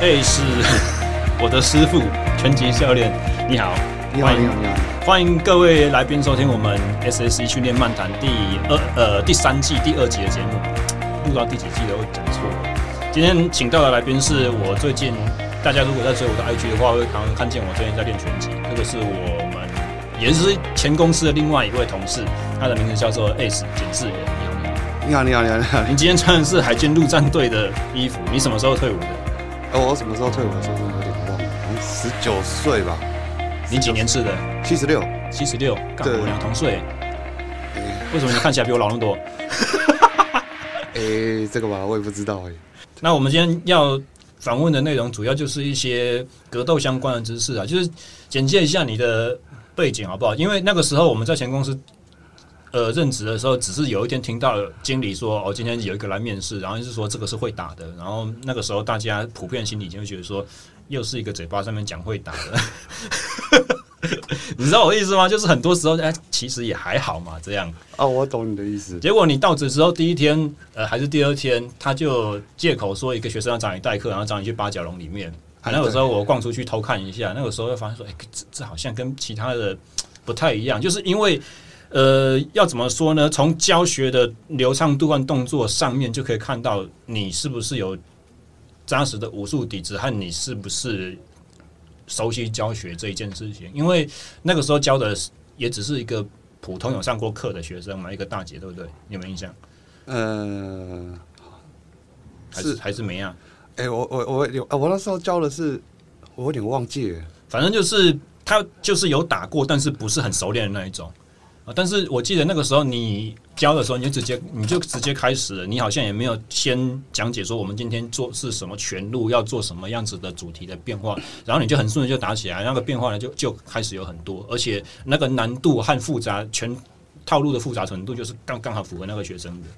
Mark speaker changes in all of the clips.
Speaker 1: 哎，是我的师傅拳击教练，你好，
Speaker 2: 你好，
Speaker 1: 欢
Speaker 2: 你
Speaker 1: 迎
Speaker 2: 好，你好。
Speaker 1: 欢迎各位来宾收听我们 SSE 训练漫谈第二呃第三季第二集的节目，录到第几季都讲错了。今天请到的来宾是我最近大家如果在追我的 IG 的话，会常常看见我最近在练拳击，这个是我们也是前公司的另外一位同事，他的名字叫做 Ace 简志远。你好，你好，
Speaker 2: 你好，你好，你好，你好。
Speaker 1: 你今天穿的是海军陆战队的衣服，你什么时候退伍的？
Speaker 2: 哦，我什么时候退伍的时候真的有点忘了，十九岁吧，
Speaker 1: 你几年次的？
Speaker 2: 七十六，
Speaker 1: 七十六，干
Speaker 2: 对
Speaker 1: 我俩同岁。为什么你看起来比我老那么多？
Speaker 2: 诶，这个吧，我也不知道诶。
Speaker 1: 那我们今天要访问的内容主要就是一些格斗相关的知识啊，就是简介一下你的背景好不好？因为那个时候我们在前公司呃任职的时候，只是有一天听到了经理说哦，今天有一个来面试，然后就是说这个是会打的，然后那个时候大家普遍心里就会觉得说，又是一个嘴巴上面讲会打的。你知道我的意思吗？就是很多时候，哎，其实也还好嘛，这样。
Speaker 2: 哦，我懂你的意思。
Speaker 1: 结果你到职之后第一天，呃，还是第二天，他就借口说一个学生要找你代课，然后找你去八角笼里面。
Speaker 2: 啊
Speaker 1: 那个时候我逛出去偷看一下，那个时候就发现说，哎、这这好像跟其他的不太一样，就是因为呃，要怎么说呢？从教学的流畅度和动作上面就可以看到你是不是有扎实的武术底子，和你是不是熟悉教学这一件事情。因为那个时候教的是也只是一个普通有上过课的学生嘛，一个大姐，对不对？你有没有印象？
Speaker 2: 呃，
Speaker 1: 还是
Speaker 2: 是
Speaker 1: 还是没啊？
Speaker 2: 诶，我我我有，啊我那时候教的是，我有点忘记了。
Speaker 1: 反正就是他就是有打过，但是不是很熟练的那一种。啊，但是我记得那个时候你教的时候，你就直接你就直接开始了，你好像也没有先讲解说我们今天做是什么全路，要做什么样子的主题的变化，然后你就很顺利就打起来，那个变化呢就就开始有很多，而且那个难度和复杂全套路的复杂程度就是刚刚好符合那个学生的。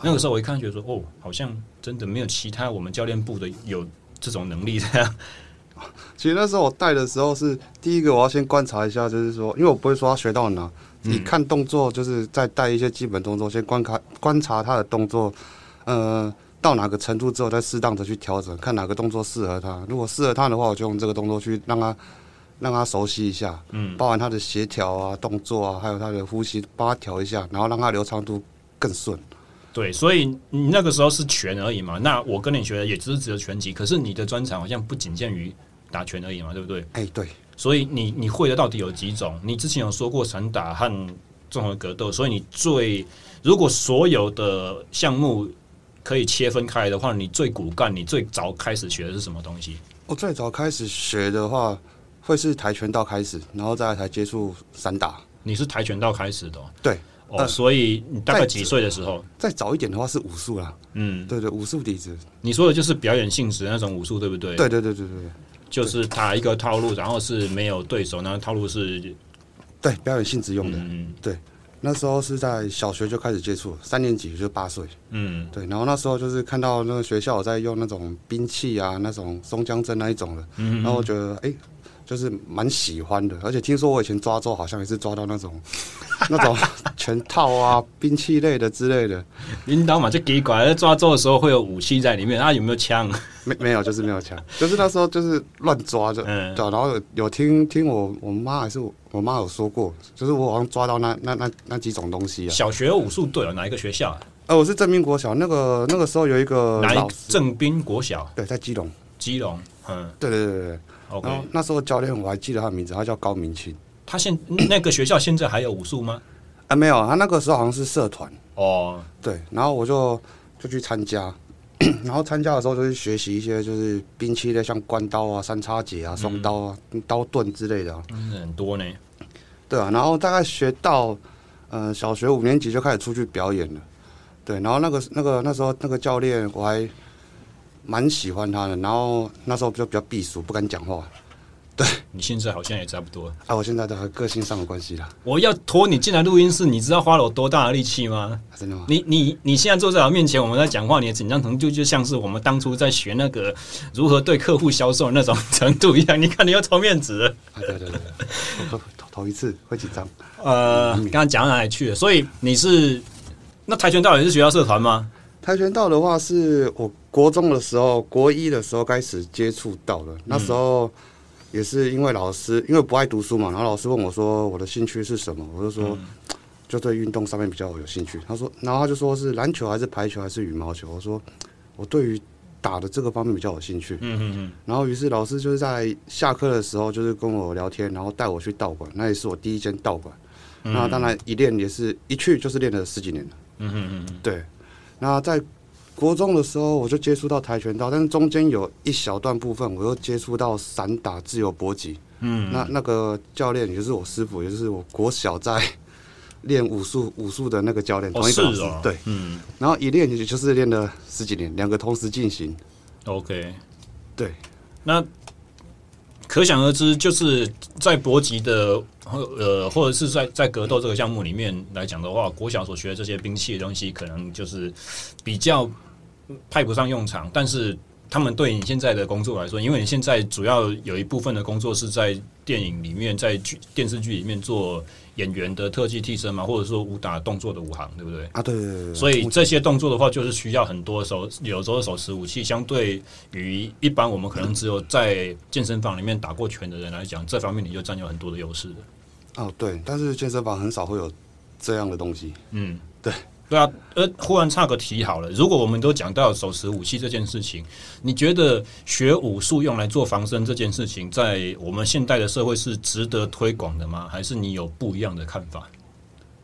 Speaker 1: 那个时候我一看觉得说，哦，好像真的没有其他我们教练部的有这种能力这样。
Speaker 2: 其实那时候我带的时候是第一个，我要先观察一下，就是说，因为我不会说他学到哪，你看动作，就是再带一些基本动作，先观察观察他的动作，呃，到哪个程度之后，再适当的去调整，看哪个动作适合他。如果适合他的话，我就用这个动作去让他让他熟悉一下，嗯，包含他的协调啊、动作啊，还有他的呼吸，帮他调一下，然后让他流畅度更顺。
Speaker 1: 对，所以你那个时候是拳而已嘛。那我跟你学的也只是只有拳击，可是你的专长好像不仅限于打拳而已嘛，对不对？
Speaker 2: 哎、对，
Speaker 1: 所以你你会的到底有几种？你之前有说过散打和综合格斗，所以你最如果所有的项目可以切分开来的话，你最骨干，你最早开始学的是什么东西？
Speaker 2: 我最早开始学的话，会是跆拳道开始，然后再来才接触散打。
Speaker 1: 你是跆拳道开始的哦，
Speaker 2: 对，
Speaker 1: 哦所以你大概几岁的时候？
Speaker 2: 再早一点的话是武术啦，
Speaker 1: 嗯，哎
Speaker 2: 对对，武术底子，
Speaker 1: 你说的就是表演性质的那种武术，对不对？
Speaker 2: 对对对对对对
Speaker 1: 就是打一个套路，然后是没有对手，然后套路是
Speaker 2: 对，表演性质用的。
Speaker 1: 嗯
Speaker 2: 那时候是在小学就开始接触，三年级就八岁，
Speaker 1: 嗯。
Speaker 2: 对，然后那时候就是看到那个学校有在用那种兵器啊，那种松江针那一种的，
Speaker 1: 嗯
Speaker 2: 然后我觉得哎、就是蛮喜欢的，而且听说我以前抓周好像也是抓到那种那种 拳套啊、兵器类的之类的，
Speaker 1: 领导嘛，就给拐在抓周的时候会有武器在里面，啊，有没有枪？
Speaker 2: 没没有，就是没有枪，就是那时候就是乱抓着，
Speaker 1: 嗯
Speaker 2: 对啊、然后有有听听我我妈还是我我妈有说过，就是我好像抓到那那那那几种东西啊。
Speaker 1: 小学武术队有哪一个学校啊？
Speaker 2: 呃，我是正民国小，那个那个时候有一个
Speaker 1: 哪
Speaker 2: 呃老
Speaker 1: 一
Speaker 2: 师，
Speaker 1: 正滨国小？
Speaker 2: 对，在基隆，
Speaker 1: 基隆，嗯
Speaker 2: 对对对对对。然后
Speaker 1: ，OK。
Speaker 2: 那时候教练我还记得他的名字，他叫高明清。
Speaker 1: 他现那个学校现在还有武术吗？
Speaker 2: 啊，没有，他那个时候好像是社团，
Speaker 1: 哦，
Speaker 2: 对。然后我就就去参加， 然后参加的时候就去学习一些就是兵器类，像关刀啊、三叉戟啊、双刀啊、刀盾之类的啊、
Speaker 1: 嗯很多呢。
Speaker 2: 对啊，然后大概学到，呃，小学五年级就开始出去表演了，对，然后那个那个那时候那个教练我还蛮喜欢他的，然后那时候就比较避暑，不敢讲话，
Speaker 1: 你现在好像也差不多。
Speaker 2: 啊，我现在的个性上的关系啦，
Speaker 1: 我要拖你进来录音室，你知道花了我多大的力气吗？
Speaker 2: 啊真的吗？
Speaker 1: 你你你现在坐在我面前，我们在讲话，你的紧张程度就像是我们当初在学那个如何对客户销售那种程度一样。你看，你又臭面子了。
Speaker 2: 啊，对对对，我头头一次会紧张，
Speaker 1: 呃，刚刚讲到哪里去了？所以你是那跆拳道也是学校社团吗？
Speaker 2: 跆拳道的话，是我国中的时候，国一的时候开始接触到的。那时候也是因为老师，因为不爱读书嘛，然后老师问我说我的兴趣是什么，我就说、就对运动上面比较有兴趣。他说，然后他就说是篮球还是排球还是羽毛球。我说我对于打的这个方面比较有兴趣。
Speaker 1: 嗯嗯嗯，
Speaker 2: 然后于是老师就是在下课的时候就是跟我聊天，然后带我去道馆，那也是我第一间道馆。那当然一练也是一去就是练了十几年了。
Speaker 1: 嗯嗯嗯
Speaker 2: 对，那在国中的时候我就接触到跆拳道，但是中间有一小段部分我又接触到散打、自由搏击。
Speaker 1: 嗯，
Speaker 2: 那那个教练也就是我师傅，也就是我国小在练武术武术的那个教练，
Speaker 1: 哦
Speaker 2: 同一
Speaker 1: 是
Speaker 2: 个老师。
Speaker 1: 哦，
Speaker 2: 对，
Speaker 1: 嗯
Speaker 2: 然后一练也就是练了十几年，两个同时进行。
Speaker 1: ，OK，
Speaker 2: 对，
Speaker 1: 那可想而知，就是在搏击的呃，或者是在在格斗这个项目里面来讲的话，国小所学的这些兵器的东西，可能就是比较派不上用场。但是他们对你现在的工作来说，因为你现在主要有一部分的工作是在电影里面，在剧电视剧里面做演员的特技替身嘛，或者说武打动作的武行，对不对？
Speaker 2: 啊，对对对对。
Speaker 1: 所以这些动作的话，就是需要很多手，有时候手持武器，相对于一般我们可能只有在健身房里面打过拳的人来讲，这方面你就占有很多的优势了
Speaker 2: 哦，对，但是健身房很少会有这样的东西。
Speaker 1: 嗯，
Speaker 2: 对。
Speaker 1: 对啊，呃，忽然岔个题好了。如果我们都讲到手持武器这件事情，你觉得学武术用来做防身这件事情，在我们现代的社会是值得推广的吗？还是你有不一样的看法？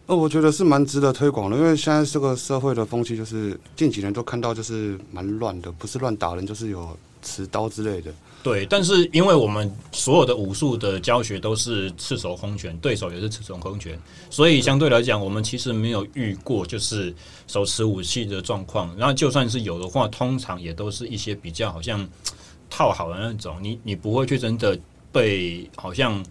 Speaker 2: 呃，我觉得是蛮值得推广的，因为现在这个社会的风气就是近几年都看到就是蛮乱的，不是乱打人，就是有持刀之类的。
Speaker 1: 对，但是因为我们所有的武术的教学都是赤手空拳，对手也是赤手空拳，所以相对来讲，我们其实没有遇过就是手持武器的状况。然后就算是有的话，通常也都是一些比较好像套好的那种，你你不会去真的被好像。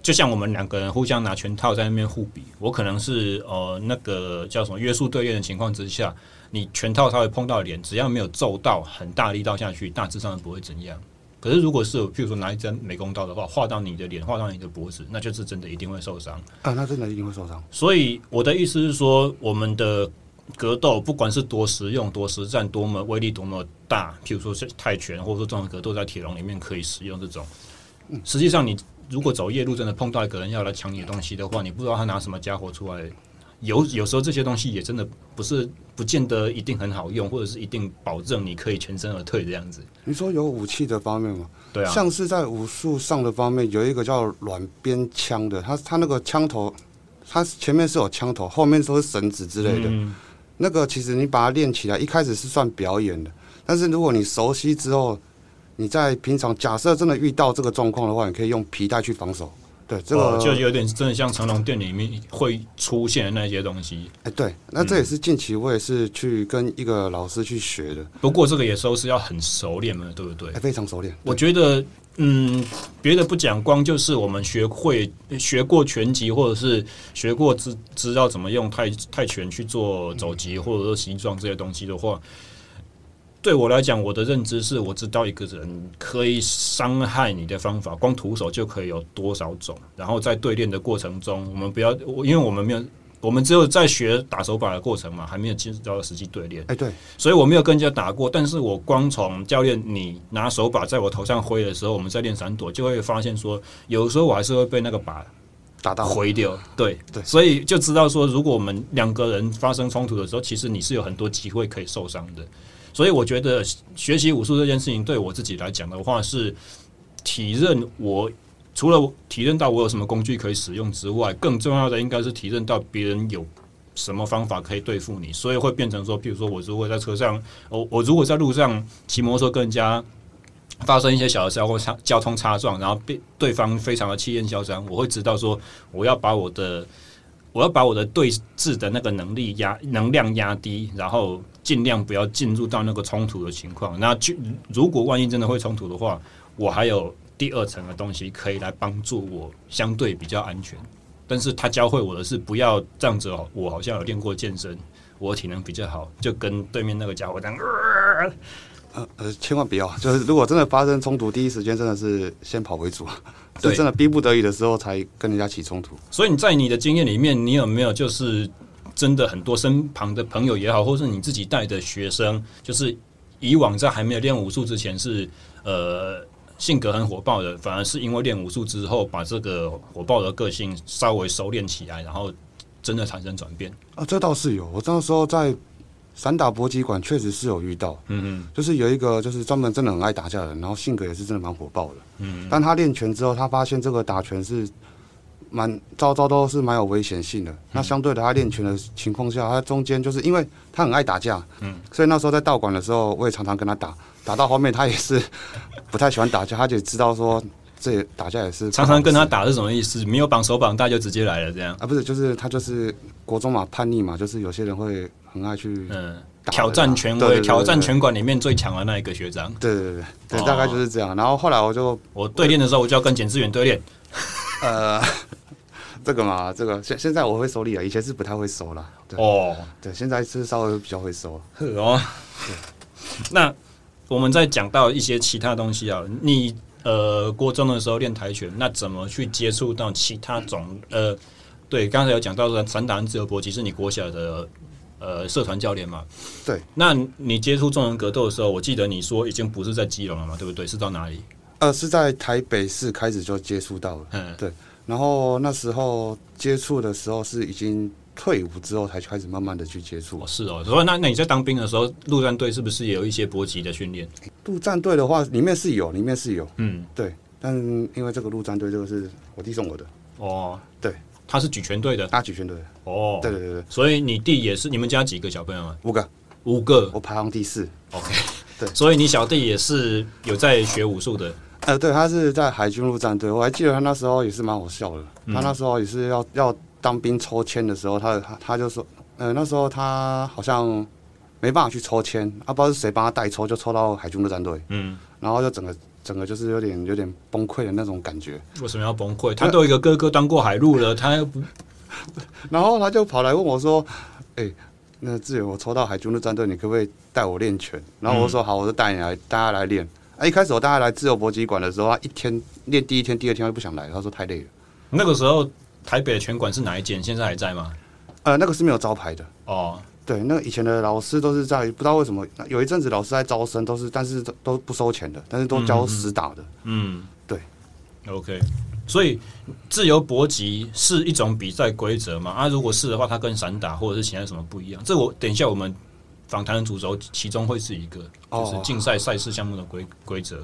Speaker 1: 就像我们两个人互相拿拳套在那边互比，我可能是呃那个叫什么约束对练的情况之下，你拳套稍微碰到脸，只要没有揍到很大力道下去，大致上不会怎样。可是如果是有，譬如说拿一针美工刀的话，划到你的脸，划到你的脖子，那就是真的一定会受伤。
Speaker 2: 啊，那真的一定会受伤。
Speaker 1: 所以我的意思是说，我们的格斗不管是多实用、多实战、多么威力多么大，譬如说是泰拳或者说综合格斗在铁笼里面可以使用这种，实际上你如果走夜路，真的碰到一个人要来抢你的东西的话，你不知道他拿什么家伙出来。有有时候这些东西也真的不是不见得一定很好用，或者是一定保证你可以全身而退这样子。
Speaker 2: 你说有武器的方面吗？
Speaker 1: 对啊，
Speaker 2: 像是在武术上的方面，有一个叫软边枪的，它它那个枪头，它前面是有枪头，后面都是绳子之类的。
Speaker 1: 嗯
Speaker 2: 那个其实你把它练起来，一开始是算表演的，但是如果你熟悉之后，你在平常假设真的遇到这个状况的话，你可以用皮带去防守。对，这个、
Speaker 1: 哦就有点真的像成龙电影里面会出现的那些东西。
Speaker 2: 哎、对，那这也是近期我也是去跟一个老师去学的，
Speaker 1: 不过这个也都是要很熟练嘛，对不对
Speaker 2: 哎、？非常熟练。
Speaker 1: 我觉得，嗯，别的不讲，光就是我们学会学过拳击，或者是学过知知道怎么用泰泰拳去做肘击，或者说形状这些东西的话，对我来讲，我的认知是我知道一个人可以伤害你的方法，光徒手就可以有多少种。然后在对练的过程中，我们不要，我因为我们没有，我们只有在学打手法的过程嘛，还没有进入到实际对练。
Speaker 2: 哎、对，
Speaker 1: 所以我没有跟人家打过，但是我光从教练你拿手把在我头上挥的时候，我们在练闪躲，就会发现说，有时候我还是会被那个把
Speaker 2: 打到
Speaker 1: 回掉。对
Speaker 2: 对
Speaker 1: 所以就知道说，如果我们两个人发生冲突的时候，其实你是有很多机会可以受伤的。所以我觉得学习武术这件事情对我自己来讲的话，是体认我除了体认到我有什么工具可以使用之外，更重要的应该是体认到别人有什么方法可以对付你，所以会变成说，譬如说我如果在车上，我哦我如果在路上骑摩托车跟人家发生一些小的交通擦交通擦撞，然后被对方非常的气焰嚣张，我会知道说我要把我的我要把我的对峙的那个能力压能量压低，然后尽量不要进入到那个冲突的情况。那就如果万一真的会冲突的话，我还有第二层的东西可以来帮助我相对比较安全。但是他教会我的是不要这样子哦，我好像有练过健身，我体能比较好，就跟对面那个家伙这样。呃
Speaker 2: 呃呃，千万不要，就是如果真的发生冲突，第一时间真的是先跑为主，
Speaker 1: 对
Speaker 2: 是真的逼不得已的时候才跟人家起冲突。
Speaker 1: 所以你在你的经验里面，你有没有就是真的很多身旁的朋友也好，或是你自己带的学生，就是以往在还没有练武术之前是呃性格很火爆的，反而是因为练武术之后把这个火爆的个性稍微收敛起来，然后真的产生转变。
Speaker 2: 啊，这倒是有。我那时候在散打搏击馆确实是有遇到，
Speaker 1: 嗯
Speaker 2: 就是有一个就是专门真的很爱打架的人，然后性格也是真的蛮火爆的。
Speaker 1: 嗯
Speaker 2: 但他练拳之后，他发现这个打拳是蛮招招都是蛮有危险
Speaker 1: 嗯
Speaker 2: 性的。那相对的，他练拳的情况下，他中间就是因为他很爱打架，
Speaker 1: 嗯，
Speaker 2: 所以那时候在道馆的时候，我也常常跟他打，打到后面他也是 不太喜欢打架，他就知道说这也打架也是
Speaker 1: 嗯，常常跟他
Speaker 2: 不好的
Speaker 1: 打是
Speaker 2: 事。
Speaker 1: 什么意思？没有绑手绑带就直接来了这样。
Speaker 2: 啊，不是，就是他就是国中嘛，叛逆嘛，就是有些人会很爱去
Speaker 1: 嗯，
Speaker 2: 打人啊
Speaker 1: 挑战权
Speaker 2: 对对
Speaker 1: 威，
Speaker 2: 对
Speaker 1: 挑战
Speaker 2: 对
Speaker 1: 拳馆里面最强的那一个学长。
Speaker 2: 对对对对，
Speaker 1: 哦
Speaker 2: 大概就是这样。然后后来我就
Speaker 1: 我对练的时候，我就要跟简志远对练。
Speaker 2: 呃，这个嘛，这个现现在我会收力啊了，以前是不太会收了。对、
Speaker 1: 哦，
Speaker 2: 对，现在是稍微比较会收。
Speaker 1: 呵哦。那我们再讲到一些其他东西啊，你呃，国中的时候练跆拳，那怎么去接触到其他种呃？对，刚才有讲到的散打跟自由搏击是你国小的呃社团教练嘛？
Speaker 2: 对。
Speaker 1: 那你接触中文格斗的时候，我记得你说已经不是在基隆了嘛，对不对？是到哪里？
Speaker 2: 呃，是在台北市开始就接触到了，
Speaker 1: 嗯
Speaker 2: 然后那时候接触的时候是已经退伍之后才开始慢慢的去接触
Speaker 1: 哦，。是哦，所以那那你在当兵的时候，陆战队是不是也有一些搏击的训练？
Speaker 2: 陆战队的话，里面是有，里面是有，
Speaker 1: 嗯，
Speaker 2: 对。但因为这个陆战队这个是我弟送我的，
Speaker 1: 哦，
Speaker 2: 对，
Speaker 1: 他是举拳队的
Speaker 2: 阿举轩队的，
Speaker 1: 哦，
Speaker 2: 对对对对，
Speaker 1: 所以你弟也是，你们家几个小朋友啊？
Speaker 2: 五个，
Speaker 1: 五个
Speaker 2: 我排行第四。
Speaker 1: ，OK，
Speaker 2: 对
Speaker 1: 所以你小弟也是有在学武术的，
Speaker 2: 呃，对，他是在海军陆战队，我还记得他那时候也是蛮好笑的。他那时候也是要要当兵抽签的时候，他他他就说，呃，那时候他好像没办法去抽签，啊，不知道是谁帮他代抽，就抽到海军陆战队，
Speaker 1: 嗯，
Speaker 2: 然后就整个整个就是有点有点崩溃的那种感觉。
Speaker 1: 为什么要崩溃？他都有一个哥哥当过海陆了，他又不，
Speaker 2: 然后他就跑来问我说，哎、那志远，我抽到海军陆战队，你可不可以带我练拳？然后我就说好，我就带你来，大家来练。啊，一开始我带他来自由搏击馆的时候，他一天练第一天、第二天他就不想来了，他说太累了。
Speaker 1: 那个时候台北的拳馆是哪一间？现在还在吗？
Speaker 2: 呃，那个是没有招牌的。
Speaker 1: 哦，
Speaker 2: 对，那个以前的老师都是在不知道为什么有一阵子老师在招生，都是但是都都不收钱的，但是都教死打的。
Speaker 1: 嗯，
Speaker 2: 对
Speaker 1: 哦，OK。所以自由搏击是一种比赛规则嘛？啊，如果是的话，它跟散打或者是其他什么不一样？这我等一下我们访谈的主轴其中会是一个，就
Speaker 2: 哦
Speaker 1: 是竞赛赛事项目的规规则。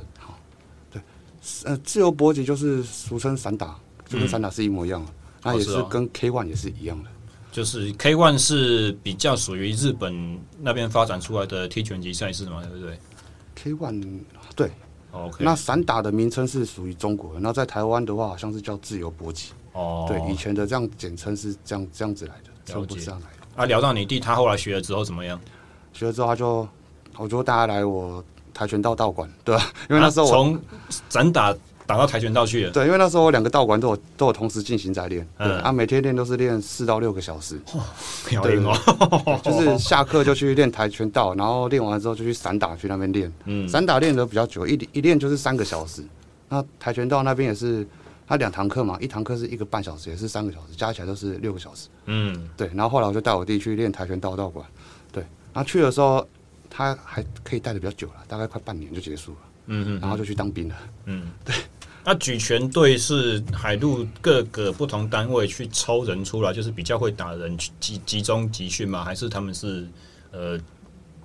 Speaker 2: 呃，自由搏击就是俗称散打，就跟散打是一模一样的，那、也
Speaker 1: 嗯哦是
Speaker 2: 是
Speaker 1: 哦
Speaker 2: 跟 K one 也是一样的。
Speaker 1: 就是 K One 是比较属于日本那边发展出来的踢拳击赛事嘛，对不对
Speaker 2: K one 对，
Speaker 1: ？OK，
Speaker 2: 那散打的名称是属于中国的，那在台湾的话好像是叫自由搏击。
Speaker 1: 哦，
Speaker 2: 对，以前的这样简称是这样这样子来的，差不多
Speaker 1: 解
Speaker 2: 这样来的。
Speaker 1: 啊，聊到你弟，他后来学了之后怎么样？
Speaker 2: 学了之后他就，我就带他来我跆拳道道馆，对吧？因为那时候
Speaker 1: 啊
Speaker 2: 我
Speaker 1: 从散打打到跆拳道 去了，
Speaker 2: 对，因为那时候我两个道馆都有都有同时进行在练，对、
Speaker 1: 嗯
Speaker 2: 啊，每天练都是练四到六个小时，
Speaker 1: 要赢哦，
Speaker 2: 就是下课就去练跆拳道，然后练完之后就去散打去那边练，
Speaker 1: 嗯
Speaker 2: 散打练得比较久，一一练就是三个小时。那跆拳道那边也是，他两堂课嘛，一堂课是一个半小时，也是三个小时，加起来都是六个小时。
Speaker 1: 嗯，
Speaker 2: 对，然后后来我就带我弟去练跆拳道道馆，对，然后去的时候他还可以带的比较久了，大概快半年就结束了，
Speaker 1: 嗯
Speaker 2: 然后就去当兵了。
Speaker 1: 嗯，对。那举拳队是海陆各个不同单位去抽人出来，就是比较会打人去集集中集训吗？还是他们是呃，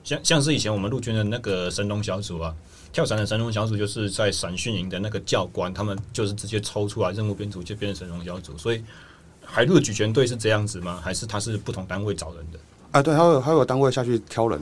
Speaker 1: 像像是以前我们陆军的那个神龙小组啊，跳伞的神龙小组，就是在散训营的那个教官，他们就是直接抽出来任务编组就变成神龙小组，所以。海陆的举拳队是这样子吗？还是他是不同单位找人的？
Speaker 2: 啊，对，还有还有单位下去挑人，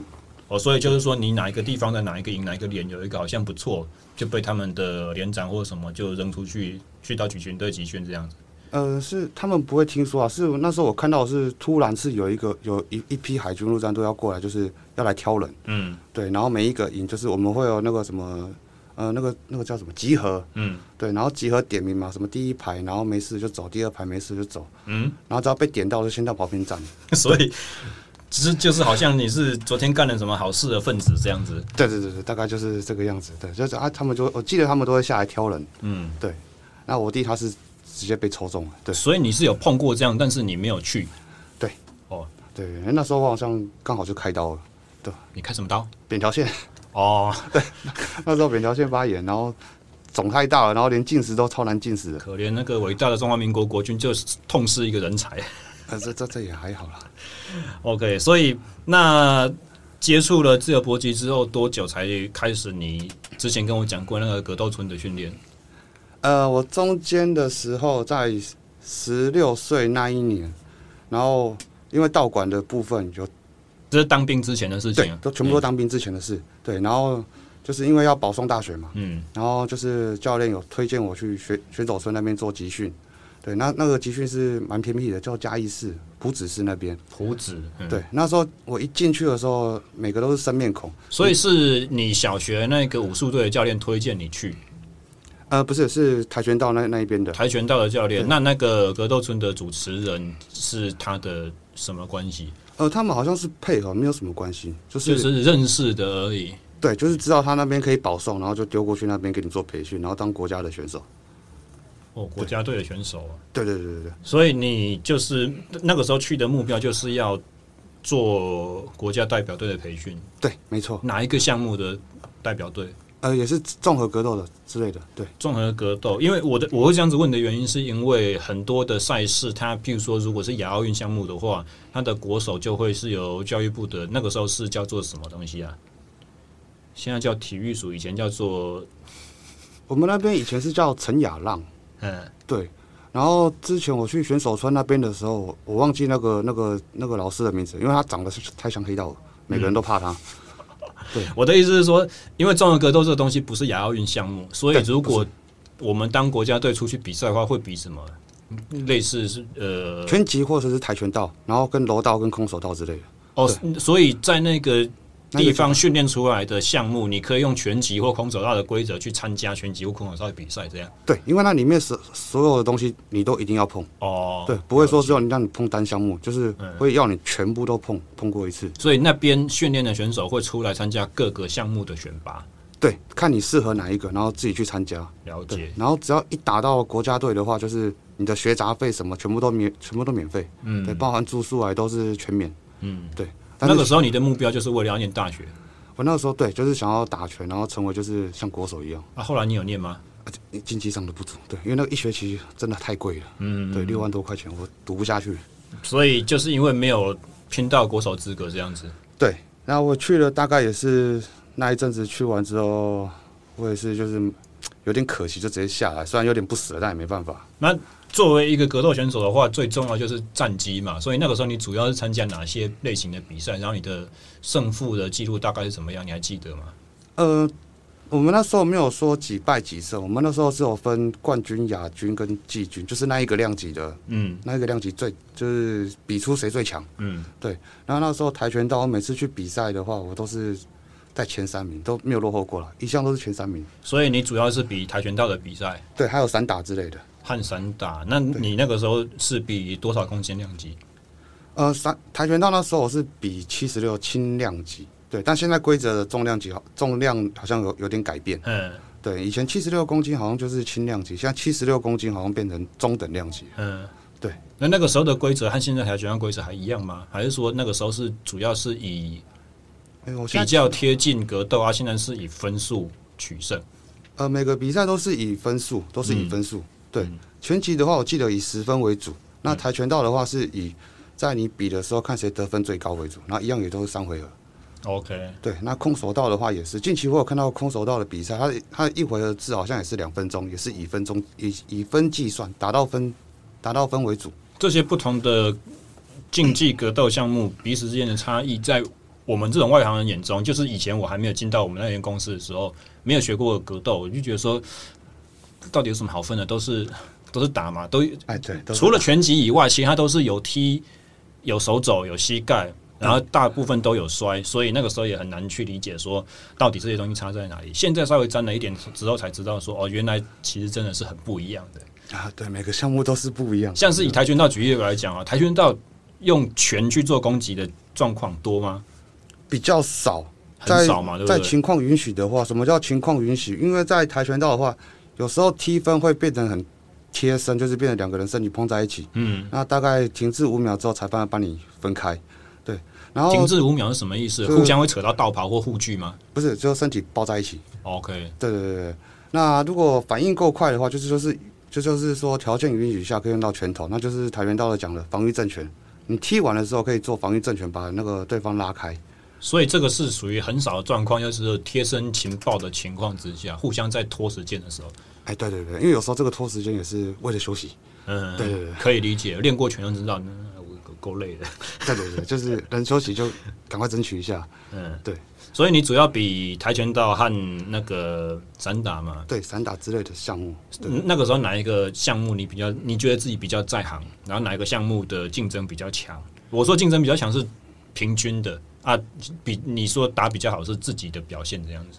Speaker 1: 哦，所以就是说，你哪一个地方在哪一个营哪一个连有一个好像不错，就被他们的连长或什么就扔出去，去到举拳队集训这样子。
Speaker 2: 呃，是他们不会听说啊，是那时候我看到是突然是有一个有一一批海军陆战队要过来，就是要来挑人，
Speaker 1: 嗯
Speaker 2: 对，然后每一个营就是我们会有那个什么，呃，那个那个叫什么集合，
Speaker 1: 嗯
Speaker 2: 对，然后集合点名嘛，什么第一排，然后没事就走，第二排没事就走，
Speaker 1: 嗯，
Speaker 2: 然后只要被点到就先到保平站，
Speaker 1: 所以只是就是好像你是昨天干了什么好事的分子这样子。
Speaker 2: 对对对对，大概就是这个样子，对，就是啊，他们就我记得他们都会下来挑人，
Speaker 1: 嗯，
Speaker 2: 对，那我弟他是直接被抽中了，对
Speaker 1: 所以你是有碰过这样，但是你没有去。
Speaker 2: 对，
Speaker 1: 哦，
Speaker 2: 对，因为那时候我好像刚好就开刀了，
Speaker 1: 你开什么刀？
Speaker 2: 扁条线，
Speaker 1: 哦，
Speaker 2: 那时候扁条线发炎，然后肿太大了，然后连进食都超难进食的。
Speaker 1: 可怜那个伟大的中华民国国军，就是痛失一个人才。
Speaker 2: 呃，这这这也还好啦。
Speaker 1: OK，所以那接触了自由搏击之后多久才开始？你之前跟我讲过那个格斗村的训练，
Speaker 2: 呃，我中间的时候在十六岁那一年，然后因为道馆的部分有
Speaker 1: 这是当兵之前的事
Speaker 2: 对嗯
Speaker 1: 情啊。，
Speaker 2: 都全部都当兵之前的事，对，然后就是因为要保送大学嘛，
Speaker 1: 嗯，
Speaker 2: 然后就是教练有推荐我去选选手村那边做集训，对，那那个集训是蛮偏僻的，叫嘉义市埔子市那边。
Speaker 1: 胡子，嗯，
Speaker 2: 对，那时候我一进去的时候，每个都是生面孔，
Speaker 1: 所以是你小学那个武术队的教练推荐你去
Speaker 2: 呃，不是，是跆拳道那那一边的，
Speaker 1: 跆拳道的教练，那那个格斗村的主持人是他的什么关系？
Speaker 2: 呃，他们好像是配合，没有什么关系，就是、
Speaker 1: 就是认识的而已。
Speaker 2: 对，就是知道他那边可以保送，然后就丢过去那边给你做培训，然后当国家的选手。
Speaker 1: 哦，国家队的选手啊，
Speaker 2: 对对对对对，
Speaker 1: 所以你就是那个时候去的目标就是要做国家代表队的培训，
Speaker 2: 对，没错，
Speaker 1: 哪一个项目的代表队？
Speaker 2: 呃，也是综合格斗的之类的，对，
Speaker 1: 综合格斗，因为我的我会这样子问的原因，是因为很多的赛事，它譬如说如果是亚奥运项目的话，它的国手就会是由教育部的那个时候是叫做什么东西啊？现在叫体育署，以前叫做
Speaker 2: 我们那边以前是叫陈雅浪，
Speaker 1: 嗯，
Speaker 2: 对。然后之前我去选手村那边的时候，我忘记那个那个那个老师的名字，因为他长得是太像黑道了，每个人都怕他。
Speaker 1: 我的意思是说，因为综合格斗这个东西不是亚奥运项目，所以
Speaker 2: 对
Speaker 1: 如果我们当国家队出去比赛的话，会比什么？类似是呃，
Speaker 2: 拳击或者是跆拳道，然后跟柔道跟空手道之类的。
Speaker 1: 哦，所以在那个
Speaker 2: 那个
Speaker 1: 地方训练出来的项目，你可以用拳击或空手道的规则去参加拳击或空手道的比赛，这样。
Speaker 2: 对，因为那里面所所有的东西你都一定要碰，
Speaker 1: 哦，
Speaker 2: 对，不会说只有你让你碰单项目，就是会要你全部都碰碰过一次。
Speaker 1: 所以那边训练的选手会出来参加各个项目的选拔，
Speaker 2: 对，看你适合哪一个，然后自己去参加。
Speaker 1: 了
Speaker 2: 对
Speaker 1: 解，。
Speaker 2: 然后只要一打到国家队的话，就是你的学杂费什么全部都免，全部都免费。嗯，对，包含住宿啊也都是全免。嗯，对。但
Speaker 1: 那
Speaker 2: 是
Speaker 1: 个时候你的目标就是为了要念大学，
Speaker 2: 我那个时候对，就是想要打拳，然后成为就是像国手一样，
Speaker 1: 啊，后来你有念吗？
Speaker 2: 啊经济上的不足。对，因为那个一学期真的太贵了。嗯，对，六万多块钱我读不下去。
Speaker 1: 所以就是因为没有拼到国手资格这样子。
Speaker 2: 对，然后我去了，大概也是那一阵子去完之后，我也是就是嗯有点可惜，就直接下来。虽然有点不舍，但也没办法。
Speaker 1: 那作为一个格斗选手的话，最重要就是战绩嘛。所以那个时候你主要是参加哪些类型的比赛？然后你的胜负的记录大概是怎么样？你还记得吗？
Speaker 2: 呃，我们那时候没有说几败几胜，我们那时候是有分冠军、亚军跟季军，就是那一个量级的，
Speaker 1: 嗯
Speaker 2: 那一个量级最就是比出谁最强。
Speaker 1: 嗯，
Speaker 2: 然后那时候跆拳道，我每次去比赛的话，我都是在前三名，都没有落后过了，一向都是前三名。
Speaker 1: 所以你主要是比跆拳道的比赛
Speaker 2: 对，还有散打之类的。
Speaker 1: 和散打。那你那个时候是比多少公斤量级？
Speaker 2: 呃，三跆拳道那时候我是比七十六轻量级，对，但现在规则的重量级好重量好像有有点改变，
Speaker 1: 嗯
Speaker 2: 对，以前七十六公斤好像就是轻量级，现在七十六公斤好像变成中等量级。
Speaker 1: 嗯，
Speaker 2: 对。
Speaker 1: 那那个时候的规则和现在跆拳道规则还一样吗？还是说那个时候是主要是以
Speaker 2: 哎、我
Speaker 1: 比
Speaker 2: 现在
Speaker 1: 较贴近格斗啊？现在是以分数取胜？
Speaker 2: 呃每个比赛都是以分数，都是以分
Speaker 1: 嗯
Speaker 2: 数，对，拳击的话我记得以十分为主，那跆拳道的话是以在你比的时候看谁得分最高为主，然后一样也都是三回合。
Speaker 1: OK，
Speaker 2: 对，那空手道的话也是，近期我有看到空手道的比赛，他他一回合制好像也是两分钟，也是以分钟以以分计算，达到分达到分为主。
Speaker 1: 这些不同的竞技格斗项目彼此之间的差异，在我们这种外行人眼中，就是以前我还没有进到我们那间公司的时候，没有学过格斗，我就觉得说，到底有什么好分的？都是 都是打嘛，都
Speaker 2: 哎，对，都是
Speaker 1: 除了拳击以外，其他都是有踢、有手肘、有膝盖，然后大部分都有摔，所以那个时候也很难去理解说到底这些东西差在哪里。现在稍微沾了一点之后，才知道说哦，原来其实真的是很不一样的。
Speaker 2: 啊，对，每个项目都是不一样。
Speaker 1: 像是以跆拳道举例来讲啊，跆拳道用拳去做攻击的状况多吗？
Speaker 2: 比较少，
Speaker 1: 很少嘛，对不
Speaker 2: 在
Speaker 1: 对？
Speaker 2: 情况允许的话，什么叫情况允许？因为在跆拳道的话，有时候踢分会变成很贴身，就是变成两个人身体碰在一起，
Speaker 1: 嗯，
Speaker 2: 那大概停滞五秒之后，裁判会帮你分开。然后
Speaker 1: 停滞五秒是什么意思？
Speaker 2: 就是
Speaker 1: 互相会扯到道袍或护具吗
Speaker 2: 不是就身体抱在一起。
Speaker 1: ？OK，
Speaker 2: 对对对对，那如果反应够快的话，就是就是就就是说条件允许下可以用到拳头，那就是跆拳道的讲的防御正拳。你踢完的时候可以做防御正拳，把那个对方拉开。
Speaker 1: 所以这个是属于很少的状况，就是贴身情报的情况之下，互相在拖时间的时候，
Speaker 2: 哎，对对对，因为有时候这个拖时间也是为了休息。
Speaker 1: 嗯，
Speaker 2: 对对对
Speaker 1: 可以理解，练过拳就知道，嗯我够够累的，
Speaker 2: 对对对，就是能休息就赶快争取一下。
Speaker 1: 嗯，
Speaker 2: 对。
Speaker 1: 所以你主要比跆拳道和那个散打嘛，
Speaker 2: 对，散打之类的项目。对，
Speaker 1: 嗯那个时候哪一个项目你比较，你觉得自己比较在行，然后哪一个项目的竞争比较强？我说竞争比较强是平均的啊，比你说打比较好是自己的表现这样子。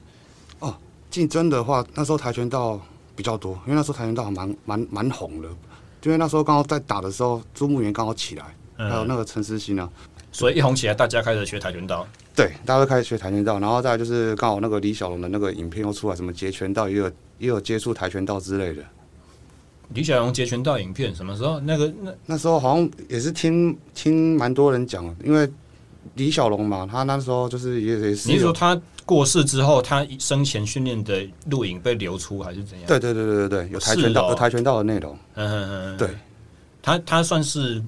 Speaker 2: 竞争的话，那时候跆拳道比较多，因为那时候跆拳道还蛮蛮蛮红的，因为那时候刚好在打的时候，朱木炎刚好起来，还有
Speaker 1: 嗯，
Speaker 2: 那个陈思欣啊，
Speaker 1: 所以一红起来，大家开始学跆拳道。
Speaker 2: 对，大家都开始学跆拳道，然后再来就是刚好那个李小龙的那个影片又出来，什么截拳道也有也有接触跆拳道之类的。
Speaker 1: 李小龙截拳道影片什么时候？那个那
Speaker 2: 那时候好像也是听听蛮多人讲，因为李小龙嘛，他那时候就是也也是哦
Speaker 1: 你是
Speaker 2: 有
Speaker 1: 说他过世之后，他生前训练的录影被流出还是怎样？
Speaker 2: 对对对对对对，有跆拳
Speaker 1: 是
Speaker 2: 道
Speaker 1: 哦
Speaker 2: 有跆拳道的内容，
Speaker 1: 嗯，嗯嗯嗯
Speaker 2: 对
Speaker 1: 他他算是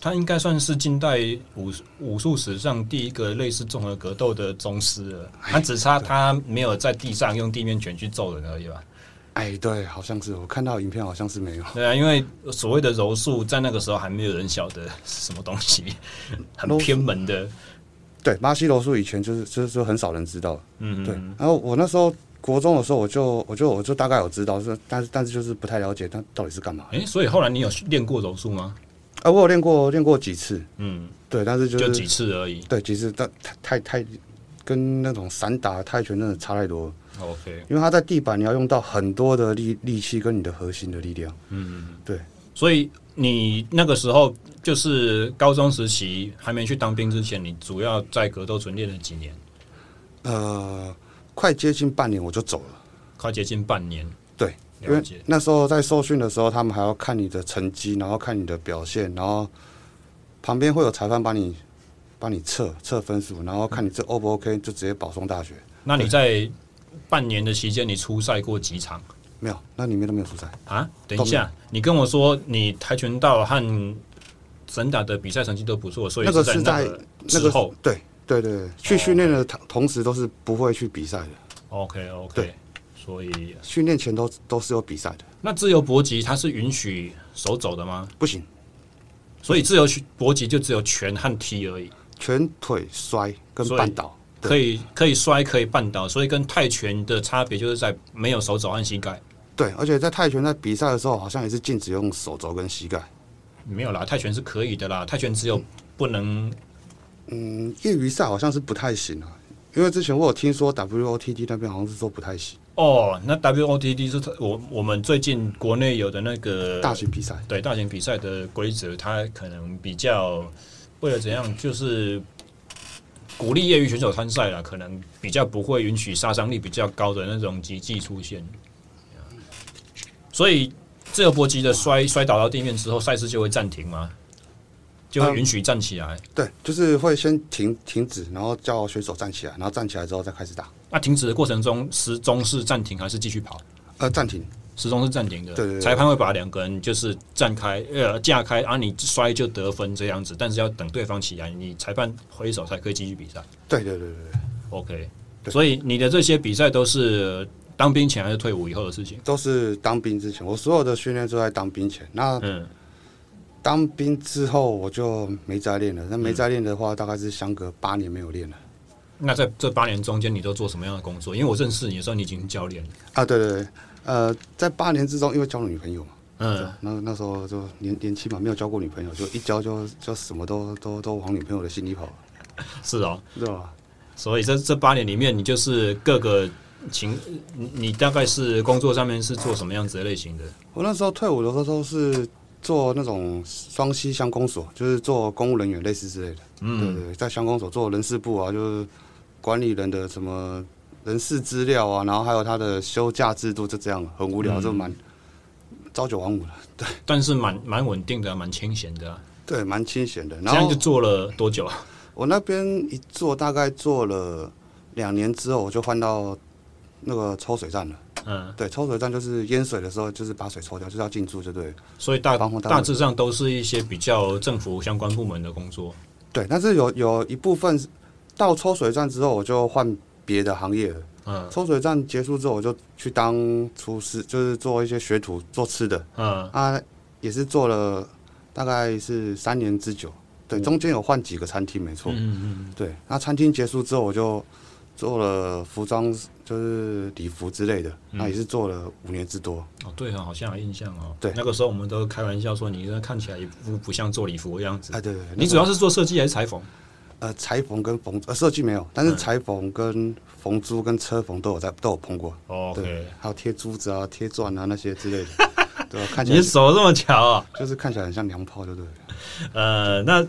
Speaker 1: 他应该算是近代武武术史上第一个类似综合格斗的宗师了，他只差他没有在地上用地面拳去揍人而已吧。
Speaker 2: 哎对，好像是我看到影片好像是没有，
Speaker 1: 对啊，因为所谓的柔术在那个时候还没有人晓得是什么东西，很偏门的。
Speaker 2: 对，巴西柔术以前就是就是说很少人知道，
Speaker 1: 嗯，
Speaker 2: 对，然后我那时候国中的时候我就我就我就大概有知道，是但是但是就是不太了解它到底是干嘛，
Speaker 1: 哎、所以后来你有练过柔术吗？
Speaker 2: 啊，我有练过练过几次，
Speaker 1: 嗯，
Speaker 2: 对，但是就是
Speaker 1: 就几次而已。
Speaker 2: 对，其实但太太太跟那种散打、泰拳真的差太多了，
Speaker 1: OK，
Speaker 2: 因为它在地板你要用到很多的力力气跟你的核心的力量。
Speaker 1: 嗯，
Speaker 2: 对。
Speaker 1: 所以你那个时候就是高中时期还没去当兵之前，你主要在格斗村练了几年？
Speaker 2: 呃，快接近半年我就走了，
Speaker 1: 快接近半年。
Speaker 2: 对，因
Speaker 1: 了
Speaker 2: 为
Speaker 1: 解。
Speaker 2: 那时候在受训的时候，他们还要看你的成绩，然后看你的表现，然后旁边会有裁判帮你帮你测测分数，然后看你这 O 不 OK，就直接保送大学。
Speaker 1: 那你在半年的期间，你出赛过几场
Speaker 2: 没有，那里面都没有出赛。
Speaker 1: 啊？等一下，你跟我说你跆拳道和散打的比赛成绩都不错，所以
Speaker 2: 那个
Speaker 1: 在
Speaker 2: 是
Speaker 1: 那
Speaker 2: 在
Speaker 1: 个
Speaker 2: 那
Speaker 1: 之
Speaker 2: 个
Speaker 1: 后。哦
Speaker 2: 对对对对，去训练的同同时都是不会去比赛的，
Speaker 1: OK OK，
Speaker 2: 对
Speaker 1: 所以
Speaker 2: 训练前都都是有比赛的。
Speaker 1: 那自由搏击它是允许手肘的吗？
Speaker 2: 不行，
Speaker 1: 所以自由搏击就只有拳和踢而已，
Speaker 2: 全腿摔跟
Speaker 1: 所以
Speaker 2: 绊倒。对
Speaker 1: 可以可以摔，可以绊倒，所以跟泰拳的差别就是在没有手肘和膝盖。
Speaker 2: 对，而且在泰拳在比赛的时候，好像也是禁止用手肘跟膝盖。
Speaker 1: 没有啦，泰拳是可以的啦，泰拳只有不能
Speaker 2: 嗯，业余赛好像是不太行啊，因为之前我有听说 WOTT 那边好像是说不太行，
Speaker 1: 哦，那 WOTD 是它我我们最近国内有的那个
Speaker 2: 大型比赛。
Speaker 1: 对大型比赛的规则，它可能比较为了怎样，就是鼓励业余选手参赛啦，可能比较不会允许杀伤力比较高的那种击技出现。所以自由搏击的摔摔倒到地面之后，赛事就会暂停吗？就会允许站起来？
Speaker 2: 对，就是会先停停止，然后叫选手站起来，然后站起来之后再开始打。
Speaker 1: 那停止的过程中，时钟是暂停还是继续跑？
Speaker 2: 呃，暂停。
Speaker 1: 时钟是暂停的，
Speaker 2: 对对对
Speaker 1: 裁判会把两个人就是站开，呃，架开，啊，你摔就得分这样子，但是要等对方起来，你裁判挥手才可以继续比赛。
Speaker 2: 对对对对对，
Speaker 1: OK，
Speaker 2: 对
Speaker 1: 所以你的这些比赛都是当兵前还是退伍以后的事情？
Speaker 2: 都是当兵之前，我所有的训练都在当兵前。那
Speaker 1: 嗯，
Speaker 2: 当兵之后我就没再练了。那没再练的话，大概是相隔八年没有练了。
Speaker 1: 那在这八年中间，你都做什么样的工作？因为我认识你的时候，你已经是教练了。
Speaker 2: 啊，对对对，呃，在八年之中，因为交了女朋友嘛，
Speaker 1: 嗯，
Speaker 2: 那那时候就年年轻嘛，没有交过女朋友，就一交就就什么都都都往女朋友的心里跑，
Speaker 1: 是哦，
Speaker 2: 知道吧？
Speaker 1: 所以这这八年里面，你就是各个情，你你大概是工作上面是做什么样子的类型的？
Speaker 2: 我那时候退伍的时候都是做那种双溪乡公所，就是做公务人员类似之类的。对
Speaker 1: 嗯
Speaker 2: 对，对在乡公所做人事部啊，就是管理人的什么人事资料啊，然后还有他的休假制度，就这样，很无聊，
Speaker 1: 嗯
Speaker 2: 就蛮朝九晚五的，
Speaker 1: 但是蛮蛮稳定的啊，蛮清闲的啊、
Speaker 2: 对，蛮清闲的。
Speaker 1: 这
Speaker 2: 然
Speaker 1: 样
Speaker 2: 后
Speaker 1: 就做了多久啊？
Speaker 2: 我那边一做大概做了两年之后，我就换到那个抽水站了。
Speaker 1: 嗯，
Speaker 2: 对，抽水站就是淹水的时候，就是把水抽掉，就是要进驻，就对了。
Speaker 1: 所以大
Speaker 2: 防洪单位
Speaker 1: 大致上都是一些比较政府相关部门的工作。
Speaker 2: 对，但是有有一部分是到抽水站之后，我就换别的行业了。
Speaker 1: 嗯
Speaker 2: 抽水站结束之后，我就去当厨师，就是做一些学徒，做吃的
Speaker 1: 嗯，
Speaker 2: 啊，也是做了大概是三年之久。对，中间有换几个餐厅，没错。
Speaker 1: 嗯嗯嗯
Speaker 2: 对，那餐厅结束之后，我就做了服装，就是礼服之类的，
Speaker 1: 嗯
Speaker 2: 那也是做了五年之多。
Speaker 1: 嗯，哦对哦，好像有印象哦。
Speaker 2: 对
Speaker 1: 那个时候我们都开玩笑说，你这看起来也不不像做礼服的样子
Speaker 2: 哎，。对对对，
Speaker 1: 你主要是做设计还是裁缝？
Speaker 2: 呃裁缝跟缝呃设计没有，但是
Speaker 1: 嗯
Speaker 2: 裁缝跟缝珠跟车缝都有在都有碰过。
Speaker 1: 哦
Speaker 2: 对
Speaker 1: OK，，
Speaker 2: 还有贴珠子啊、贴钻啊那些之类的， 对吧、看起
Speaker 1: 你
Speaker 2: 来
Speaker 1: 手这么巧啊？
Speaker 2: 就是看起来很像娘炮，对不对了？
Speaker 1: 呃，那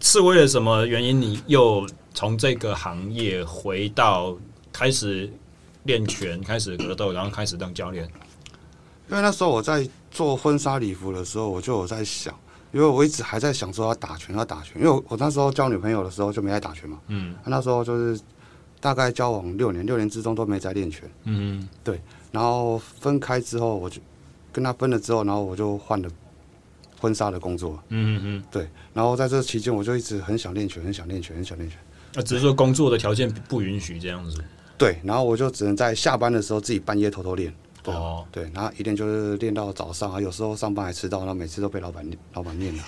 Speaker 1: 是为了什么原因你又从这个行业回到开始练拳、开始格斗，然后开始当教练？
Speaker 2: 因为那时候我在做婚纱礼服的时候，我就有在想，因为我一直还在想说要打拳，要打拳，因为我我那时候交女朋友的时候就没在打拳嘛，
Speaker 1: 嗯
Speaker 2: 那时候就是大概交往六年，六年之中都没在练拳，
Speaker 1: 嗯
Speaker 2: 然后分开之后，我就跟他分了之后，然后我就换了婚纱的工作，
Speaker 1: 嗯嗯，
Speaker 2: 对，然后在这期间我就一直很想练拳，很想练拳，很想练拳。
Speaker 1: 那、啊只是说工作的条件不允许这样子。
Speaker 2: 对，然后我就只能在下班的时候自己半夜偷偷练。对啊
Speaker 1: 哦
Speaker 2: 对，然后一练就是练到早上啊，有时候上班还迟到，然后每次都被老板老板念了。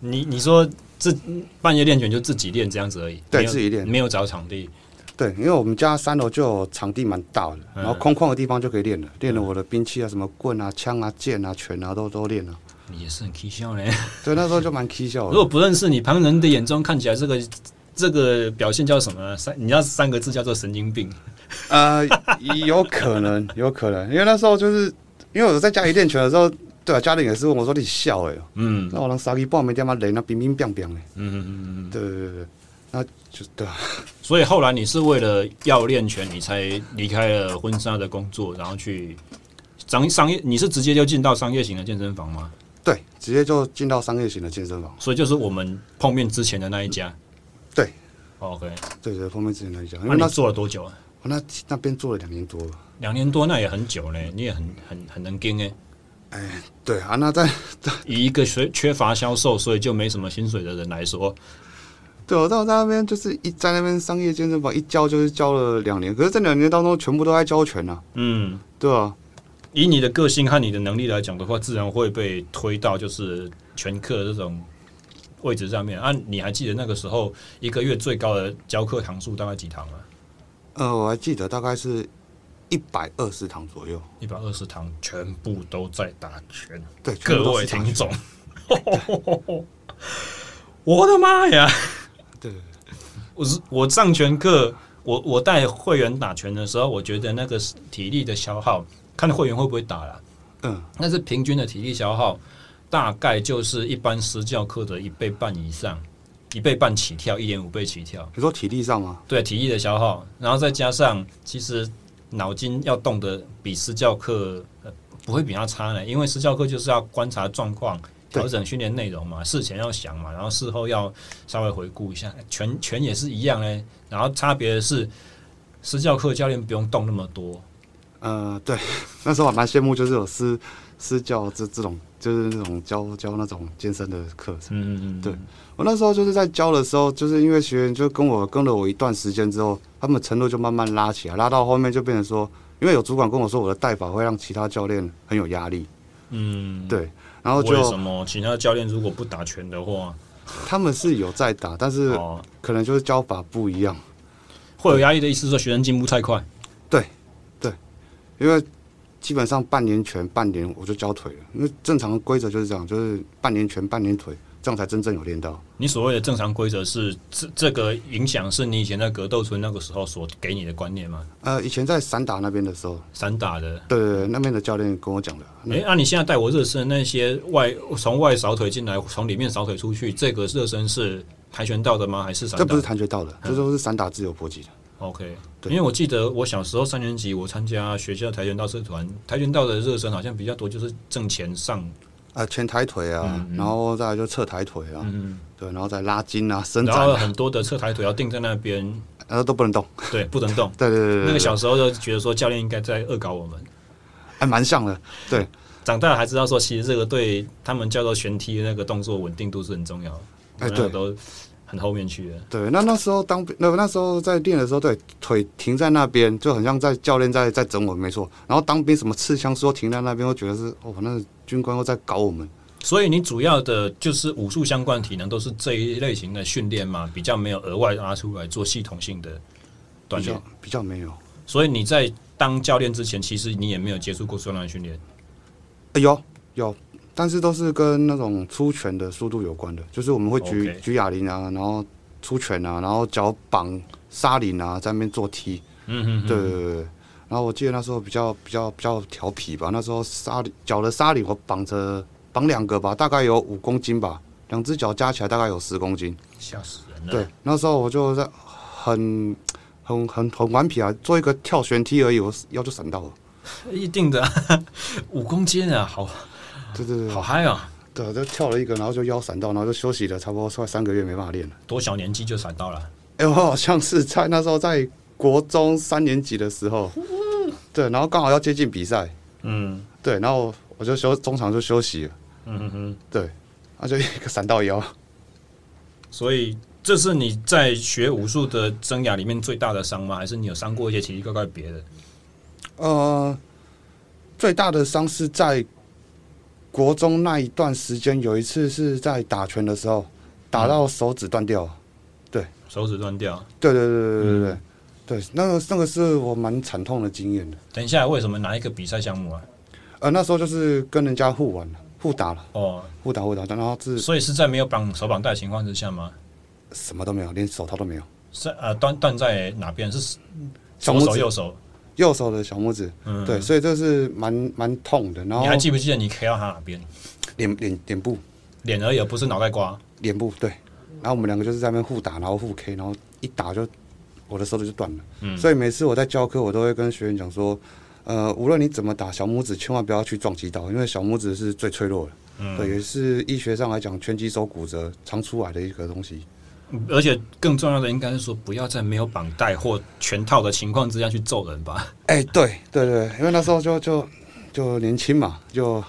Speaker 1: 你你说自半夜练拳就自己练这样子而已，
Speaker 2: 对
Speaker 1: 没有
Speaker 2: 自己练
Speaker 1: 没有找场地。
Speaker 2: 对，因为我们家三楼就有场地蛮大的，然
Speaker 1: 嗯
Speaker 2: 后空旷的地方就可以练了，练了我的兵器啊，什么棍啊、枪啊、剑啊、拳啊，都都练了。
Speaker 1: 你也是很 k 笑嘞。
Speaker 2: 对，那时候就蛮 k 笑
Speaker 1: 如
Speaker 2: 的。
Speaker 1: 果不认识你，旁人的眼中看起来这个这个表现叫什么呢？三，你要三个字叫做神经病。
Speaker 2: 呃，有可能，有可能，因为那时候就是因为我在家里练拳的时候，对啊，家里也是问我说你笑哎、
Speaker 1: 嗯
Speaker 2: 那我让沙鸡棒没他妈雷那冰冰冰冰哎，
Speaker 1: 嗯嗯嗯嗯。
Speaker 2: 对对对对，那就对啊，
Speaker 1: 所以后来你是为了要练拳，你才离开了婚纱的工作，然后去商商业，你是直接就进到商业型的健身房吗？
Speaker 2: 对，直接就进到商业型的健身房。
Speaker 1: 所以就是我们碰面之前的那一家。
Speaker 2: 对
Speaker 1: ，OK，
Speaker 2: 对对，封面之前那一家，因
Speaker 1: 那
Speaker 2: 为那
Speaker 1: 你
Speaker 2: 时
Speaker 1: 做了多久啊？
Speaker 2: 候我那那边做了两年多了。
Speaker 1: 两年多，那也很久嘞，你也很很很能跟哎。
Speaker 2: 对啊，那在
Speaker 1: 以一个缺缺乏销售，所以就没什么薪水的人来说，
Speaker 2: 对我到那边就是一在那边商业健身房一教就是教了两年，可是这两年当中全部都在教拳啊，
Speaker 1: 嗯，
Speaker 2: 对啊，
Speaker 1: 以你的个性和你的能力来讲的话，自然会被推到就是全课这种位置上面。啊，你还记得那个时候一个月最高的教课堂数大概几堂啊？
Speaker 2: 呃，我还记得大概是一百二十堂左右。
Speaker 1: 一百二十堂全部都在打拳，
Speaker 2: 对，全
Speaker 1: 各
Speaker 2: 部都
Speaker 1: 位
Speaker 2: 是打
Speaker 1: 听
Speaker 2: 拳。
Speaker 1: 众， 我的妈呀！
Speaker 2: 对，
Speaker 1: 我是我上拳课，我我带会员打拳的时候，我觉得那个是体力的消耗，看会员会不会打啦。
Speaker 2: 嗯，
Speaker 1: 但是平均的体力消耗大概就是一般私教课的一倍半以上，一倍半起跳，一点五倍起跳。
Speaker 2: 你说体力上吗？
Speaker 1: 对体力的消耗，然后再加上其实脑筋要动的比私教课、呃、不会比它差呢，因为私教课就是要观察状况。
Speaker 2: 对
Speaker 1: 调整训练内容嘛，事前要想嘛，然后事后要稍微回顾一下。拳拳也是一样嘞，然后差别是私教课教练不用动那么多，
Speaker 2: 呃，对， 那时候我蛮羡慕，就是有私私教这这种，就是那种教教那种健身的课程。
Speaker 1: 嗯嗯嗯，
Speaker 2: 对我那时候就是在教的时候，就是因为学员就跟我跟了我一段时间之后，他们程度就慢慢拉起来，拉到后面就变成说，因为有主管跟我说我的带法会让其他教练很有压力，
Speaker 1: 嗯，
Speaker 2: 对，然后
Speaker 1: 为什
Speaker 2: 就
Speaker 1: 么其他教练如果不打拳的话，
Speaker 2: 他们是有在打，但是
Speaker 1: 哦，
Speaker 2: 可能就是教法不一样，
Speaker 1: 会有压力的意思是说学生进步太快，
Speaker 2: 因为基本上半年拳半年我就教腿了，因为正常的规则就是这样，就是半年拳半年腿，这样才真正有练到。
Speaker 1: 你所谓的正常规则是这这个影响是你以前在格斗村那个时候所给你的观念吗？
Speaker 2: 呃，以前在散打那边的时候，
Speaker 1: 散打的，
Speaker 2: 对对对，那边的教练跟我讲的，
Speaker 1: 诶，那、你现在带我热身的那些外从外扫腿进来，从里面扫腿出去，这个热身是跆拳道的吗？还是散打？
Speaker 2: 这不是跆拳道的，这都是散打自由搏击的。
Speaker 1: OK，因
Speaker 2: 对
Speaker 1: 为我记得我小时候三年级，我参加学校跆拳道社团，跆拳道的热身好像比较多，就是正前上
Speaker 2: 呃前抬腿啊，然后再来就侧抬腿啊，
Speaker 1: 嗯，
Speaker 2: 对，然后再拉筋啊、伸
Speaker 1: 然
Speaker 2: 展
Speaker 1: 后
Speaker 2: 啊，
Speaker 1: 很多的侧抬腿要定在那边，
Speaker 2: 然后都不能动。
Speaker 1: 对，不能动。
Speaker 2: 对对对对，
Speaker 1: 那个
Speaker 2: 对
Speaker 1: 小时候就觉得说教练应该在恶搞我们，
Speaker 2: 还哎蛮像的，对，
Speaker 1: 长大了还知道说其实这个对他们叫做旋踢那个动作稳定度是很重要的。我
Speaker 2: 哎
Speaker 1: 那个
Speaker 2: 对
Speaker 1: 都很后面去的。
Speaker 2: 对，那那时候当兵，那那时候在练的时候，对腿停在那边，就很像在教练在在整我，没错。然后当兵什么刺枪说停在那边，我觉得是哦，那军官又在搞我们。
Speaker 1: 所以你主要的就是武术相关体能都是这一类型的训练嘛，比较没有额外拉出来做系统性的锻炼
Speaker 2: 比较。比较没有，
Speaker 1: 所以你在当教练之前，其实你也没有接触过双人训练。
Speaker 2: 哎有有，但是都是跟那种出拳的速度有关的，就是我们会举
Speaker 1: OK
Speaker 2: 举哑铃啊，然后出拳啊，然后脚绑沙铃啊，在那边做踢。
Speaker 1: 嗯嗯，
Speaker 2: 对对对对。然后我记得那时候比较比较比较调皮吧，那时候沙里脚的沙里我绑着绑两个吧，大概有五公斤吧，两只脚加起来大概有十公斤。
Speaker 1: 吓死人了。
Speaker 2: 对，那时候我就在很很很很顽皮啊，做一个跳悬梯而已，我腰就闪到了。
Speaker 1: 一定的，啊 五公斤啊，好
Speaker 2: 对对对
Speaker 1: 好，嗨哦！
Speaker 2: 对，啊就跳了一个，然后就腰闪到，然后就休息了，差不多快三个月没办法练了。
Speaker 1: 多小年纪就闪到了，
Speaker 2: 哎、我好像是在那时候在国中三年级的时候，对，然后刚好要接近比赛，
Speaker 1: 嗯
Speaker 2: 对，然后我就休中场就休息了。
Speaker 1: 嗯嗯嗯，
Speaker 2: 对，那就一个闪到腰。
Speaker 1: 所以这是你在学武术的生涯里面最大的伤吗？还是你有伤过一些奇奇怪怪别的？
Speaker 2: 呃，最大的伤是在国中那一段时间，有一次是在打拳的时候，打
Speaker 1: 嗯
Speaker 2: 到手指断掉了。
Speaker 1: 手指断掉？
Speaker 2: 对对对对对对
Speaker 1: 嗯
Speaker 2: 对，对，那个那个是我蛮惨痛的经验的。
Speaker 1: 等一下，为什么拿一个比赛项目啊？
Speaker 2: 呃，那时候就是跟人家互玩了，互打了，
Speaker 1: 哦，
Speaker 2: 互打互打，然后是
Speaker 1: 所以是在没有绑手绑带的情况之下吗？
Speaker 2: 什么都没有，连手套都没有，
Speaker 1: 是呃，断断在哪边？是
Speaker 2: 小
Speaker 1: 左
Speaker 2: 拇
Speaker 1: 手
Speaker 2: 指
Speaker 1: 右手？
Speaker 2: 右手的小拇指。
Speaker 1: 嗯，
Speaker 2: 对，。所以这是蛮蛮痛的。然后
Speaker 1: 你还记不记得你 K 到他哪边？
Speaker 2: 脸脸脸部
Speaker 1: 脸而已，不是脑袋瓜。
Speaker 2: 脸部对，然后我们两个就是在那边互打，然后互 K，然后一打就我的手指就断了。
Speaker 1: 嗯
Speaker 2: 所以每次我在教课，我都会跟学员讲说，呃，无论你怎么打，小拇指千万不要去撞击到，因为小拇指是最脆弱的。
Speaker 1: 嗯
Speaker 2: 对，也是医学上来讲，拳击手骨折常出来的一个东西。
Speaker 1: 嗯而且更重要的应该是说，不要在没有绑带或全套的情况之下去揍人吧。
Speaker 2: 哎、对对对，因为那时候就就就年轻嘛，就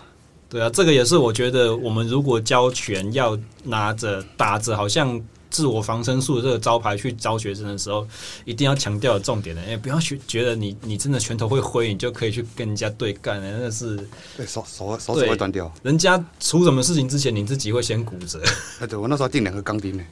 Speaker 1: 对啊，这个也是我觉得我们如果教拳要拿着打着好像自我防身术这个招牌去教学生的时候，一定要强调的重点的，哎、不要去觉得你你真的拳头会挥，你就可以去跟人家对干，哎那是
Speaker 2: 对手手手指
Speaker 1: 对
Speaker 2: 会断掉。
Speaker 1: 人家出什么事情之前，你自己会先骨折。
Speaker 2: 哎、对我那时候还钉两个钢钉呢，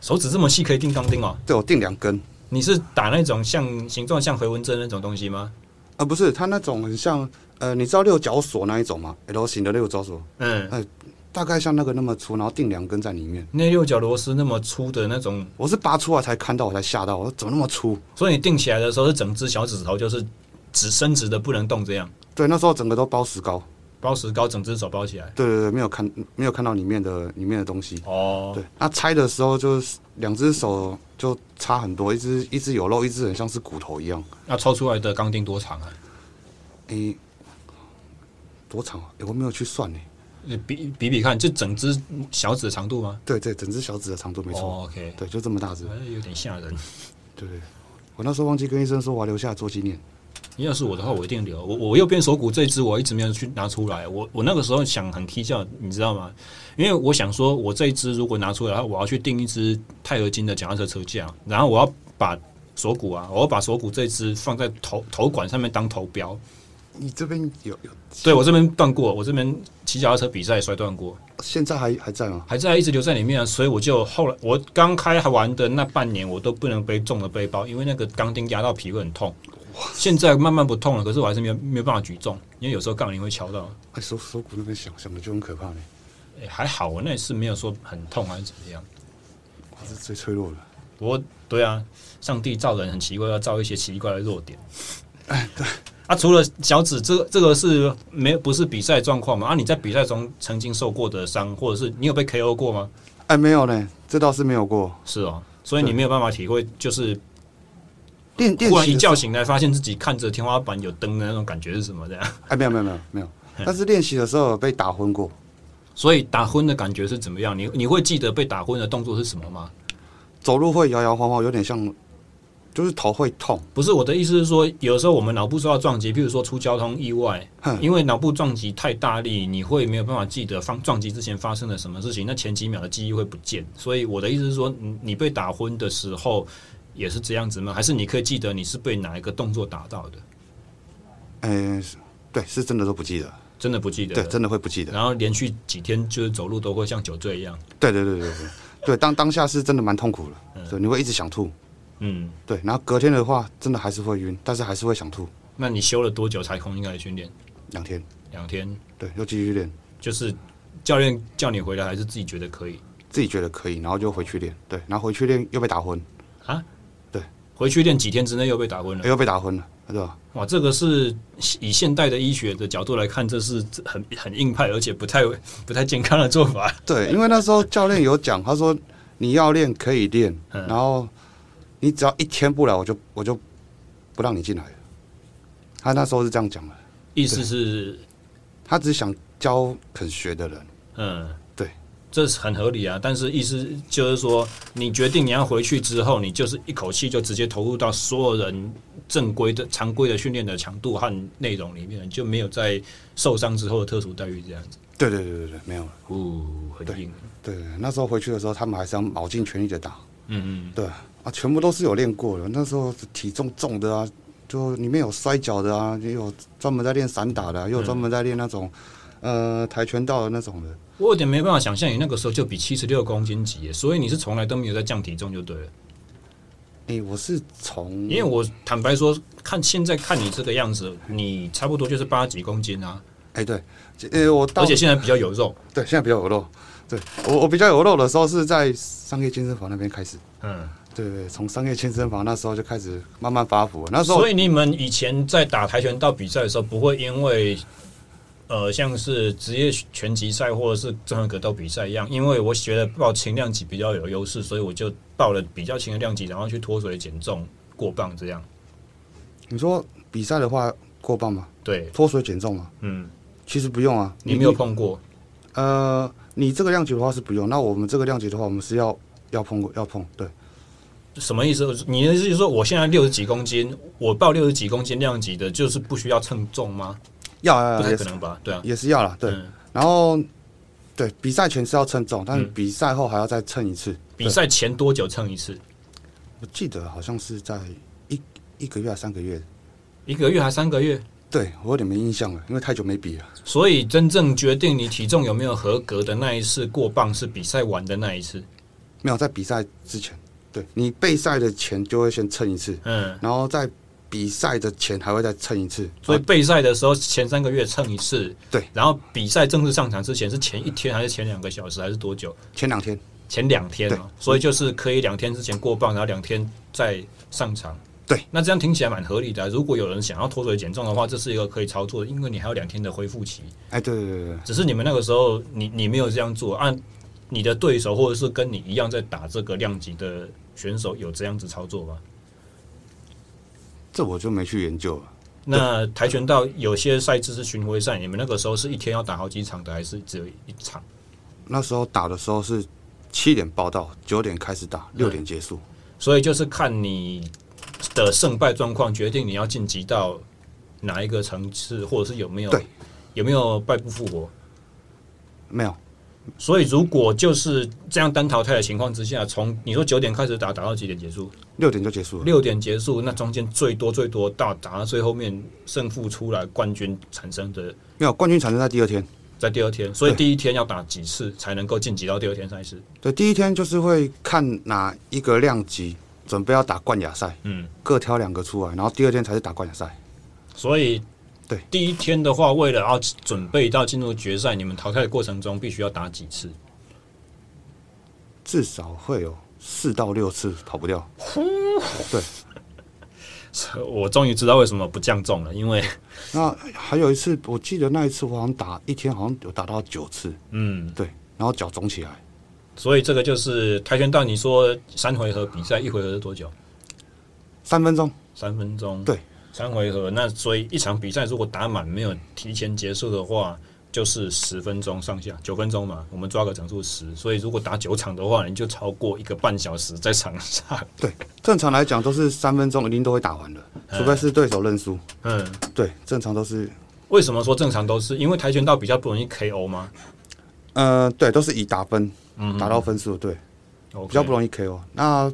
Speaker 1: 手指这么细可以钉钢钉哦？
Speaker 2: 对我钉两根。
Speaker 1: 你是打那种像形状像回纹针那种东西吗？
Speaker 2: 啊，不是，它那种很像，呃，你知道六角锁那一种吗？L 型的六角锁，
Speaker 1: 嗯，
Speaker 2: 大概像那个那么粗，然后钉两根在里面。
Speaker 1: 那六角螺丝那么粗的那种，
Speaker 2: 我是拔出来才看到，我才吓到，我说怎么那么粗？
Speaker 1: 所以你定起来的时候是整只小指头就是直伸直的不能动，这样
Speaker 2: 对，那时候整个都包石膏。
Speaker 1: 包石膏整只手包起来。
Speaker 2: 对对对，没有看没有看到里面的里面的东西。
Speaker 1: 哦，
Speaker 2: 对，那拆的时候就是两只手就差很多，一只一只有肉，一只很像是骨头一样。
Speaker 1: 那抽出来的钢钉多长啊？
Speaker 2: 诶、哎多长啊？诶我没有去算呢、
Speaker 1: 你比比比看，就整只小指的长度吗？
Speaker 2: 对对，整只小指的长度没错。
Speaker 1: 哦、，OK，
Speaker 2: 对，就这么大只。
Speaker 1: 哎有点吓人。
Speaker 2: 对对，我那时候忘记跟医生说我要留下来做纪念。
Speaker 1: 你要是我的话，我一定留。我我右边手骨这一只，我一直没有去拿出来。我我那个时候想很 K 笑，你知道吗？因为我想说，我这一只如果拿出来的话，我要去定一只钛合金的脚踏车车架，然后我要把锁骨啊，我要把锁骨这一只放在头头管上面当头标。
Speaker 2: 你这边有有？
Speaker 1: 对我这边断过，我这边骑脚踏车比赛也摔断过，
Speaker 2: 现在还还在吗？
Speaker 1: 还在一直留在里面啊。所以我就后来我刚开完的那半年，我都不能背重的背包，因为那个钢钉压到皮会很痛。现在慢慢不痛了，可是我还是没有没有办法举重，因为有时候杠铃会敲到。
Speaker 2: 哎，手手骨那边想想的就很可怕呢，
Speaker 1: 欸还好，我那一次没有说很痛还是怎么样。
Speaker 2: 它是最脆弱的。
Speaker 1: 不过，对啊，上帝造人很奇怪，要造一些奇怪的弱点。啊，除了小指，这个这个是没有不是比赛状况嘛？啊，你在比赛中曾经受过的伤，或者是你有被 KO 过吗？
Speaker 2: 哎，没有呢，这倒是没有过。
Speaker 1: 是哦，所以
Speaker 2: 对
Speaker 1: 你没有办法体会，就是
Speaker 2: 练练
Speaker 1: 忽然
Speaker 2: 习
Speaker 1: 一
Speaker 2: 的时候
Speaker 1: 觉醒来，发现自己看着天花板有灯的那种感觉是什么？这样
Speaker 2: 哎，没有没有没有没有，但是练习的时候有被打昏过，
Speaker 1: 所以打昏的感觉是怎么样？你你会记得被打昏的动作是什么吗？
Speaker 2: 走路会摇摇晃晃，有点像，就是头会痛。
Speaker 1: 不是我的意思是说，有时候我们脑部受到撞击，譬如说出交通意外，
Speaker 2: 嗯
Speaker 1: 因为脑部撞击太大力，你会没有办法记得放撞击之前发生了什么事情，那前几秒的记忆会不见。所以我的意思是说，你你被打昏的时候也是这样子吗？还是你可以记得你是被哪一个动作打到的？
Speaker 2: 嗯、对，是真的都不记得，
Speaker 1: 真的不记得
Speaker 2: 对，
Speaker 1: 了。
Speaker 2: 真的会不记得。
Speaker 1: 然后连续几天就是走路都会像酒醉一样。
Speaker 2: 对对对对对，对当当下是真的蛮痛苦的，对，你会一直想吐。
Speaker 1: 嗯，
Speaker 2: 对，然后隔天的话，真的还是会晕，但是还是会想吐。
Speaker 1: 那你休了多久才空应该训练？
Speaker 2: 两天，
Speaker 1: 两天，
Speaker 2: 对，又继续练，
Speaker 1: 就是教练叫你回来，还是自己觉得可以
Speaker 2: 自己觉得可以，然后就回去练。对，然后回去练又被打昏，
Speaker 1: 啊？
Speaker 2: 对，
Speaker 1: 回去练几天之内又被打昏了。
Speaker 2: 哎又被打昏了，对吧？
Speaker 1: 哇，这个是以现代的医学的角度来看，这是很很硬派，而且不太不太健康的做法。
Speaker 2: 对，因为那时候教练有讲，他说你要练可以练，
Speaker 1: 嗯
Speaker 2: 然后你只要一天不来，我就我就不让你进来了。他那时候是这样讲的，
Speaker 1: 意思是，
Speaker 2: 他只想教肯学的人。
Speaker 1: 嗯，
Speaker 2: 对，
Speaker 1: 这是很合理啊。但是意思就是说，你决定你要回去之后，你就是一口气就直接投入到所有人正规的、常规的训练的强度和内容里面，就没有在受伤之后的特殊待遇这样子。
Speaker 2: 对对对对对，没有了。
Speaker 1: 哦，很硬。
Speaker 2: 对，那时候回去的时候，他们还是要卯尽全力的打。
Speaker 1: 嗯嗯，
Speaker 2: 对啊，全部都是有练过的。那时候体重重的啊，就里面有摔跤的啊，也有专门在练散打的、啊，也有专门在练那种、
Speaker 1: 嗯
Speaker 2: 呃跆拳道的那种的。
Speaker 1: 我有点没办法想象，你那个时候就比七十六公斤级耶，所以你是从来都没有在降体重就对了。
Speaker 2: 诶，我是从
Speaker 1: 因为我坦白说，看现在看你这个样子，你差不多就是八几公斤啊，
Speaker 2: 哎、对，呃、我到
Speaker 1: 而且现在比较有肉。
Speaker 2: 对现在比较有肉。对我我比较有肉的时候是在商业健身房那边开始，
Speaker 1: 嗯，
Speaker 2: 对对，对从商业健身房那时候就开始慢慢发福了。那时候
Speaker 1: 所以你们以前在打跆拳道比赛的时候，不会因为呃像是职业拳击赛或者是综合格斗比赛一样，因为我觉得报轻量级比较有优势，所以我就报了比较轻的量级，然后去脱水减重过磅这样。
Speaker 2: 你说比赛的话过磅吗？
Speaker 1: 对，
Speaker 2: 脱水减重吗？
Speaker 1: 嗯，
Speaker 2: 其实不用啊，
Speaker 1: 你没有碰过，
Speaker 2: 呃，你这个量级的话是不用，那我们这个量级的话，我们是要要碰要碰，对
Speaker 1: 什么意思？你的意思是说，我现在六十几公斤，我报六十几公斤量级的，就是不需要称重吗？
Speaker 2: 要要
Speaker 1: 不
Speaker 2: 要
Speaker 1: 太
Speaker 2: 也
Speaker 1: 可
Speaker 2: 是
Speaker 1: 能吧？对啊，
Speaker 2: 也是要啦，对。
Speaker 1: 嗯
Speaker 2: 然后对比赛前是要称重，但是比赛后还要再称一次。
Speaker 1: 比赛前多久称一次？
Speaker 2: 我记得好像是在一一个月还是三个月，
Speaker 1: 一个月还三个月？
Speaker 2: 对我有点没印象了，因为太久没比了。
Speaker 1: 所以真正决定你体重有没有合格的那一次过磅是比赛完的那一次。
Speaker 2: 没有在比赛之前，对你备赛的前就会先称一次，
Speaker 1: 嗯，
Speaker 2: 然后在比赛的前还会再称一次，
Speaker 1: 所以
Speaker 2: 啊
Speaker 1: 备赛的时候前三个月称一次，
Speaker 2: 对，
Speaker 1: 然后比赛正式上场之前是前一天还是前两个小时还是多久？
Speaker 2: 前两天
Speaker 1: 前两天哦
Speaker 2: 对，嗯
Speaker 1: 所以就是可以两天之前过磅，然后两天再上场。
Speaker 2: 对，
Speaker 1: 那这样听起来蛮合理的啊、如果有人想要脱水减重的话，这是一个可以操作的，因为你还有两天的恢复期。
Speaker 2: 哎，对对对对对。
Speaker 1: 只是你们那个时候，你你没有这样做，按、你的对手或者是跟你一样在打这个量级的选手有这样子操作吗？
Speaker 2: 这我就没去研究了。
Speaker 1: 那跆拳道有些赛制是巡回赛，你们那个时候是一天要打好几场的，还是只有一场？
Speaker 2: 那时候打的时候是七点报到，九点开始打，六点结束。
Speaker 1: 所以就是看你的胜败状况决定你要晋级到哪一个层次，或者是有没有
Speaker 2: 对
Speaker 1: 有没有败不复活。
Speaker 2: 没有，
Speaker 1: 所以如果就是这样单淘汰的情况之下，从你说九点开始打，打到几点结束？
Speaker 2: 六点就结束了。
Speaker 1: 六点结束，那中间最多最多到打到最后面胜负出来，冠军产生的
Speaker 2: 没有，冠军产生在第二天。
Speaker 1: 在第二天，所以
Speaker 2: 对
Speaker 1: 第一天要打几次才能够晋级到第二天赛事？
Speaker 2: 对，第一天就是会看哪一个量级准备要打冠亚赛，
Speaker 1: 嗯，
Speaker 2: 各挑两个出来，然后第二天才是打冠亚赛。
Speaker 1: 所以
Speaker 2: 对
Speaker 1: 第一天的话，为了要准备到进入决赛，你们淘汰的过程中必须要打几次？
Speaker 2: 至少会有四到六次跑不掉。
Speaker 1: 呃我终于知道为什么不降重了，因 为
Speaker 2: 那还有一次，我记得那一次我好像打一天，好像有打到九次，
Speaker 1: 嗯，
Speaker 2: 对，然后脚肿起来，
Speaker 1: 所以这个就是跆拳道。你说三回合比赛，一回合是多久？
Speaker 2: 三分钟。
Speaker 1: 三分钟。
Speaker 2: 对，
Speaker 1: 三回合。那所以一场比赛如果打满没有提前结束的话，就是十分钟上下，九分钟嘛，我们抓个整数十。所以如果打九场的话，你就超过一个半小时在场上。
Speaker 2: 对，正常来讲都是三分钟一定都会打完的，除非是对手认输。
Speaker 1: 嗯，
Speaker 2: 对，正常都是，
Speaker 1: 为什么说正常都是？因为跆拳道比较不容易 KO 吗？
Speaker 2: 呃，对，都是以打分
Speaker 1: 嗯，
Speaker 2: 打到分数，对，
Speaker 1: o
Speaker 2: 比较不
Speaker 1: 易。
Speaker 2: 容易 KO。那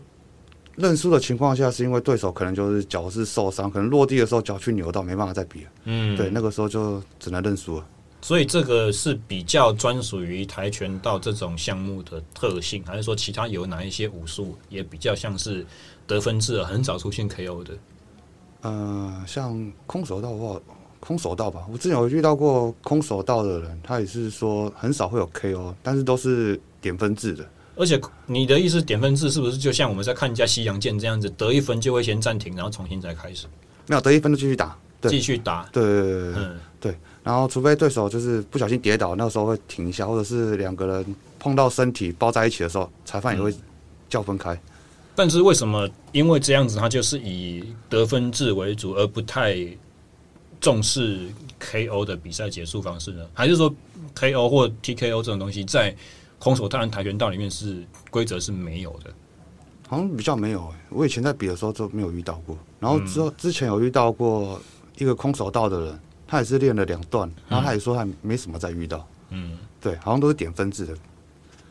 Speaker 2: 认输的情况下，是因为对手可能就是脚是受伤，可能落地的时候脚去扭到，没办法再比了。
Speaker 1: 嗯，
Speaker 2: 对，那个时候就只能认输了。
Speaker 1: 所以这个是比较专属于跆拳道这种项目的特性，还是说其他有哪一些武术也比较像是得分制很少出现 KO 的？
Speaker 2: 呃，像空手道的话，空手道吧，我之前有遇到过空手道的人，他也是说很少会有 KO，但是都是点分制的。
Speaker 1: 而且你的意思，点分制是不是就像我们在看人家西洋剑这样子，得一分就会先暂停，然后重新再开始
Speaker 2: 没有得一分就继续打，对
Speaker 1: 继续打？
Speaker 2: 对对对对对。
Speaker 1: 嗯，
Speaker 2: 然后除非对手就是不小心跌倒，那时候会停一下，或者是两个人碰到身体抱在一起的时候，
Speaker 1: 嗯
Speaker 2: 裁判也会叫分开。
Speaker 1: 但是为什么因为这样子，它就是以得分制为主，而不太重视 KO 的比赛结束方式呢？还是说 KO 或 TKO 这种东西在空手道、跆拳道里面是规则是没有的？
Speaker 2: 好像比较没有、欸，我以前在比的时候就没有遇到过。然后之后之前有遇到过一个空手道的人，他也是练了两段，然后他也说他没什么再遇到。
Speaker 1: 嗯，
Speaker 2: 对，好像都是点分制的。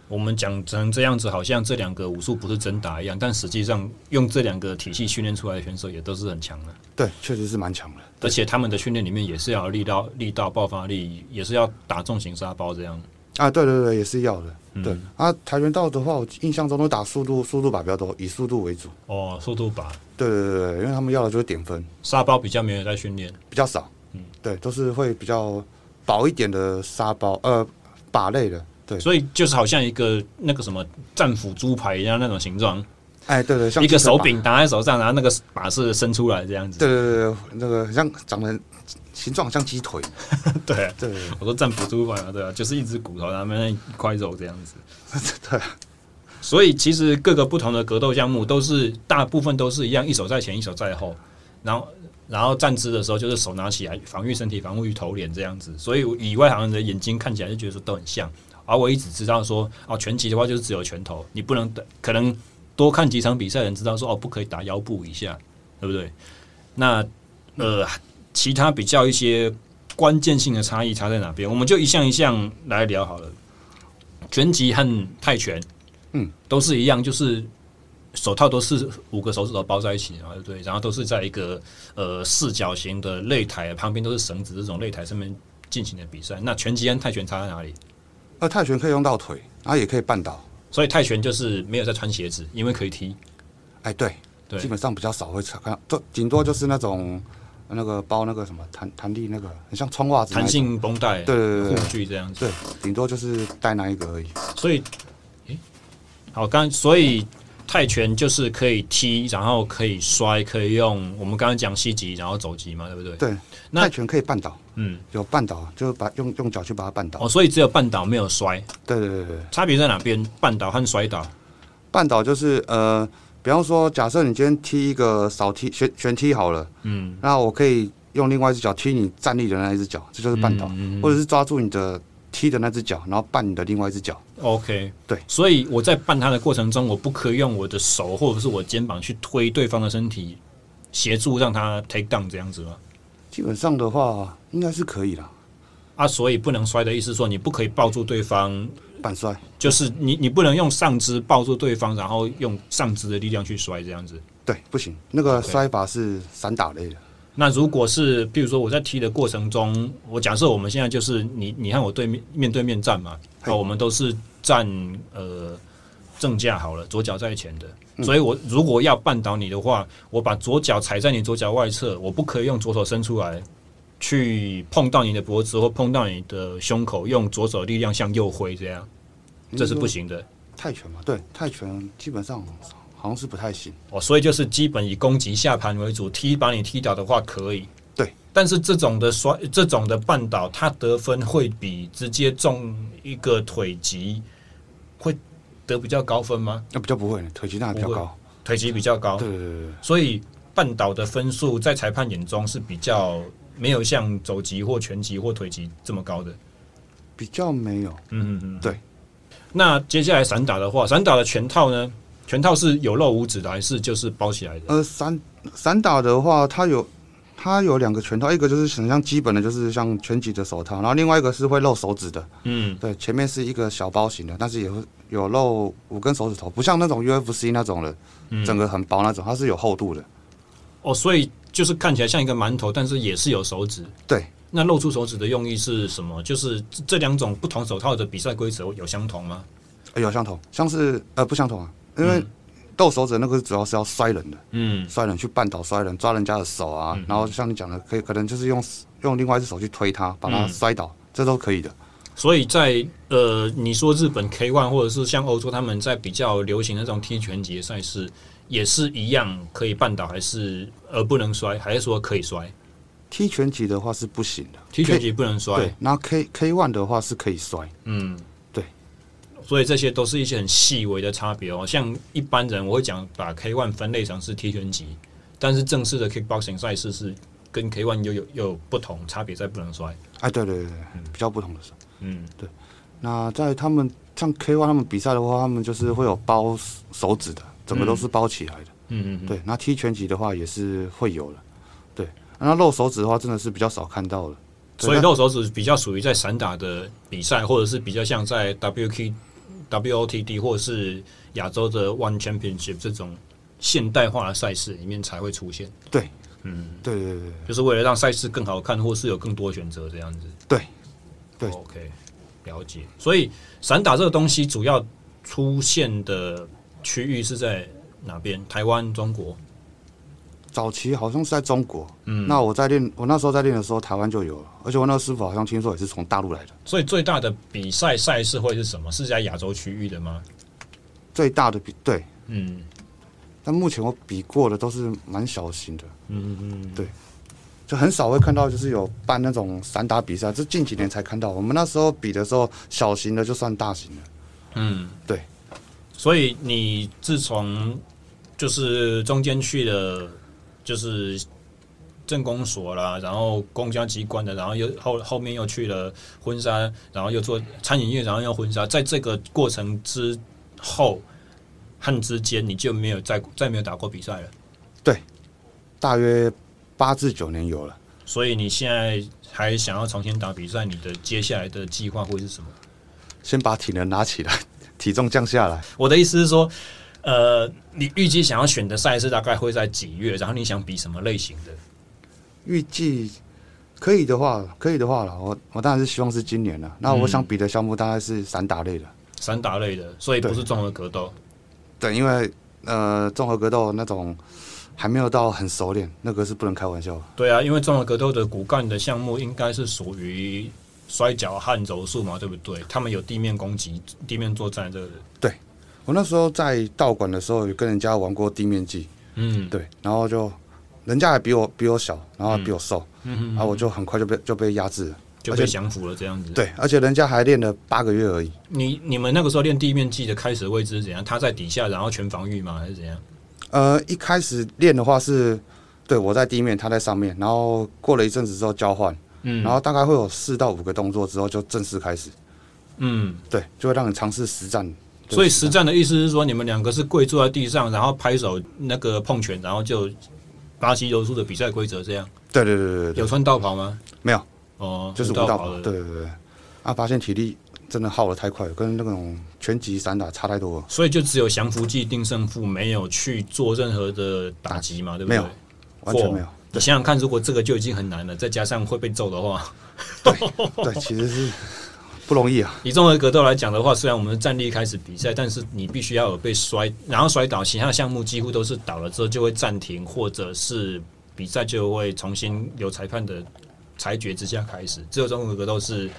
Speaker 1: 我们讲成这样子，好像这两个武术不是真打一样，但实际上用这两个体系训练出来的选手也都是很强的。
Speaker 2: 对，确实是蛮强的。
Speaker 1: 而且他们的训练里面也是要有力道、力道、爆发力，也是要打重型沙包这样。
Speaker 2: 啊，对对对，也是要的。
Speaker 1: 嗯
Speaker 2: 对、啊，跆拳道的话，我印象中都打速度，速度靶比较多，以速度为主。
Speaker 1: 哦，速度靶、
Speaker 2: 对对对对，因为他们要的就是点分，
Speaker 1: 沙包比较没有在训练。
Speaker 2: 比较少。嗯，对，都是会比较薄一点的沙包，呃，靶类的。对，
Speaker 1: 所以就是好像一个那个什么战斧猪排一样那种形状，
Speaker 2: 哎，对对，像
Speaker 1: 一个
Speaker 2: 汽车
Speaker 1: 手
Speaker 2: 靶
Speaker 1: 柄拿在手上，然后那个把式伸出来这样子。
Speaker 2: 对对对，对那个很像长得很形状很像鸡腿，
Speaker 1: 对
Speaker 2: 对对
Speaker 1: 我说战斧猪排嘛，对啊，就是一只骨头，然后那一块肉这样子。
Speaker 2: 对
Speaker 1: 所以其实各个不同的格斗项目都是大部分都是一样，一手在前，一手在后，然后然后站姿的时候就是手拿起来防御身体、防御头脸这样子。所以以外行人的眼睛看起来就觉得说都很像，而我一直知道说哦，拳击的话就是只有拳头，你不能可能多看几场比赛的人知道说哦，不可以打腰部以下，对不对？那呃，其他比较一些关键性的差异差在哪边，我们就一项一项来聊好了。拳击和泰拳。都是一样，就是手套都是五个手指头包在一起，然后对，然后都是在一个呃四角形的擂台旁边都是绳子这种擂台上面进行的比赛。那拳击跟泰拳差在哪里？
Speaker 2: 呃，泰拳可以用到腿，然后也可以绊倒。
Speaker 1: 所以泰拳就是没有在穿鞋子，因为可以踢。
Speaker 2: 哎，对，
Speaker 1: 对
Speaker 2: 基本上比较少会看到，就顶多就是那种那个包那个什么弹弹力那个，很像穿袜子那一
Speaker 1: 弹
Speaker 2: 种。
Speaker 1: 性绷带、
Speaker 2: 对对对
Speaker 1: 护
Speaker 2: 对
Speaker 1: 具这样子。
Speaker 2: 对，顶多就是带那一个而已。
Speaker 1: 所以，诶、好，刚所以泰拳就是可以踢，然后可以摔，可以用我们刚刚讲膝击，然后肘击嘛，对不对？
Speaker 2: 对，
Speaker 1: 那
Speaker 2: 泰拳可以绊倒，
Speaker 1: 嗯，
Speaker 2: 有绊倒就把用用脚去把它绊倒。
Speaker 1: 哦，所以只有绊倒没有摔，
Speaker 2: 对对对对，
Speaker 1: 差别在哪边？绊倒和摔倒。
Speaker 2: 绊倒就是呃，比方说，假设你今天踢一个扫踢旋旋踢好了，
Speaker 1: 嗯，
Speaker 2: 那我可以用另外一只脚踢你站立的那一只脚，这就是绊倒，
Speaker 1: 嗯嗯嗯
Speaker 2: 或者是抓住你的踢的那只脚，然后绊你的另外一只脚。
Speaker 1: OK，
Speaker 2: 对
Speaker 1: 所以我在办它的过程中，我不可以用我的手或者是我肩膀去推对方的身体，协助让他 take down 这样子吗？
Speaker 2: 基本上的话，应该是可以啦，
Speaker 1: 啊，所以不能摔的意思是说你不可以抱住对方，
Speaker 2: 半摔。
Speaker 1: 就是你你不能用上肢抱住对方，然后用上肢的力量去摔这样子。
Speaker 2: 对，不行，那个
Speaker 1: OK
Speaker 2: 摔法是散打类的。
Speaker 1: 那如果是比如说我在踢的过程中，我假设我们现在就是你你和我对面面对面站嘛，
Speaker 2: 嘿
Speaker 1: 那我们都是站呃正架好了，左脚在前的，所以我如果要绊倒你的话，我把左脚踩在你左脚外侧，我不可以用左手伸出来去碰到你的脖子或碰到你的胸口，用左手力量向右挥这样，这是不行的。
Speaker 2: 泰拳嘛，对，泰拳基本上好像是不太行。
Speaker 1: 哦，所以就是基本以攻击下盘为主，踢把你踢倒的话可以。
Speaker 2: 对，
Speaker 1: 但是这种的摔，这种的绊倒，它得分会比直接中一个腿击会得比较高分吗？
Speaker 2: 呃那比较不会，腿击那比较
Speaker 1: 不会
Speaker 2: 高。
Speaker 1: 腿击比较高，
Speaker 2: 对对对对对，
Speaker 1: 所以半岛的分数在裁判眼中是比较没有像肘击或拳击或腿击这么高的。
Speaker 2: 比较没有，
Speaker 1: 嗯嗯嗯，
Speaker 2: 对。
Speaker 1: 那接下来散打的话，散打的全套呢？全套是有露五指的，还是就是包起来的？
Speaker 2: 呃，散散打的话，它有它有两个拳套，一个就是很像基本的，就是像拳击的手套，然后另外一个是会露手指的。
Speaker 1: 嗯，
Speaker 2: 对，前面是一个小包型的，但是也会有露五根手指头，不像那种 UFC 那种的，整个很薄那种，它是有厚度的。
Speaker 1: 哦，所以就是看起来像一个馒头，但是也是有手指。
Speaker 2: 对，
Speaker 1: 那露出手指的用意是什么？就是这这两种不同手套的比赛规则有相同吗？
Speaker 2: 呃有相同，像是呃不相同啊，因为斗手指那个主要是要摔人的，
Speaker 1: 嗯
Speaker 2: 摔人去绊倒摔人，抓人家的手啊，然后像你讲的，可以可能就是用用另外一只手去推他，把他
Speaker 1: 嗯
Speaker 2: 摔倒，这都可以的。
Speaker 1: 所以在呃，你说日本 K One 或者是像欧洲他们在比较流行的这种踢拳击的赛事，也是一样可以绊倒，还是呃不能摔，还是说可以摔？
Speaker 2: 踢拳击的话是不行的，
Speaker 1: 踢拳击不能摔
Speaker 2: 对，，然后 K K one 的话是可以摔，
Speaker 1: 嗯，
Speaker 2: 对。
Speaker 1: 所以这些都是一些很细微的差别哦。像一般人，我会讲把 K One 分类成是踢拳击，但是正式的 Kickboxing 赛事是跟 K One 又有又有不同差别，在不能摔。
Speaker 2: 哎，对对对对，比较不同的是。
Speaker 1: 嗯，
Speaker 2: 那在他们像 K one 他们比赛的话，他们就是会有包手手指的，整个都是包起来的。
Speaker 1: 嗯嗯
Speaker 2: 对，那踢拳击的话也是会有的。对，那露手指的话真的是比较少看到的。对
Speaker 1: 所以
Speaker 2: 那
Speaker 1: 露手指比较属于在散打的比赛，或者是比较像在 WK、WOTD 或者是亚洲的 One Championship 这种现代化的赛事里面才会出现，
Speaker 2: 对，嗯，对对对对
Speaker 1: 就是为了让赛事更好看，或是有更多选择这样子。
Speaker 2: 对，对
Speaker 1: ，OK，了解。所以散打这个东西主要出现的区域是在哪边？台湾、中国？
Speaker 2: 早期好像是在中国，嗯，那我在练，我那时候在练的时候，台湾就有了，而且我那个师傅好像听说也是从大陆来的。
Speaker 1: 所以最大的比赛赛事会是什么？是在亚洲区域的吗？
Speaker 2: 最大的比对，
Speaker 1: 嗯，
Speaker 2: 但目前我比过的都是蛮小型的，
Speaker 1: 嗯嗯
Speaker 2: 就很少会看到就是有办那种散打比赛，这近几年才看到。我们那时候比的时候，小型的就算大型的，
Speaker 1: 嗯，
Speaker 2: 对。
Speaker 1: 所以你自从就是中间去了，就是政工所啦，然后公家机关的，然后又后后面又去了婚纱，然后又做餐饮业，然后又婚纱，在这个过程之后和之间，你就没有再再没有打过比赛了。
Speaker 2: 大约八至九年有了。
Speaker 1: 所以你现在还想要重新打比赛，你的接下来的计划会是什么？
Speaker 2: 先把体能拿起来， 体重降下来。
Speaker 1: 我的意思是说，呃，你预计想要选的赛事大概会在几月？然后你想比什么类型的？
Speaker 2: 预计可以的话，可以的话了，我我当然是希望是今年了。那我想比的项目大概是散打类的，
Speaker 1: 散打类的，所以不是综合格斗。
Speaker 2: 对，因为呃综合格斗那种还没有到很熟练，那个是不能开玩笑的。
Speaker 1: 对啊，因为综合格斗的骨干的项目应该是属于摔跤和柔术嘛，对不对？他们有地面攻击、地面作战这个。
Speaker 2: 我那时候在道馆的时候，有跟人家玩过地面技，
Speaker 1: 嗯，
Speaker 2: 对，然后就人家还比我比我小，然后还比我瘦，嗯、然后我就很快就被就被压制了。
Speaker 1: 就
Speaker 2: 而
Speaker 1: 被
Speaker 2: 且
Speaker 1: 降服了这样子。，
Speaker 2: 对，而且人家还练了八个月而已，
Speaker 1: 你你们那个时候练地面技的开始位置是怎样？他在底下，然后全防御吗？还是怎样？
Speaker 2: 呃，一开始练的话是，对我在地面，他在上面，然后过了一阵子之后交换，
Speaker 1: 嗯
Speaker 2: 然后大概会有四到五个动作之后就正式开始，
Speaker 1: 嗯，
Speaker 2: 对，就会让你尝试实战。对
Speaker 1: 所以实战的意思是说，你们两个是跪坐在地上，然后拍手那个碰拳，然后就巴西柔术的比赛规则这样。
Speaker 2: 对对对对对对，
Speaker 1: 有穿道袍吗？
Speaker 2: 没有，
Speaker 1: 哦，
Speaker 2: 就是
Speaker 1: 舞
Speaker 2: 舞
Speaker 1: 蹈
Speaker 2: 蹈
Speaker 1: 袍的。
Speaker 2: 对对对对，啊，发现体力真的耗的太快了，跟那种拳击散打差太多了。
Speaker 1: 所以就只有降服技定胜负，没有去做任何的打击嘛，对不
Speaker 2: 没
Speaker 1: 对？
Speaker 2: 有完全没有
Speaker 1: 嚯。你想想看，如果这个就已经很难了，再加上会被揍的话，
Speaker 2: 对，其实是不容易啊。
Speaker 1: 以综合格斗来讲的话，虽然我们的站立开始比赛，但是你必须要有被摔，然后摔倒，其他项目几乎都是倒了之后就会暂停，或者是比赛就会重新由裁判的裁决之下开始。只有综合格斗是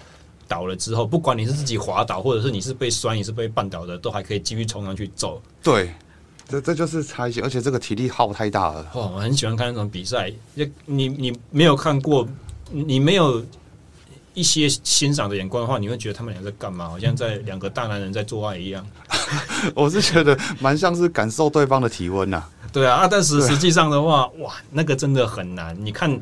Speaker 1: 倒了之后，不管你是自己滑倒，或者是你是被摔，你是被绊倒的，都还可以继续冲上去揍。
Speaker 2: 对，这这就是差异性，而且这个体力耗太大 了。
Speaker 1: 哇，哦我很喜欢看那种比赛。也你你没有看过，你没有一些欣赏的眼光的话，你会觉得他们俩在干嘛？好像在两个大男人在做爱一样。
Speaker 2: 我是觉得蛮像是感受对方的体温呐、
Speaker 1: 对啊，啊但是实际上的话，哇，那个真的很难。你看，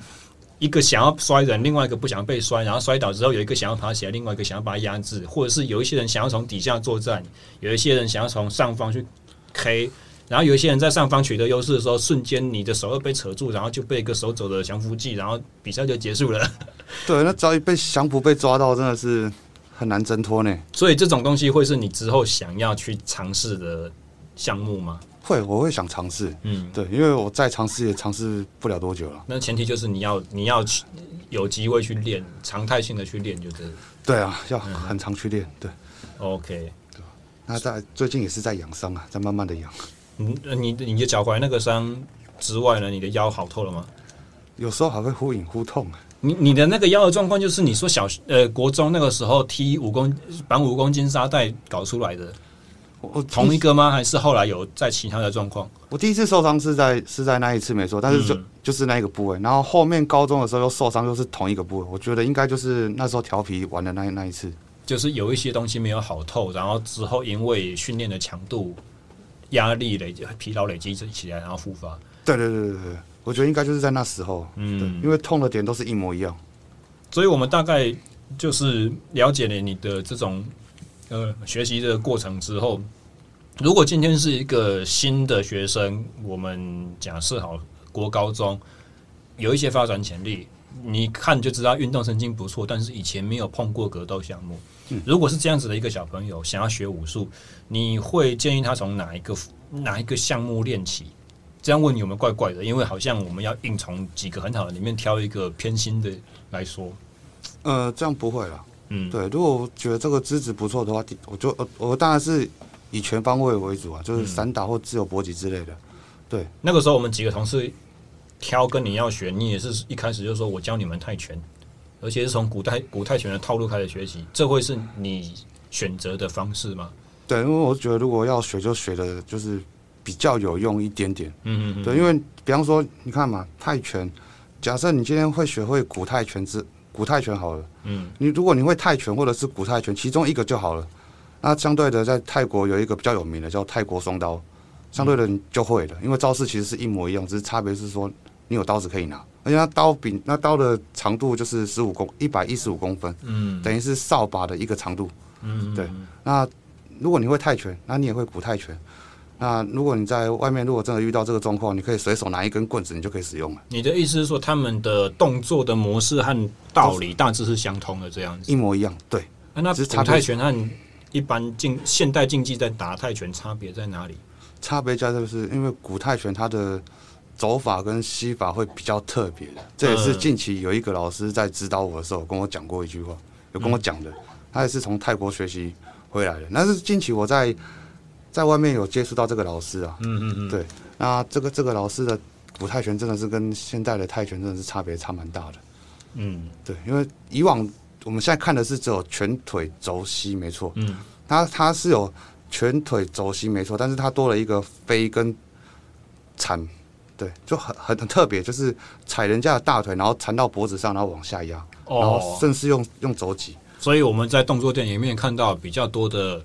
Speaker 1: 一个想要摔人，另外一个不想被摔，然后摔倒之后，有一个想要爬起来，另外一个想要把他压制，或者是有一些人想要从底下作战，有一些人想要从上方去 K，然后有一些人在上方取得优势的时候，瞬间你的手又被扯住，然后就被一个手肘的降服技，然后比赛就结束了。
Speaker 2: 对，那只要一被降服被抓到，真的是很难挣脱呢。
Speaker 1: 所以这种东西会是你之后想要去尝试的项目吗？
Speaker 2: 会，我会想尝试。
Speaker 1: 嗯，
Speaker 2: 对，因为我再尝试也尝试不了多久了。
Speaker 1: 那前提就是你要你要去有机会去练，常态性的去练，就是
Speaker 2: 对啊，要很常去练。对，
Speaker 1: OK。
Speaker 2: 那在最近也是在养伤啊，在慢慢的养。
Speaker 1: 你呃你你的脚踝那个伤之外呢，你的腰好透了吗？
Speaker 2: 有时候还会忽隐忽痛啊。
Speaker 1: 你你的那个腰的状况，就是你说小呃国中那个时候踢五公绑五公斤沙袋搞出来的，
Speaker 2: 我我
Speaker 1: 同一
Speaker 2: 第
Speaker 1: 个吗？还是后来有在其他的状况？
Speaker 2: 我第一次受伤是在是在那一次没错，但是就、
Speaker 1: 嗯
Speaker 2: 就是那一个部位，然后后面高中的时候又受伤，又是同一个部位。我觉得应该就是那时候调皮玩的那那一次。
Speaker 1: 就是有一些东西没有好透，然后之后因为训练的强度、压力累积、疲劳累积起来，然后复发。
Speaker 2: 对对对对对对，我觉得应该就是在那时候，对，
Speaker 1: 嗯，
Speaker 2: 因为痛的点都是一模一样。
Speaker 1: 所以我们大概就是了解了你的这种呃学习的过程之后，如果今天是一个新的学生，我们假设好国高中有一些发展潜力，你看就知道运动神经不错，但是以前没有碰过格斗项目。如果是这样子的一个小朋友想要学武术，你会建议他从哪一个哪一个项目练起？这样问你有没有怪怪的？因为好像我们要硬从几个很好的里面挑一个偏心的来说，
Speaker 2: 呃，这样不会啦。
Speaker 1: 嗯，
Speaker 2: 对，如果我觉得这个资质不错的话，第我就呃我当然是以全方位为主啊，就是散打或自由搏击之类的。
Speaker 1: 那个时候我们几个同事挑跟你要学，你也是一开始就说我教你们泰拳，而且是从古代古泰拳的套路开始学习，这会是你选择的方式吗？
Speaker 2: 对，因为我觉得如果要学，就学的就是比较有用一点点。
Speaker 1: 嗯嗯嗯，
Speaker 2: 对，因为比方说，你看嘛，泰拳，假设你今天会学会古泰拳之古泰拳好了，
Speaker 1: 嗯，
Speaker 2: 你如果你会泰拳或者是古泰拳其中一个就好了。那相对的，在泰国有一个比较有名的叫泰国双刀，相
Speaker 1: 嗯
Speaker 2: 对的你就会了，因为招式其实是一模一样，只是差别是说你有刀子可以拿，而且那刀柄那刀的长度就是十五公一百一十五公分，
Speaker 1: 嗯
Speaker 2: 等于是扫把的一个长度。
Speaker 1: 嗯，
Speaker 2: 对那如果你会泰拳，那你也会古泰拳。那如果你在外面，如果真的遇到这个状况，你可以随手拿一根棍子，你就可以使用了，
Speaker 1: 你的意思是说他们的动作的模式和道理大致是相通的这样子？
Speaker 2: 一模一样。对，
Speaker 1: 啊那
Speaker 2: 嗯只是
Speaker 1: 古
Speaker 2: 差别
Speaker 1: 泰拳和一般竞现代竞技在打泰拳差别在哪里？
Speaker 2: 差别在就是因为古泰拳它的走法跟吸法会比较特别的，这也是
Speaker 1: 嗯
Speaker 2: 近期有一个老师在指导我的时候跟我讲过一句话，有跟我讲的，他也是从泰国学习回来的。但是近期我在在外面有接触到这个老师啊，
Speaker 1: 嗯嗯嗯，
Speaker 2: 对那这个这个老师的古泰拳真的是跟现代的泰拳真的是差别差蛮大的。
Speaker 1: 嗯
Speaker 2: 对，因为以往我们现在看的是只有全腿肘膝，没错，
Speaker 1: 嗯，
Speaker 2: 它它是有全腿肘膝，没错，但是它多了一个飞跟缠，对，就很很很特别，就是踩人家的大腿，然后缠到脖子上，然后往下压，然后
Speaker 1: 哦，
Speaker 2: 甚至用用肘击，
Speaker 1: 所以我们在动作店里面看到比较多的、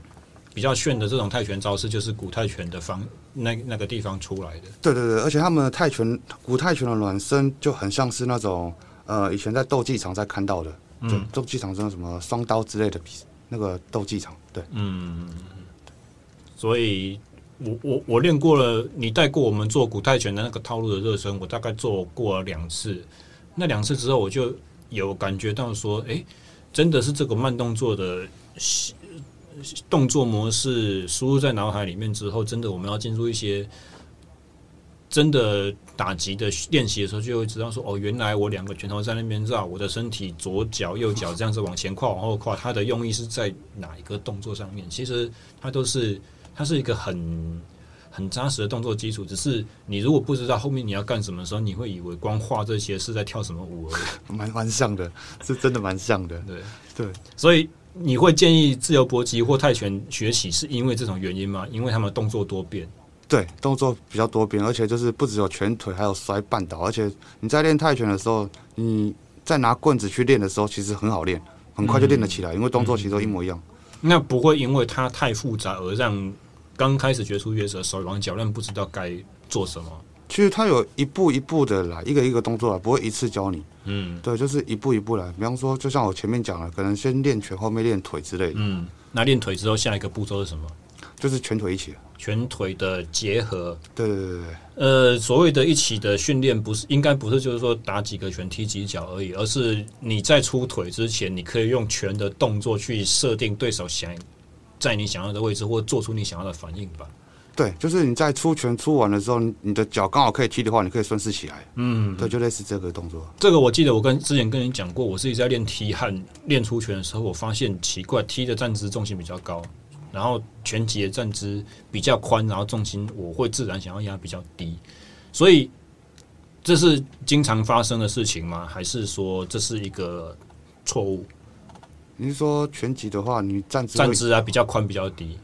Speaker 1: 比较炫的这种泰拳招式，就是古泰拳的方那那个地方出来的。
Speaker 2: 对对对，而且他们的泰拳古泰拳的暖身就很像是那种呃以前在斗技场在看到的，嗯，斗技场这种什么双刀之类的比那个斗技场，对。
Speaker 1: 所以我我我练过了，你带过我们做古泰拳的那个套路的热身，我大概做过了两次。那两次之后，我就有感觉到说，诶，真的是这个慢动作的习动作模式输入在脑海里面之后，真的我们要进入一些真的打击的练习的时候，就会知道说，哦，原来我两个拳头在那边绕，我的身体左脚右脚这样子往前跨往后跨，它的用意是在哪一个动作上面？其实它都是它是一个很很扎实的动作基础，只是你如果不知道后面你要干什么的时候，你会以为光画这些是在跳什么舞而已。
Speaker 2: 蛮蛮像的，是真的蛮像的。
Speaker 1: 对
Speaker 2: 对，
Speaker 1: 所以你会建议自由搏击或泰拳学习，是因为这种原因吗？因为他们动作多变。
Speaker 2: 对，动作比较多变，而且就是不只有拳腿，还有摔绊倒。而且你在练泰拳的时候，你在拿棍子去练的时候，其实很好练，
Speaker 1: 嗯
Speaker 2: 很快就练得起来，因为动作其实都一模一样。
Speaker 1: 那不会因为它太复杂而让刚开始学初乐的时候，手忙脚乱，不知道该做什么。
Speaker 2: 其实它有一步一步的来，一个一个动作来，不会一次教你。
Speaker 1: 嗯
Speaker 2: 对，就是一步一步来。比方说，就像我前面讲了，可能先练拳，后面练腿之类的，
Speaker 1: 嗯，那练腿之后，下一个步骤是什么？
Speaker 2: 就是全腿一起。
Speaker 1: 全腿的结合。
Speaker 2: 对对对对
Speaker 1: 呃，所谓的一起的训练，不是应该不是就是说打几个拳、踢几脚而已，而是你在出腿之前，你可以用拳的动作去设定对手想在你想要的位置，或做出你想要的反应吧。
Speaker 2: 对，就是你在出拳出完的时候，你你的脚刚好可以踢的话，你可以顺势起来。
Speaker 1: 嗯，
Speaker 2: 对，就类似这个动作。
Speaker 1: 这个我记得，我跟之前跟你讲过，我是一直在练踢和练出拳的时候，我发现奇怪，踢的站姿重心比较高，然后拳击的站姿比较宽，然后重心我会自然想要压比较低，所以这是经常发生的事情吗？还是说这是一个错误？
Speaker 2: 你是说拳击的话，你站姿会
Speaker 1: 站姿啊比较宽比较低，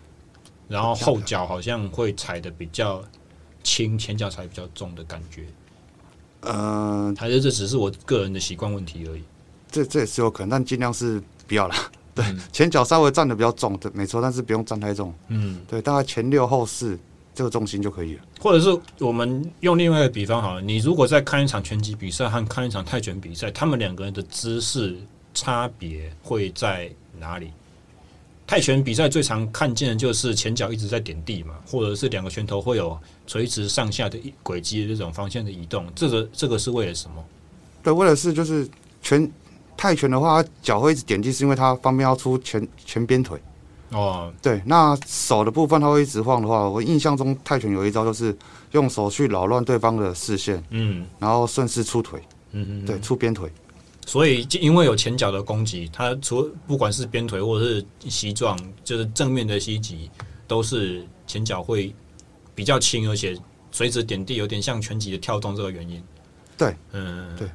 Speaker 1: 然后后脚好像会踩的比较轻，前脚踩比较重的感觉，
Speaker 2: 呃，
Speaker 1: 还是这只是我个人的习惯问题而已？
Speaker 2: 这这也是有可能，但尽量是不要啦。 对，前脚稍微站的比较重，对，没错，但是不用站太重。
Speaker 1: 嗯。
Speaker 2: 对，大概前六后四这个重心就可以了。
Speaker 1: 或者是我们用另外一个比方好了，你如果在看一场拳击比赛和看一场泰拳比赛，他们两个人的姿势差别会在哪里？泰拳比赛最常看见的就是前脚一直在点地嘛，或者是两个拳头会有垂直上下的一轨迹的这种方向的移动，这个这个是为了什么？
Speaker 2: 对，为了是就是拳泰拳的话，它脚会一直点地，是因为它方便要出前前边腿。
Speaker 1: 哦，
Speaker 2: 对，那手的部分它会一直晃的话，我印象中泰拳有一招就是用手去扰乱对方的视线，
Speaker 1: 嗯
Speaker 2: 然后顺势出腿，
Speaker 1: 嗯嗯，
Speaker 2: 对，出边腿。
Speaker 1: 所以就因为有前脚的攻击，它除不管是边腿或者是膝撞，就是正面的袭击，都是前脚会比较轻，而且垂直点地，有点像拳击的跳动这个原因。
Speaker 2: 对，
Speaker 1: 嗯，
Speaker 2: 对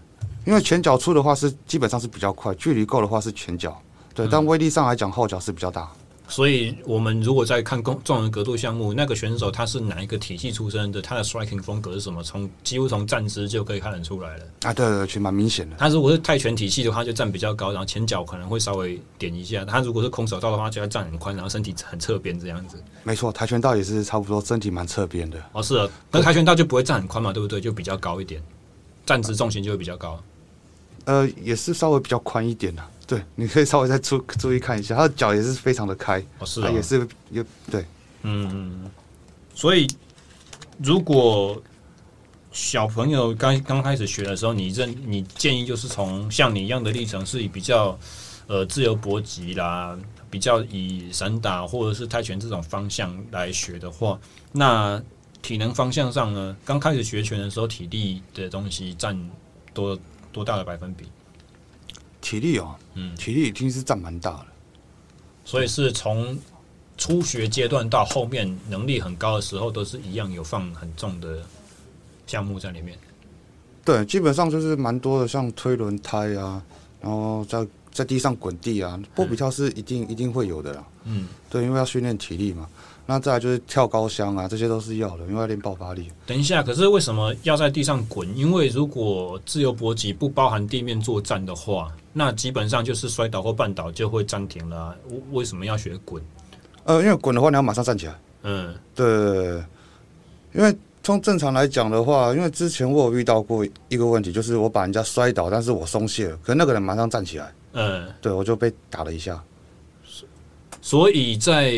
Speaker 2: 因为前脚出的话是基本上是比较快，距离够的话是前脚，
Speaker 1: 嗯
Speaker 2: 对，但威力上来讲后脚是比较大。
Speaker 1: 所以我们如果在看公众人格斗项目，那个选手他是哪一个体系出身的，他的 striking 风格是什么，从几乎从站姿就可以看得出来了。
Speaker 2: 啊，对对对，其实蛮明显的。
Speaker 1: 他如果是泰拳体系的话，他就站比较高，然后前脚可能会稍微点一下；他如果是空手道的话，就要站很宽，然后身体很侧边这样子。
Speaker 2: 没错，跆拳道也是差不多，身体蛮侧边的。
Speaker 1: 哦，是啊，那跆拳道就不会站很宽嘛，对不对？就比较高一点，站直重心就会比较高。
Speaker 2: 呃，也是稍微比较宽一点的、对，你可以稍微再注注意看一下，他的脚也是非常的开，
Speaker 1: 哦，是
Speaker 2: 他、
Speaker 1: 啊，
Speaker 2: 也是也对。
Speaker 1: 所以如果小朋友刚刚开始学的时候，你认你建议就是从像你一样的历程，是以比较呃自由搏击啦，比较以散打或者是泰拳这种方向来学的话，那体能方向上呢，刚开始学拳的时候，体力的东西占多多大的百分比？
Speaker 2: 体力哦，
Speaker 1: 嗯
Speaker 2: 体力已经是占蛮大了。
Speaker 1: 所以是从初学阶段到后面能力很高的时候，都是一样有放很重的项目在里面。
Speaker 2: 对，基本上就是蛮多的，像推轮胎啊，然后在在地上滚地啊，波比跳是一定一定会有的啦。
Speaker 1: 嗯，
Speaker 2: 对，因为要训练体力嘛。那再来就是跳高箱啊，这些都是要的，因为要练爆发力。
Speaker 1: 等一下，可是为什么要在地上滚？因为如果自由搏击不包含地面作战的话，那基本上就是摔倒或绊倒就会暂停了啊、为为什么要学滚？
Speaker 2: 呃，因为滚的话你要马上站起来。
Speaker 1: 嗯
Speaker 2: 对，因为从正常来讲的话，因为之前我有遇到过一个问题，就是我把人家摔倒，但是我松懈了，可是那个人马上站起来，
Speaker 1: 嗯。
Speaker 2: 对我就被打了一下。
Speaker 1: 所以在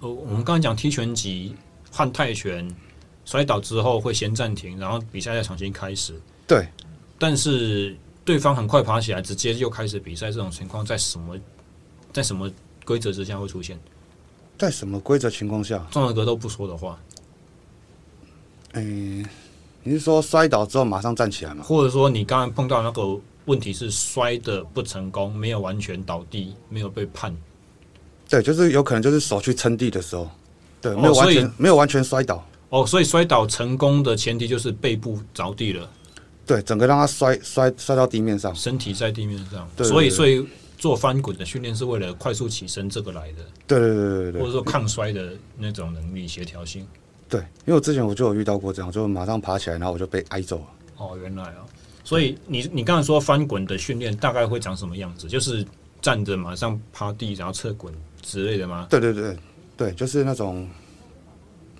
Speaker 1: 呃，我们刚才讲踢拳击和泰拳，摔倒之后会先暂停，然后比赛再重新开始。
Speaker 2: 对，
Speaker 1: 但是对方很快爬起来，直接又开始比赛，这种情况在什么在什么规则之下会出现？
Speaker 2: 在什么规则情况下？
Speaker 1: 综合格斗不说的话，
Speaker 2: 嗯、你是说摔倒之后马上站起来吗？
Speaker 1: 或者说你刚才碰到那个问题是摔的不成功，没有完全倒地，没有被判，
Speaker 2: 对，就是有可能就是手去撑地的时候，对，
Speaker 1: 哦
Speaker 2: 没有完
Speaker 1: 所
Speaker 2: 全没有完全摔倒，
Speaker 1: 哦，所以摔倒成功的前提就是背部着地了。
Speaker 2: 对，整个让他摔摔摔到地面上。
Speaker 1: 身体在地面上，
Speaker 2: 对
Speaker 1: 所以
Speaker 2: 对
Speaker 1: 所以做翻滚的训练是为了快速起身这个来的，
Speaker 2: 对对对对对
Speaker 1: 或
Speaker 2: 对
Speaker 1: 者说抗摔的那种能力协调性。
Speaker 2: 对，因为我之前我就有遇到过这样，就马上爬起来，然后我就被挨揍了。
Speaker 1: 哦，原来哦，所以你你刚才说翻滚的训练大概会长什么样子？就是站着马上趴地，然后侧滚之类的吗？
Speaker 2: 对对对对，就是那种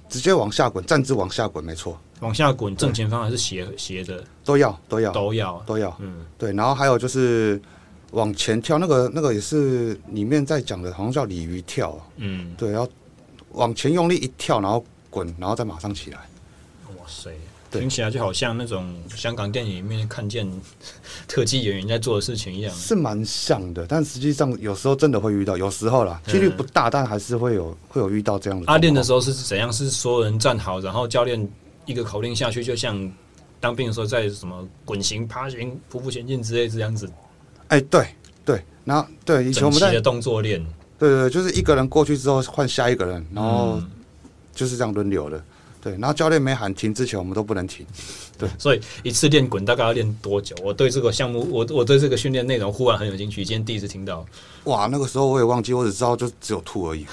Speaker 2: 直接往下滚，站姿往下滚，没错，
Speaker 1: 往下滚，正前方还是斜斜的
Speaker 2: 都要都要
Speaker 1: 都要。
Speaker 2: 都要。
Speaker 1: 嗯，
Speaker 2: 对，然后还有就是往前跳，那个那个也是里面在讲的，好像叫鲤鱼跳啊。
Speaker 1: 嗯，
Speaker 2: 对，然后往前用力一跳，然后滚，然后再马上起来。
Speaker 1: 哇塞，
Speaker 2: 对
Speaker 1: 听起来就好像那种香港电影里面看见 特技演员在做的事情一样。
Speaker 2: 是蛮像的，但实际上有时候真的会遇到，有时候啦，
Speaker 1: 嗯
Speaker 2: 几率不大，但还是会有会有遇到这样的。
Speaker 1: 阿啊练的时
Speaker 2: 候，
Speaker 1: 候是怎样？是所有人站好，然后教练一个口令下去，就像当兵的时候在什么滚行、趴行、匍匐前进之类这样子，
Speaker 2: 哎、对对，然后对以前
Speaker 1: 整
Speaker 2: 我们
Speaker 1: 齐
Speaker 2: 在
Speaker 1: 的动作练。
Speaker 2: 对对，对就是一个人过去之后换下一个人，然后
Speaker 1: 嗯
Speaker 2: 就是这样轮流的。对，然后教练没喊停之前，我们都不能停。
Speaker 1: 所以一次练滚大概要练多久？我对这个项目，我我对这个训练内容忽然很有兴趣，今天第一次听到。
Speaker 2: 哇，那个时候我也忘记，我只知道就只有吐 而已。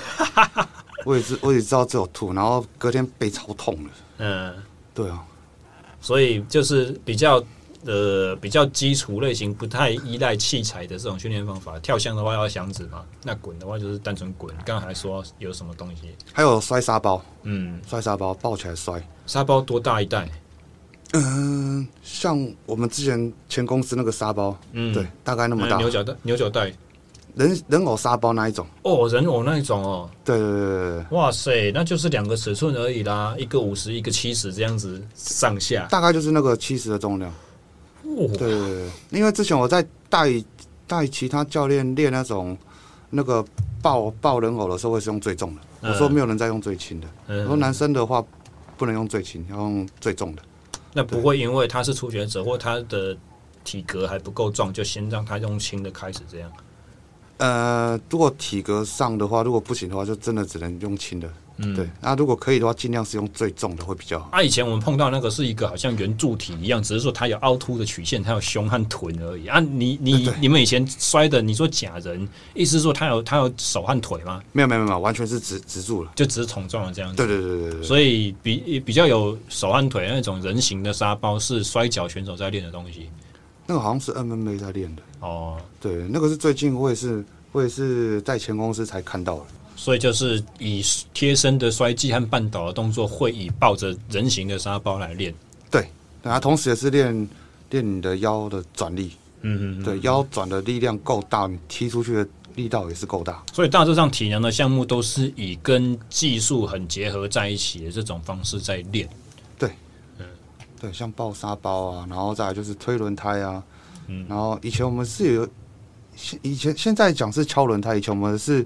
Speaker 2: 我也知我也知道只有吐，然后隔天背超痛的。
Speaker 1: 嗯，
Speaker 2: 对啊，
Speaker 1: 所以就是比较呃比较基础类型，不太依赖器材的这种训练方法。跳箱的话要箱子嘛，那滚的话就是单纯滚。刚才还说有什么东西？
Speaker 2: 还有摔沙包，
Speaker 1: 嗯，
Speaker 2: 摔沙包抱起来摔。
Speaker 1: 沙包多大一袋？
Speaker 2: 嗯、像我们之前前公司那个沙包，
Speaker 1: 嗯
Speaker 2: 对，大概那么
Speaker 1: 呃
Speaker 2: 大，
Speaker 1: 牛角袋，牛角袋。
Speaker 2: 人人偶沙包那一种。
Speaker 1: 哦，人偶那一种哦，
Speaker 2: 对对对对对，
Speaker 1: 哇塞，那就是两个尺寸而已啦，一个五十，一个七十这样子上下。
Speaker 2: 大概就是那个七十的重量。
Speaker 1: 哦，
Speaker 2: 对对对对，因为之前我在带带其他教练练那种那个抱抱人偶的时候，我也是用最重的。
Speaker 1: 嗯
Speaker 2: 我说没有人再用最轻的。我说
Speaker 1: 嗯，
Speaker 2: 男生的话不能用最轻，要用最重的。
Speaker 1: 那不会因为他是初学者或他的体格还不够壮，就先让他用轻的开始这样。
Speaker 2: 呃，如果体格上的话，如果不行的话，就真的只能用轻的。
Speaker 1: 嗯
Speaker 2: 对，那如果可以的话，尽量是用最重的会比较好。
Speaker 1: 啊，以前我们碰到那个是一个好像圆柱体一样，只是说它有凹凸的曲线，它有胸和臀而已。啊，你
Speaker 2: 哎
Speaker 1: 你你们以前摔的，你说假人，意思是说它有它有手和腿吗？
Speaker 2: 没有没有没有，完全是直直住了。
Speaker 1: 就只是桶状的这样子。
Speaker 2: 对对对对对对，
Speaker 1: 所以比比较有手和腿那种人形的沙包是摔跤选手在练的东西
Speaker 2: 那个好像是 MMA 在练的。
Speaker 1: 哦，
Speaker 2: 对，那个是最近我也是我也是在前公司才看到的。
Speaker 1: 所以就是以贴身的摔技和绊倒的动作，会以抱着人形的沙包来练。
Speaker 2: 然后同时也是练练你的腰的转力，
Speaker 1: 嗯嗯，嗯
Speaker 2: 对，腰转的力量够大，你踢出去的力道也是够大。
Speaker 1: 所以大致上体能的项目都是以跟技术很结合在一起的这种方式在练。
Speaker 2: 对，像抱沙包啊，然后再来就是推轮胎啊，
Speaker 1: 嗯
Speaker 2: 然后以前我们是有，现以前现在讲是敲轮胎，以前我们是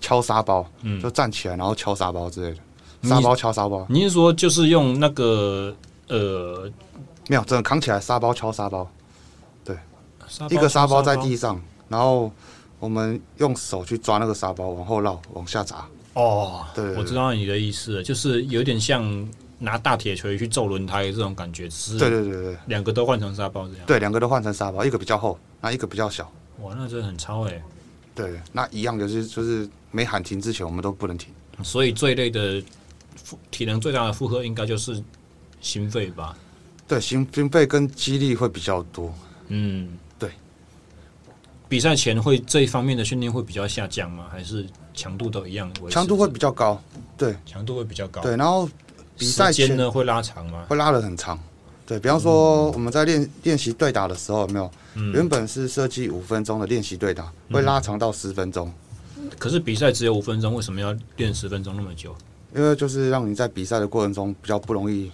Speaker 2: 敲沙包，
Speaker 1: 嗯
Speaker 2: 就站起来然后敲沙包之类的，
Speaker 1: 你
Speaker 2: 沙包敲沙包，
Speaker 1: 你是说就是用那个呃
Speaker 2: 没有，真的扛起来沙包敲沙包，
Speaker 1: 沙
Speaker 2: 一个沙啊包
Speaker 1: 包
Speaker 2: 在地上，然后我们用手去抓那个沙包，往后绕，往下砸，
Speaker 1: 哦，
Speaker 2: 对对对
Speaker 1: 我知道你的意思了，就是有点像拿大铁锤去揍轮胎这种感觉，只
Speaker 2: 对
Speaker 1: 是
Speaker 2: 对对对对
Speaker 1: 两个都换成沙包这样。
Speaker 2: 对，两个都换成沙包，一个比较厚，那一个比较小。
Speaker 1: 哇，那真的很超哎、
Speaker 2: 对，那一样就是就是没喊停之前，我们都不能停。
Speaker 1: 所以最累的负体能最大的负荷应该就是心肺吧？
Speaker 2: 对，心心肺跟肌力会比较多。
Speaker 1: 嗯，
Speaker 2: 对。
Speaker 1: 比赛前会这一方面的训练会比较下降吗？还是强度都一样？维持
Speaker 2: 强度会比较高。
Speaker 1: 强度会比较高。
Speaker 2: 对，然后比赛
Speaker 1: 时间
Speaker 2: 前
Speaker 1: 呢会拉长吗？
Speaker 2: 会拉得很长。对比方说，我们在练练习对打的时候，有没有
Speaker 1: 嗯，
Speaker 2: 原本是设计五分钟的练习对打，会拉长到十分钟，
Speaker 1: 可是比赛只有五分钟，为什么要练十分钟那么久？
Speaker 2: 因为就是让你在比赛的过程中比较不容易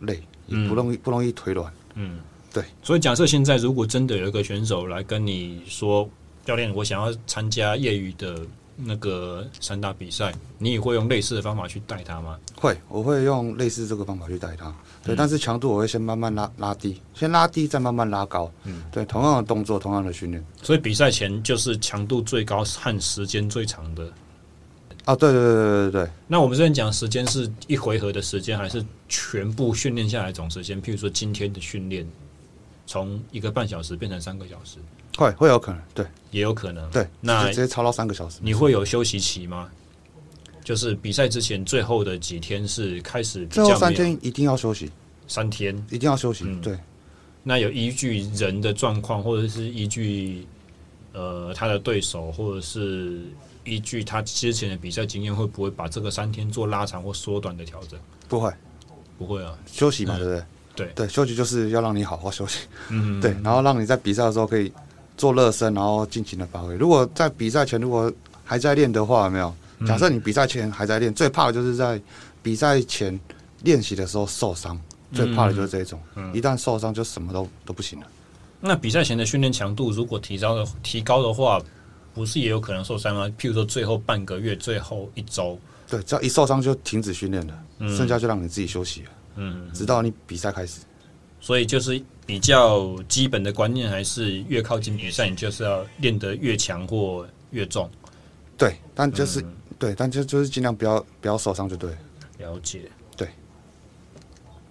Speaker 2: 累，也不容易不容易腿软。
Speaker 1: 嗯，
Speaker 2: 对。
Speaker 1: 所以假设现在如果真的有一个选手来跟你说，教练，我想要参加业余的那个散打比赛，你也会用类似的方法去带他吗？
Speaker 2: 会，我会用类似这个方法去带
Speaker 1: 嗯
Speaker 2: 它。对，但是强度我会先慢慢拉拉低，先拉低，再慢慢拉高。
Speaker 1: 嗯
Speaker 2: 嗯，对，同样的动作，同样的训练。
Speaker 1: 所以比赛前就是强度最高和时间最长的。
Speaker 2: 啊，对对对对对对，
Speaker 1: 那我们之前讲时间是一回合的时间，还是全部训练下来总时间？譬如说今天的训练，从一个半小时变成三个小时，
Speaker 2: 会会有可能，对
Speaker 1: 也有可能。
Speaker 2: 对，
Speaker 1: 那
Speaker 2: 就直接超到三个小时。
Speaker 1: 你会有休息期吗？就是比赛之前最后的几天是开始比
Speaker 2: 最
Speaker 1: 较
Speaker 2: 后三
Speaker 1: 没有
Speaker 2: 天一定要休息，
Speaker 1: 三天，
Speaker 2: 一定要休息。
Speaker 1: 嗯
Speaker 2: 对，
Speaker 1: 那有依据人的状况，或者是依据呃他的对手，或者是依据他之前的比赛经验，会不会把这个三天做拉长或缩短的调整？
Speaker 2: 不会
Speaker 1: 不会啊，
Speaker 2: 休息嘛，对不对？
Speaker 1: 对
Speaker 2: 对，休息就是要让你好好休息，
Speaker 1: 嗯，
Speaker 2: 对，然后让你在比赛的时候可以做热身，然后尽情的发挥。如果在比赛前如果还在练的话，有没有？
Speaker 1: 嗯
Speaker 2: 假设你比赛前还在练，最怕的就是在比赛前练习的时候受伤，
Speaker 1: 嗯
Speaker 2: 最怕的就是这一种。一旦受伤就什么都都不行了。
Speaker 1: 那比赛前的训练强度如果提高的提高的话，不是也有可能受伤吗？譬如说最后半个月、最后一周，
Speaker 2: 对，只要一受伤就停止训练了，剩下就让你自己休息了，
Speaker 1: 嗯，
Speaker 2: 直到你比赛开始。
Speaker 1: 所以就是比较基本的观念，还是越靠近比赛，你就是要练得越强或越重。
Speaker 2: 对，但就是、
Speaker 1: 嗯
Speaker 2: 对，但就就是尽量不要不要受伤就对了。
Speaker 1: 了解，
Speaker 2: 对。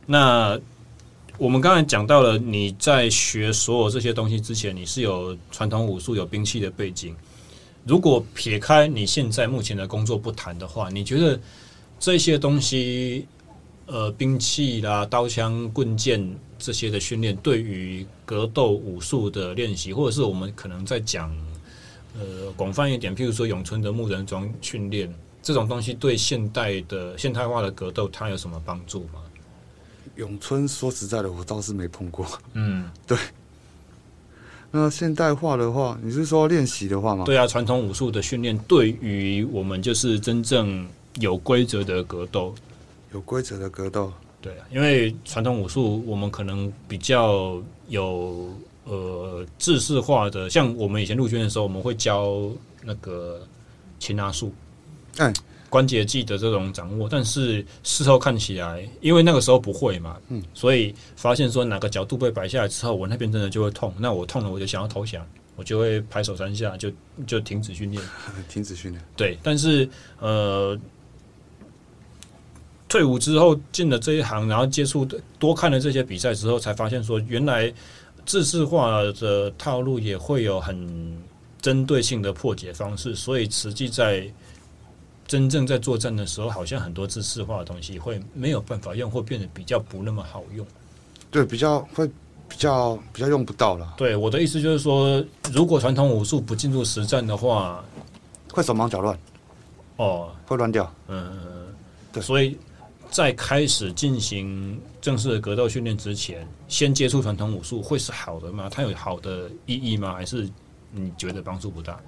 Speaker 1: 那我们刚才讲到了，你在学所有这些东西之前，你是有传统武术、有兵器的背景。如果撇开你现在目前的工作不谈的话，你觉得这些东西，呃，兵器啦、刀枪棍剑这些的训练，对于格斗武术的练习，或者是我们可能在讲，呃，广泛一点，譬如说咏春的木人桩训练，这种东西对现代的现代化的格斗，它有什么帮助吗？
Speaker 2: 咏春说实在的，我倒是没碰过。
Speaker 1: 嗯，
Speaker 2: 那现代化的话，你是说练习的话吗？
Speaker 1: 对啊，传统武术的训练对于我们就是真正有规则的格斗，
Speaker 2: 有规则的格斗，
Speaker 1: 对啊，因为传统武术我们可能比较有呃制式化的，像我们以前陆军的时候，我们会教那个擒拿术，
Speaker 2: 哎
Speaker 1: 关节技的这种掌握，但是事后看起来，因为那个时候不会嘛，嗯，所以发现说哪个角度被摆下来之后，我那边真的就会痛，那我痛了我就想要投降，我就会拍手三下，就就停止训练。
Speaker 2: 停止训练。
Speaker 1: 对，但是呃，退伍之后进了这一行，然后接触的多看了这些比赛之后，才发现说，原来制式化的套路也会有很针对性的破解方式，所以实际在真正在作战的时候，好像很多制式化的东西会没有办法用，或变得比较不那么好用。
Speaker 2: 对，比较会比较比较用不到啦，
Speaker 1: 对，我的意思就是说，如果传统武术不进入实战的话，
Speaker 2: 会手忙脚乱，
Speaker 1: 哦，
Speaker 2: 会乱掉。
Speaker 1: 嗯，
Speaker 2: 对
Speaker 1: 所以在开始进行正式的格斗训练之前，先接触传统武术会是好的吗？它有好的意义吗？还是你觉得帮助不大？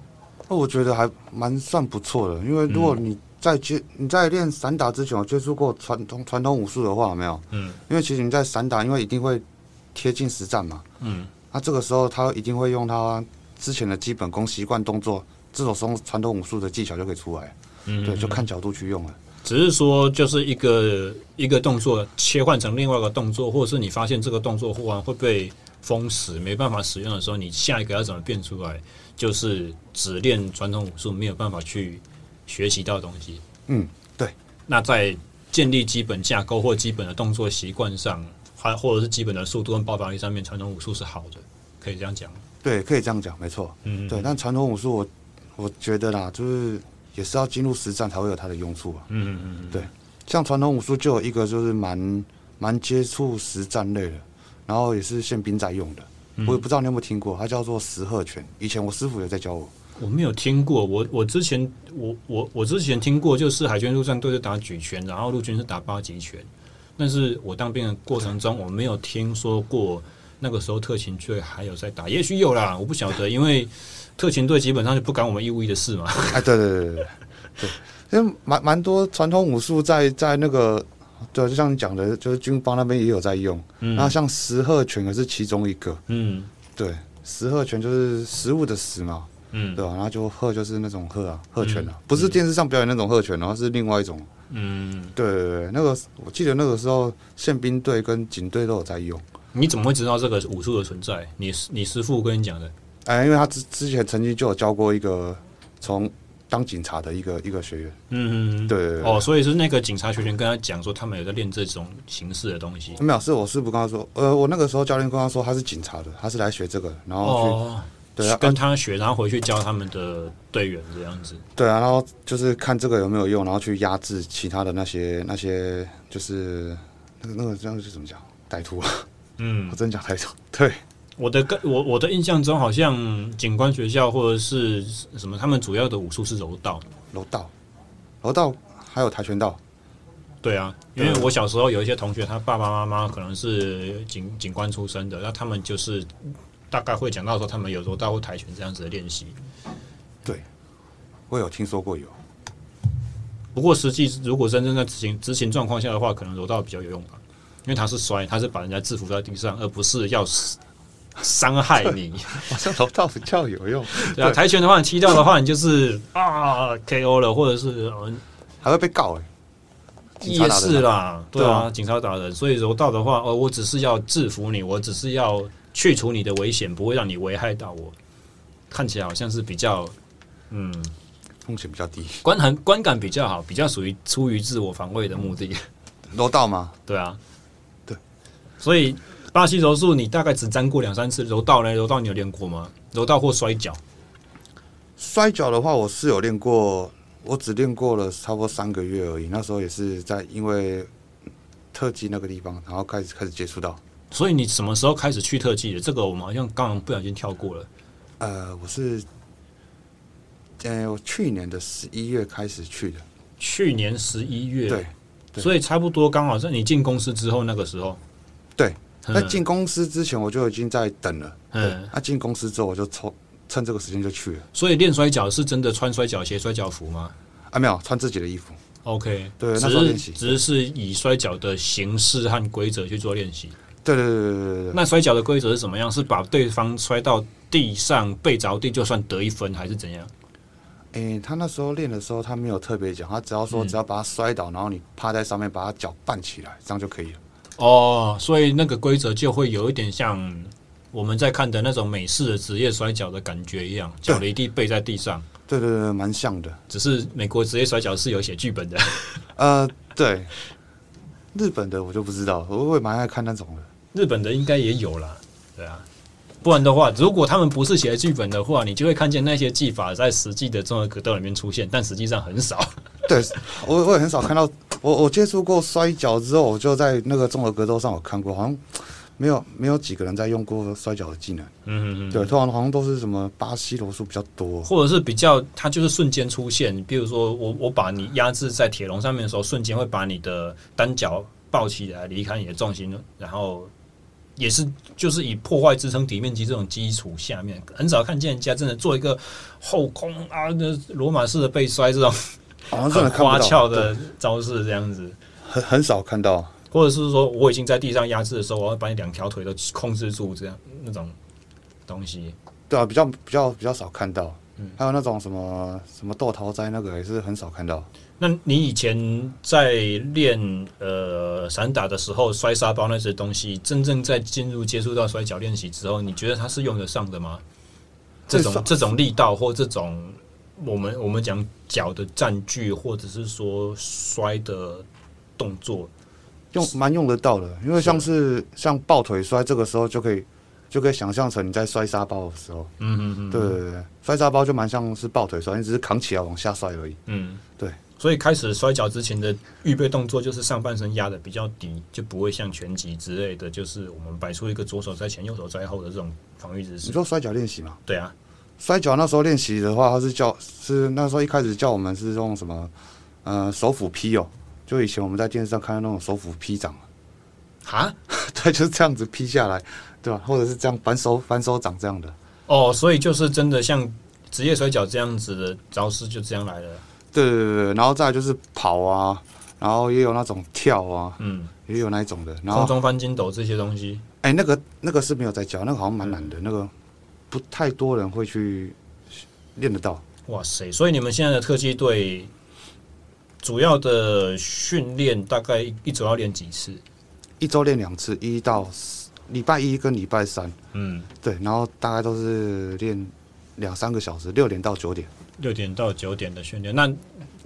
Speaker 2: 那我觉得还蛮算不错的，因为如果你在接、你在练散打之前有接触过传统传统武术的话，有没有？
Speaker 1: 嗯，
Speaker 2: 因为其实你在散打，因为一定会贴近实战嘛。
Speaker 1: 嗯，
Speaker 2: 那这个时候他一定会用他之前的基本功、习惯动作，这种从传统武术的技巧就可以出来。
Speaker 1: 嗯
Speaker 2: 对，就看角度去用了。
Speaker 1: 只是说就是一个一个动作切换成另外一个动作，或者是你发现这个动作忽然会被封死，没办法使用的时候，你下一个要怎么变出来？就是只练传统武术没有办法去学习到的东西。
Speaker 2: 嗯，对。
Speaker 1: 那在建立基本架构或基本的动作习惯上，还或者是基本的速度跟爆发力上面，传统武术是好的，可以这样讲吗。
Speaker 2: 对，可以这样讲，没错。
Speaker 1: 嗯，
Speaker 2: 对，但传统武术我我觉得啦，就是也是要进入实战才会有它的用处吧。啊
Speaker 1: 嗯嗯
Speaker 2: 像传统武术就有一个就是蛮蛮接触实战类的，然后也是宪兵在用的，
Speaker 1: 嗯
Speaker 2: 我也不知道你有没有听过，它叫做十鹤拳。以前我师傅有在 教我，
Speaker 1: 我没有听过，我我之前我我我之前听过，就是海军陆战队是打举拳，然后陆军是打八极拳，但是我当兵的过程中，我没有听说过那个时候特勤队还有在打，也许有啦，我不晓 得，因为特勤队基本上就不干我们义务役的事嘛。
Speaker 2: 哎，对对对对 对对，因为蛮蛮多传统武术在在那个。对，就像你讲的，就是军方那边也有在用。那像十鹤拳也是其中一个。
Speaker 1: 嗯
Speaker 2: 对，十鹤拳就是食物的食嘛，
Speaker 1: 嗯
Speaker 2: 对吧、然后就鹤就是那种鹤啊，鹤拳啊，不是电视上表演那种鹤拳哦，然后是另外一种。
Speaker 1: 嗯，
Speaker 2: 对对对，那个我记得那个时候宪兵队跟警队都有在用，
Speaker 1: 你怎么会知道这个武术的存在？你你师傅跟你讲的。
Speaker 2: 哎，因为他之之前曾经就有教过一个从当警察的一个一个学员，
Speaker 1: 嗯，
Speaker 2: 对对对
Speaker 1: 哦，所以是那个警察学员跟他讲说，他们有在练这种形式的东西。
Speaker 2: 没有，是我师傅跟他说，呃，我那个时候教练跟他说他是警察的，他是来学这个，然后去、
Speaker 1: 哦，
Speaker 2: 对啊
Speaker 1: 跟他学，然后回去教他们的队员这样子。
Speaker 2: 对啊，然后就是看这个有没有用，然后去压制其他的那些那些就是那个那个这样是怎么讲歹徒啊，
Speaker 1: 嗯
Speaker 2: 我，真讲歹徒，对
Speaker 1: 我的个我我的印象中，好像警官学校或者是什么，他们主要的武术是柔道。
Speaker 2: 柔道、柔道还有跆拳道，
Speaker 1: 对啊，因为我小时候有一些同学，他爸爸妈妈可能是警警官出身的，那他们就是大概会讲到说，他们有柔道或跆拳这样子的练习。
Speaker 2: 我有听说过有。
Speaker 1: 不过实际如果真正在执行执行状况下的话，可能柔道比较有用吧，因为他是摔，他是把人家制服在地上，而不是要死伤害你。
Speaker 2: 好像柔道比较有用，
Speaker 1: 对啊，
Speaker 2: 对
Speaker 1: 跆拳的话，你踢到的话，你就是啊 KO 了，或者是呃
Speaker 2: 还会被告哎、警察
Speaker 1: 也
Speaker 2: 打人啊
Speaker 1: 是啦，对
Speaker 2: 对
Speaker 1: 啊，
Speaker 2: 啊
Speaker 1: 警察打人，所以柔道的话，呃，我只是要制服你，我只是要去除你的危险，不会让你危害到我。看起来好像是比较，嗯，
Speaker 2: 风险比较低。
Speaker 1: 观很观感比较好，比较属于出于自我防卫的目的，
Speaker 2: 柔道吗？
Speaker 1: 对啊，
Speaker 2: 对，
Speaker 1: 所以巴西柔术你大概只沾过两三次，柔道呢？柔道你有练过吗？柔道或摔跤？
Speaker 2: 摔跤的话，我是有练过，我只练过了差不多三个月而已。那时候也是在因为特技那个地方，然后开始开始接触到。
Speaker 1: 所以你什么时候开始去特技的？这个我们好像刚刚不小心跳过了。
Speaker 2: 呃，我是，呃，我去年的十一月开始去的，
Speaker 1: 去年十一月，
Speaker 2: 对，对
Speaker 1: 所以差不多刚好在你进公司之后那个时候，
Speaker 2: 对
Speaker 1: 嗯，
Speaker 2: 那进公司之前我就已经在等了，
Speaker 1: 嗯，
Speaker 2: 那进公司之后我就抽趁这个时间就去了，
Speaker 1: 所以练摔跤是真的穿摔跤鞋、摔跤服吗
Speaker 2: 啊，没有穿自己的衣服，
Speaker 1: ？OK，
Speaker 2: 对那
Speaker 1: 只
Speaker 2: 时候练
Speaker 1: 是
Speaker 2: 习
Speaker 1: 只是以摔跤的形式和规则去做练习。
Speaker 2: 对对对对对对对，
Speaker 1: 那摔跤的规则是怎么样？是把对方摔到地上背着地就算得一分，还是怎样？
Speaker 2: 诶，他那时候练的时候他没有特别讲，他只要说
Speaker 1: 嗯
Speaker 2: 只要把他摔倒，然后你趴在上面把他脚绊起来，这样就可以了，
Speaker 1: 哦，所以那个规则就会有一点像我们在看的那种美式的职业摔跤的感觉一样，脚离地背在地上。
Speaker 2: 对对对对，蛮像的，
Speaker 1: 只是美国职业摔跤是有写剧本的。
Speaker 2: 呃，对，日本的我就不知道，我会蛮爱看那种的，
Speaker 1: 日本的应该也有啦，对啊。不然的话，如果他们不是写剧本的话，你就会看见那些技法在实际的综合格斗里面出现，但实际上很少。
Speaker 2: 对，我我也很少看到，我我接触过摔跤之后，我就在那个综合格斗上有看过，好像没有没有几个人在用过摔跤的技能。
Speaker 1: 嗯嗯
Speaker 2: 对，通常好像都是什么巴西柔术比较多。
Speaker 1: 或者是比较，它就是瞬间出现，比如说我我把你压制在铁笼上面的时候，瞬间会把你的单脚抱起来，离开你的重心，然后也是就是以破坏支撑底面积这种基础下面，很少看见人家真的做一个后空啊，那罗马式的背摔这种
Speaker 2: 好像真
Speaker 1: 很
Speaker 2: 的看不
Speaker 1: 花
Speaker 2: 到
Speaker 1: 俏
Speaker 2: 对
Speaker 1: 的招式这样子。
Speaker 2: 很很少看到。
Speaker 1: 或者是说我已经在地上压制的时候，我要把你两条腿都控制住，这样那种东西。
Speaker 2: 对啊，比较比较比较少看到。
Speaker 1: 嗯
Speaker 2: 还有那种什么什么豆桃斋那个也是很少看到。
Speaker 1: 那你以前在练呃散打的时候，摔沙包那些东西，真正在进入接触到摔跤练习之后，你觉得它是用得上的吗？这
Speaker 2: 会
Speaker 1: 种
Speaker 2: 上
Speaker 1: 这种力道或这种我们我们讲脚的占据，或者是说摔的动作，
Speaker 2: 用蛮用得到的，因为像是像抱腿摔，这个时候就可以就可以想象成你在摔沙包的时候，
Speaker 1: 嗯嗯嗯，
Speaker 2: 对对对对，摔沙包就蛮像是抱腿摔，你只是扛起来往下摔而已。
Speaker 1: 嗯，
Speaker 2: 对。
Speaker 1: 所以开始摔跤之前的预备动作就是上半身压的比较低，就不会像拳击之类的，就是我们摆出一个左手在前、右手在后的这种防御姿
Speaker 2: 你
Speaker 1: 势。
Speaker 2: 说摔跤练习嘛？
Speaker 1: 对啊，
Speaker 2: 摔跤那时候练习的话，他是叫是那时候一开始叫我们是用什么呃手斧劈哦，就以前我们在电视上看到那种手斧劈掌，
Speaker 1: 哈，
Speaker 2: 对，就是这样子劈下来，对吧？或者是这样反手反手掌这样的，
Speaker 1: 哦，所以就是真的像职业摔跤这样子的招式就这样来了。
Speaker 2: 对对对对，然后再来就是跑啊，然后也有那种跳啊，
Speaker 1: 嗯，
Speaker 2: 也有那一种的，然
Speaker 1: 空
Speaker 2: 后
Speaker 1: 中翻筋斗这些东西，
Speaker 2: 哎、那个那个是没有在教，那个好像蛮难的，那个不太多人会去练得到。
Speaker 1: 哇塞！所以你们现在的特技队主要的训练大概一一周要练几次？
Speaker 2: 一周练两次，一到四礼拜一跟礼拜三，
Speaker 1: 嗯，
Speaker 2: 对，然后大概都是练两三个小时，六点到九点。
Speaker 1: 六点到九点的训练。那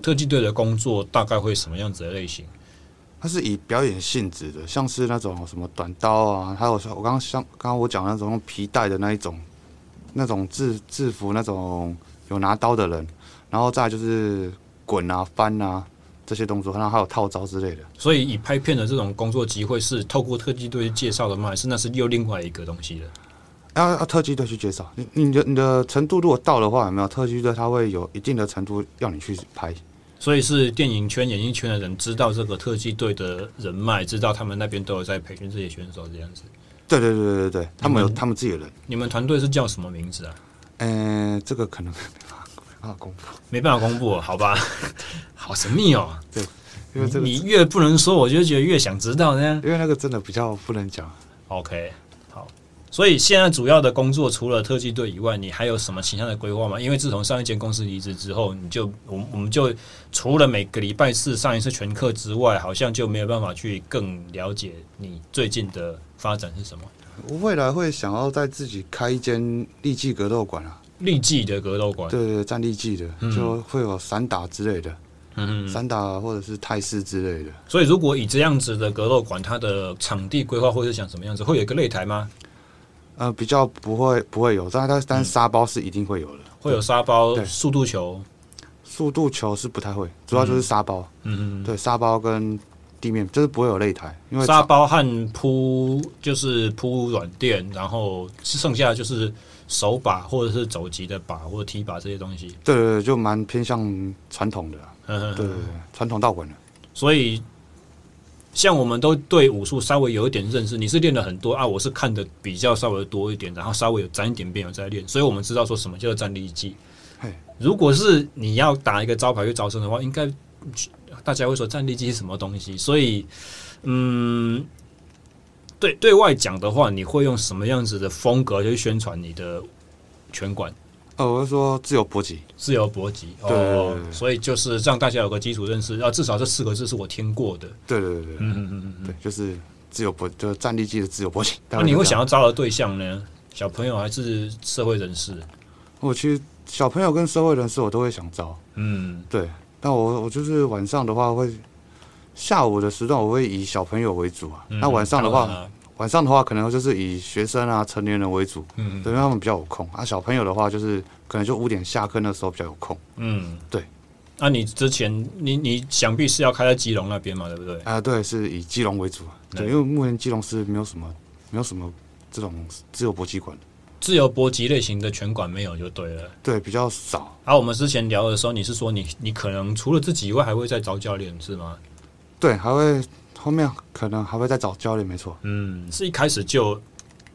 Speaker 1: 特技队的工作大概会什么样子的类型？
Speaker 2: 它是以表演性质的，像是那种什么短刀啊，还有像我刚刚像刚刚我讲的那种用皮带的那一种，那种制制服那种有拿刀的人，然后再来就是滚啊、翻啊这些动作，然后还有套招之类的。
Speaker 1: 所以以拍片的这种工作机会是透过特技队介绍的吗？还是那是又另外一个东西了？
Speaker 2: 要要特技队去介绍你，你的你的程度如果到的话，有没有特技队他会有一定的程度要你去拍？
Speaker 1: 所以是电影圈、演艺圈的人知道这个特技队的人脉，知道他们那边都有在培训这些选手这样子。
Speaker 2: 对对对对对嗯对，他们有他们自己的人。
Speaker 1: 你们团队是叫什么名字啊？
Speaker 2: 嗯、这个可能 没办法没办法公布，
Speaker 1: 没办法公布哦，好吧？ 好神秘哦！
Speaker 2: 因为这个
Speaker 1: 你越不能说，我就觉得越想知道呢。
Speaker 2: 因为那个真的比较不能讲。
Speaker 1: OK，好。所以现在主要的工作除了特技队以外，你还有什么其他的规划吗？因为自从上一间公司离职之后，你就我们我们就除了每个礼拜四上一次全课之外，好像就没有办法去更了解你最近的发展是什么。
Speaker 2: 我未来会想要在自己开一间力技格斗馆啊，
Speaker 1: 力技的格斗馆，
Speaker 2: 对对对，战力技的，
Speaker 1: 嗯
Speaker 2: 就会有散打之类的，
Speaker 1: 嗯嗯。
Speaker 2: 散打或者是泰式之类的。
Speaker 1: 所以如果以这样子的格斗馆，它的场地规划或者想什么样子，会有一个擂台吗？
Speaker 2: 呃，比较不会不会有，但但但是沙包是一定会有的，
Speaker 1: 会有沙包、
Speaker 2: 对
Speaker 1: 速度球？
Speaker 2: 速度球是不太会，主要就是沙包，
Speaker 1: 嗯嗯
Speaker 2: 对沙包跟地面就是不会有擂台，因为
Speaker 1: 嗯。沙包和铺就是铺软垫，然后剩下就是手把或者是肘击的把或者踢把这些东西。
Speaker 2: 对对对，就蛮偏向传统的啊，
Speaker 1: 嗯，
Speaker 2: 对对对，传统道馆的。
Speaker 1: 所以像我们都对武术稍微有一点认识，你是练了很多啊，我是看的比较稍微多一点，然后稍微有沾一点边有在练，所以我们知道说什么叫做站立技
Speaker 2: 嘿。
Speaker 1: 如果是你要打一个招牌去招生的话，应该大家会说站立技是什么东西，所以嗯。对对外讲的话，你会用什么样子的风格去宣传你的拳馆？
Speaker 2: 呃，
Speaker 1: 哦
Speaker 2: 我是说自由搏击，
Speaker 1: 自由搏击
Speaker 2: 对
Speaker 1: 哦，所以就是让大家有个基础认识，啊，至少这四个字是我听过的。
Speaker 2: 对对对对，
Speaker 1: 嗯嗯嗯嗯。
Speaker 2: 对，就是自由搏，就是战力技的自由搏击。
Speaker 1: 那、
Speaker 2: 大概
Speaker 1: 啊你
Speaker 2: 就
Speaker 1: 会
Speaker 2: 这
Speaker 1: 想
Speaker 2: 样？
Speaker 1: 要招的对象呢？小朋友还是社会人士？
Speaker 2: 我其实小朋友跟社会人士我都会想招，
Speaker 1: 嗯，
Speaker 2: 对，但我我就是晚上的话会，下午的时段我会以小朋友为主啊，那晚上的
Speaker 1: 嗯当然
Speaker 2: 话，
Speaker 1: 啦，
Speaker 2: 晚上的话可能就是以学生啊、成年人为主，
Speaker 1: 嗯
Speaker 2: 对，因为他们比较有空啊。小朋友的话就是可能就五点下课那时候比较有空
Speaker 1: 嗯，
Speaker 2: 对。
Speaker 1: 那、你之前，你你想必是要开在基隆那边嘛，对不对？
Speaker 2: 啊、对，是以基隆为主啊，对，
Speaker 1: 对
Speaker 2: 因为目前基隆是没有什么没有什么这种自由搏击馆的，
Speaker 1: 自由搏击类型的拳馆没有就对了。
Speaker 2: 对，比较少。
Speaker 1: 啊，我们之前聊的时候，你是说你你可能除了自己以外，还会再找教练是吗？
Speaker 2: 对，还会后面可能还会再找教练，没错。
Speaker 1: 嗯，是一开始就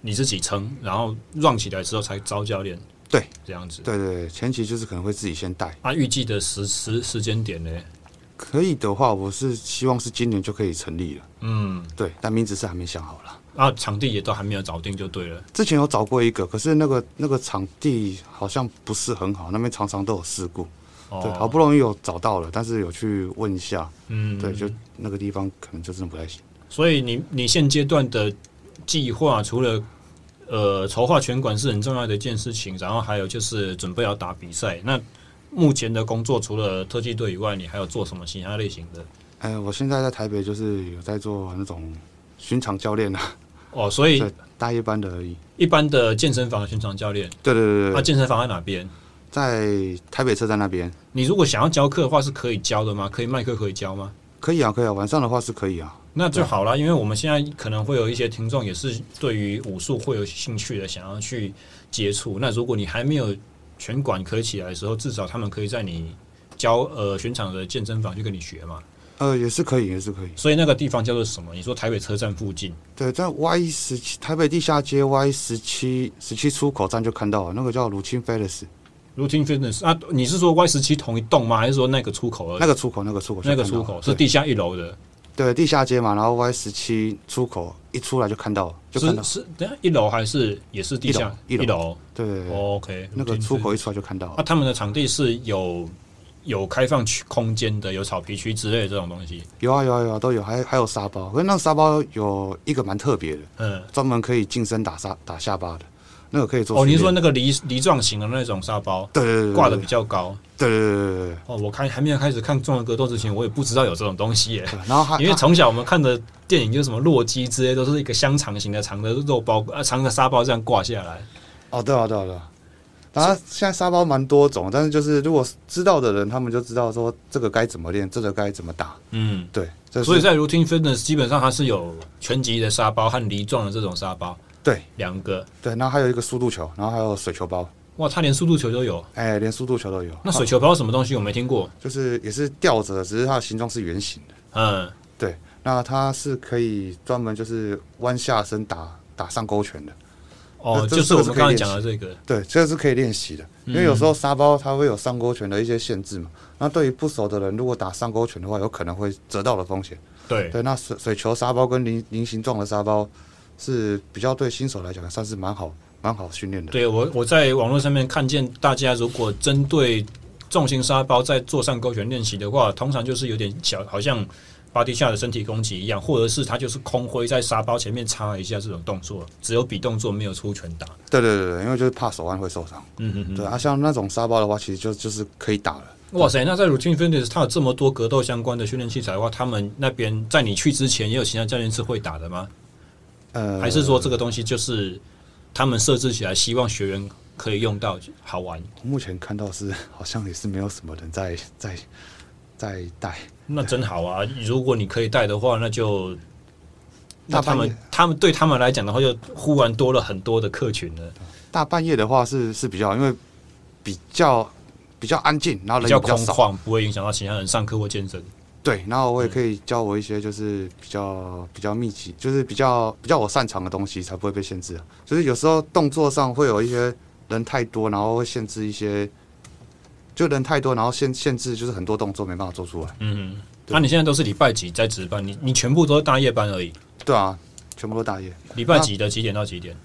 Speaker 1: 你自己撑，然后 run 起来之后才招教练，
Speaker 2: 对，
Speaker 1: 这样子。
Speaker 2: 对对对，前期就是可能会自己先带，
Speaker 1: 啊，预计的时时时间点呢？
Speaker 2: 可以的话，我是希望是今年就可以成立了。
Speaker 1: 嗯，
Speaker 2: 对，但名字是还没想好啦。
Speaker 1: 啊，场地也都还没有找定就对了。
Speaker 2: 之前有找过一个，可是那个那个场地好像不是很好，那边常常都有事故。
Speaker 1: 哦
Speaker 2: 对，好不容易有找到了，但是有去问一下，
Speaker 1: 嗯，
Speaker 2: 对，就那个地方可能就真的不太行。
Speaker 1: 所以你你现阶段的计划，除了呃筹划拳馆是很重要的一件事情，然后还有就是准备要打比赛。那目前的工作除了特技队以外，你还有做什么其他类型的？
Speaker 2: 哎，我现在在台北就是有在做那种巡场教练啊，
Speaker 1: 哦，所以
Speaker 2: 对，大夜班的而已。
Speaker 1: 一般的健身房的宣传教练，
Speaker 2: 对对对
Speaker 1: 那、
Speaker 2: 对对，
Speaker 1: 健身房在哪边？
Speaker 2: 在台北车站那边
Speaker 1: 你如果想要教课的话，是可以教的吗？可以卖课可以教吗？
Speaker 2: 可以啊，可以啊，晚上的话是可以啊。
Speaker 1: 那就好啦，因为我们现在可能会有一些听众也是对于武术会有兴趣的，想要去接触。那如果你还没有拳馆可以起来的时候，至少他们可以在你教呃选场的健身房去跟你学嘛。
Speaker 2: 呃，也是可以，也是可以。
Speaker 1: 所以那个地方叫做什么？你说台北车站附近
Speaker 2: 对，在 Y 十七台北地下街 Y 十七十七出口站就看到了，那个叫鲁青 Palace，
Speaker 1: 哦 Routine Fitness 啊？你是说 Y 十七同一栋吗？还是说那个出口而已
Speaker 2: 那个出口，那个出口就
Speaker 1: 那个
Speaker 2: 看到
Speaker 1: 出
Speaker 2: 了
Speaker 1: 口是
Speaker 2: 对
Speaker 1: 地下一楼的？
Speaker 2: 对地下街嘛，然后 Y 十七出口一出来就看到了，就看
Speaker 1: 是
Speaker 2: 到，
Speaker 1: 是，等一下一楼还是也是地下
Speaker 2: 一楼一
Speaker 1: 楼哦
Speaker 2: 对对对对，
Speaker 1: ？OK，
Speaker 2: 那个
Speaker 1: Routine
Speaker 2: 出口一出来就看到
Speaker 1: 那、
Speaker 2: 了。
Speaker 1: 啊他们的场地是有有开放区空间的，有草皮区之类的这种东西。
Speaker 2: 有啊有啊有啊，都有，还还有沙包，可是那个沙包有一个蛮特别的，
Speaker 1: 嗯，
Speaker 2: 专门可以近身打沙打下巴的，那个可以做
Speaker 1: 哦，你
Speaker 2: 训练。
Speaker 1: 是说那个梨梨状型的那种沙包，
Speaker 2: 对对对对
Speaker 1: 挂的比较高。
Speaker 2: 对对对对对对
Speaker 1: 哦，我看还没有开始看综合格斗之前，我也不知道有这种东西 耶。
Speaker 2: 对，然后还
Speaker 1: 因为
Speaker 2: 还
Speaker 1: 从小我们看的电影就是什么洛基之类，都是一个香肠型的长的肉包啊，长的沙包这样挂下来。
Speaker 2: 哦，对啊，对啊，对啊。然后现在沙包蛮多种，但是就是如果知道的人，他们就知道说这个该怎么练，这个该怎么打。
Speaker 1: 嗯，
Speaker 2: 对，这是
Speaker 1: 所以在 Routine Fitness 基本上它是有拳击的沙包和梨状的这种沙包。
Speaker 2: 对
Speaker 1: 两个，
Speaker 2: 对，然后还有一个速度球，然后还有水球包，
Speaker 1: 哇，他连速度球都有。
Speaker 2: 哎、连速度球都有。
Speaker 1: 那水球包是什么东西？我没听过。
Speaker 2: 就是也是吊着的，只是它的形状是圆形的。
Speaker 1: 嗯，
Speaker 2: 对，那它是可以专门就是弯下身打打上勾拳的。
Speaker 1: 哦，
Speaker 2: 那这
Speaker 1: 就是我
Speaker 2: 这
Speaker 1: 们
Speaker 2: 个
Speaker 1: 刚才
Speaker 2: 可以
Speaker 1: 讲的这个。
Speaker 2: 对，这个是可以练习的，因为有时候沙包它会有上勾拳的一些限制嘛。那对于不熟的人，如果打上勾拳的话，有可能会折到的风险。
Speaker 1: 对，
Speaker 2: 对，那水水球沙包跟菱菱形状的沙包是比较对新手来讲算是蛮好蛮好训练的。
Speaker 1: 对我我在网络上面看见大家如果针对重型沙包在做上勾拳练习的话，通常就是有点小，好像巴蒂下的身体攻击一样，或者是他就是空挥在沙包前面插一下这种动作，只有比动作没有出拳打。
Speaker 2: 对对对对，因为就是怕手腕会受伤。
Speaker 1: 嗯嗯嗯。
Speaker 2: 对啊，像那种沙包的话，其实就就是可以打了。
Speaker 1: 哇塞，那在 Routine Fitness 它有这么多格斗相关的训练器材的话，他们那边在你去之前也有其他教练是会打的吗？
Speaker 2: 呃，
Speaker 1: 还是说这个东西就是他们设置起来，希望学员可以用到好玩？
Speaker 2: 目前看到是好像也是没有什么人在 在在带。
Speaker 1: 那真好啊！如果你可以带的话，那就那他
Speaker 2: 大半夜
Speaker 1: 们他们对他们来讲的话，就忽然多了很多的客群了，
Speaker 2: 大半夜的话是是比较好，因为比较比较安静，然后
Speaker 1: 比
Speaker 2: 人
Speaker 1: 较
Speaker 2: 也比较
Speaker 1: 空
Speaker 2: 少。
Speaker 1: 旷，不嗯会影响到其他人上课或健身。
Speaker 2: 对，然后我也可以教我一些就是比较比较密集，就是比较比较我擅长的东西，才不会被限制啊。就是有时候动作上会有一些人太多，然后会限制一些，就人太多，然后限限制就是很多动作没办法做出来。
Speaker 1: 嗯，
Speaker 2: 对
Speaker 1: 那、你现在都是礼拜几在值班？你你全部都是大夜班而已。
Speaker 2: 对啊，全部都大夜。
Speaker 1: 礼拜几的几点到几点？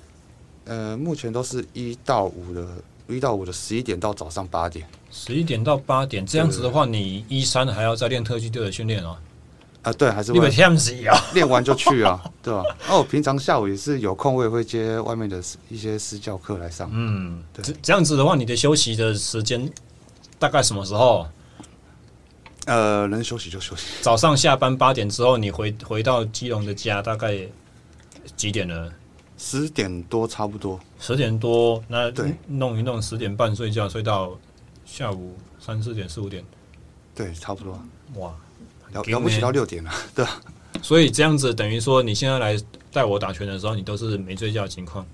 Speaker 2: 呃，目前都是一到五的，一到五的十一点到早上八点。
Speaker 1: 十一点到八点，这样子的话，你一三还要再练特技队的训练哦。
Speaker 2: 啊，对，还是
Speaker 1: 你
Speaker 2: 会
Speaker 1: 们这样子哦，
Speaker 2: 练完就去啊，对吧、那我平常下午也是有空，我也会接外面的一些私教课来上。
Speaker 1: 嗯，
Speaker 2: 对
Speaker 1: 这这样子的话，你的休息的时间大概什么时候？
Speaker 2: 呃，能休息就休息。
Speaker 1: 早上下班八点之后，你回回到基隆的家大概几点呢？
Speaker 2: 十点多差不多，
Speaker 1: 十点多，那
Speaker 2: 对
Speaker 1: 弄一弄，十点半睡觉，睡到下午三四点、四五点，
Speaker 2: 对，差不多，
Speaker 1: 哇，
Speaker 2: 了
Speaker 1: 很
Speaker 2: 了不起
Speaker 1: 硬欸
Speaker 2: 到六点啊了、对吧、
Speaker 1: 所以这样子等于说，你现在来带我打拳的时候，你都是没睡觉的情况，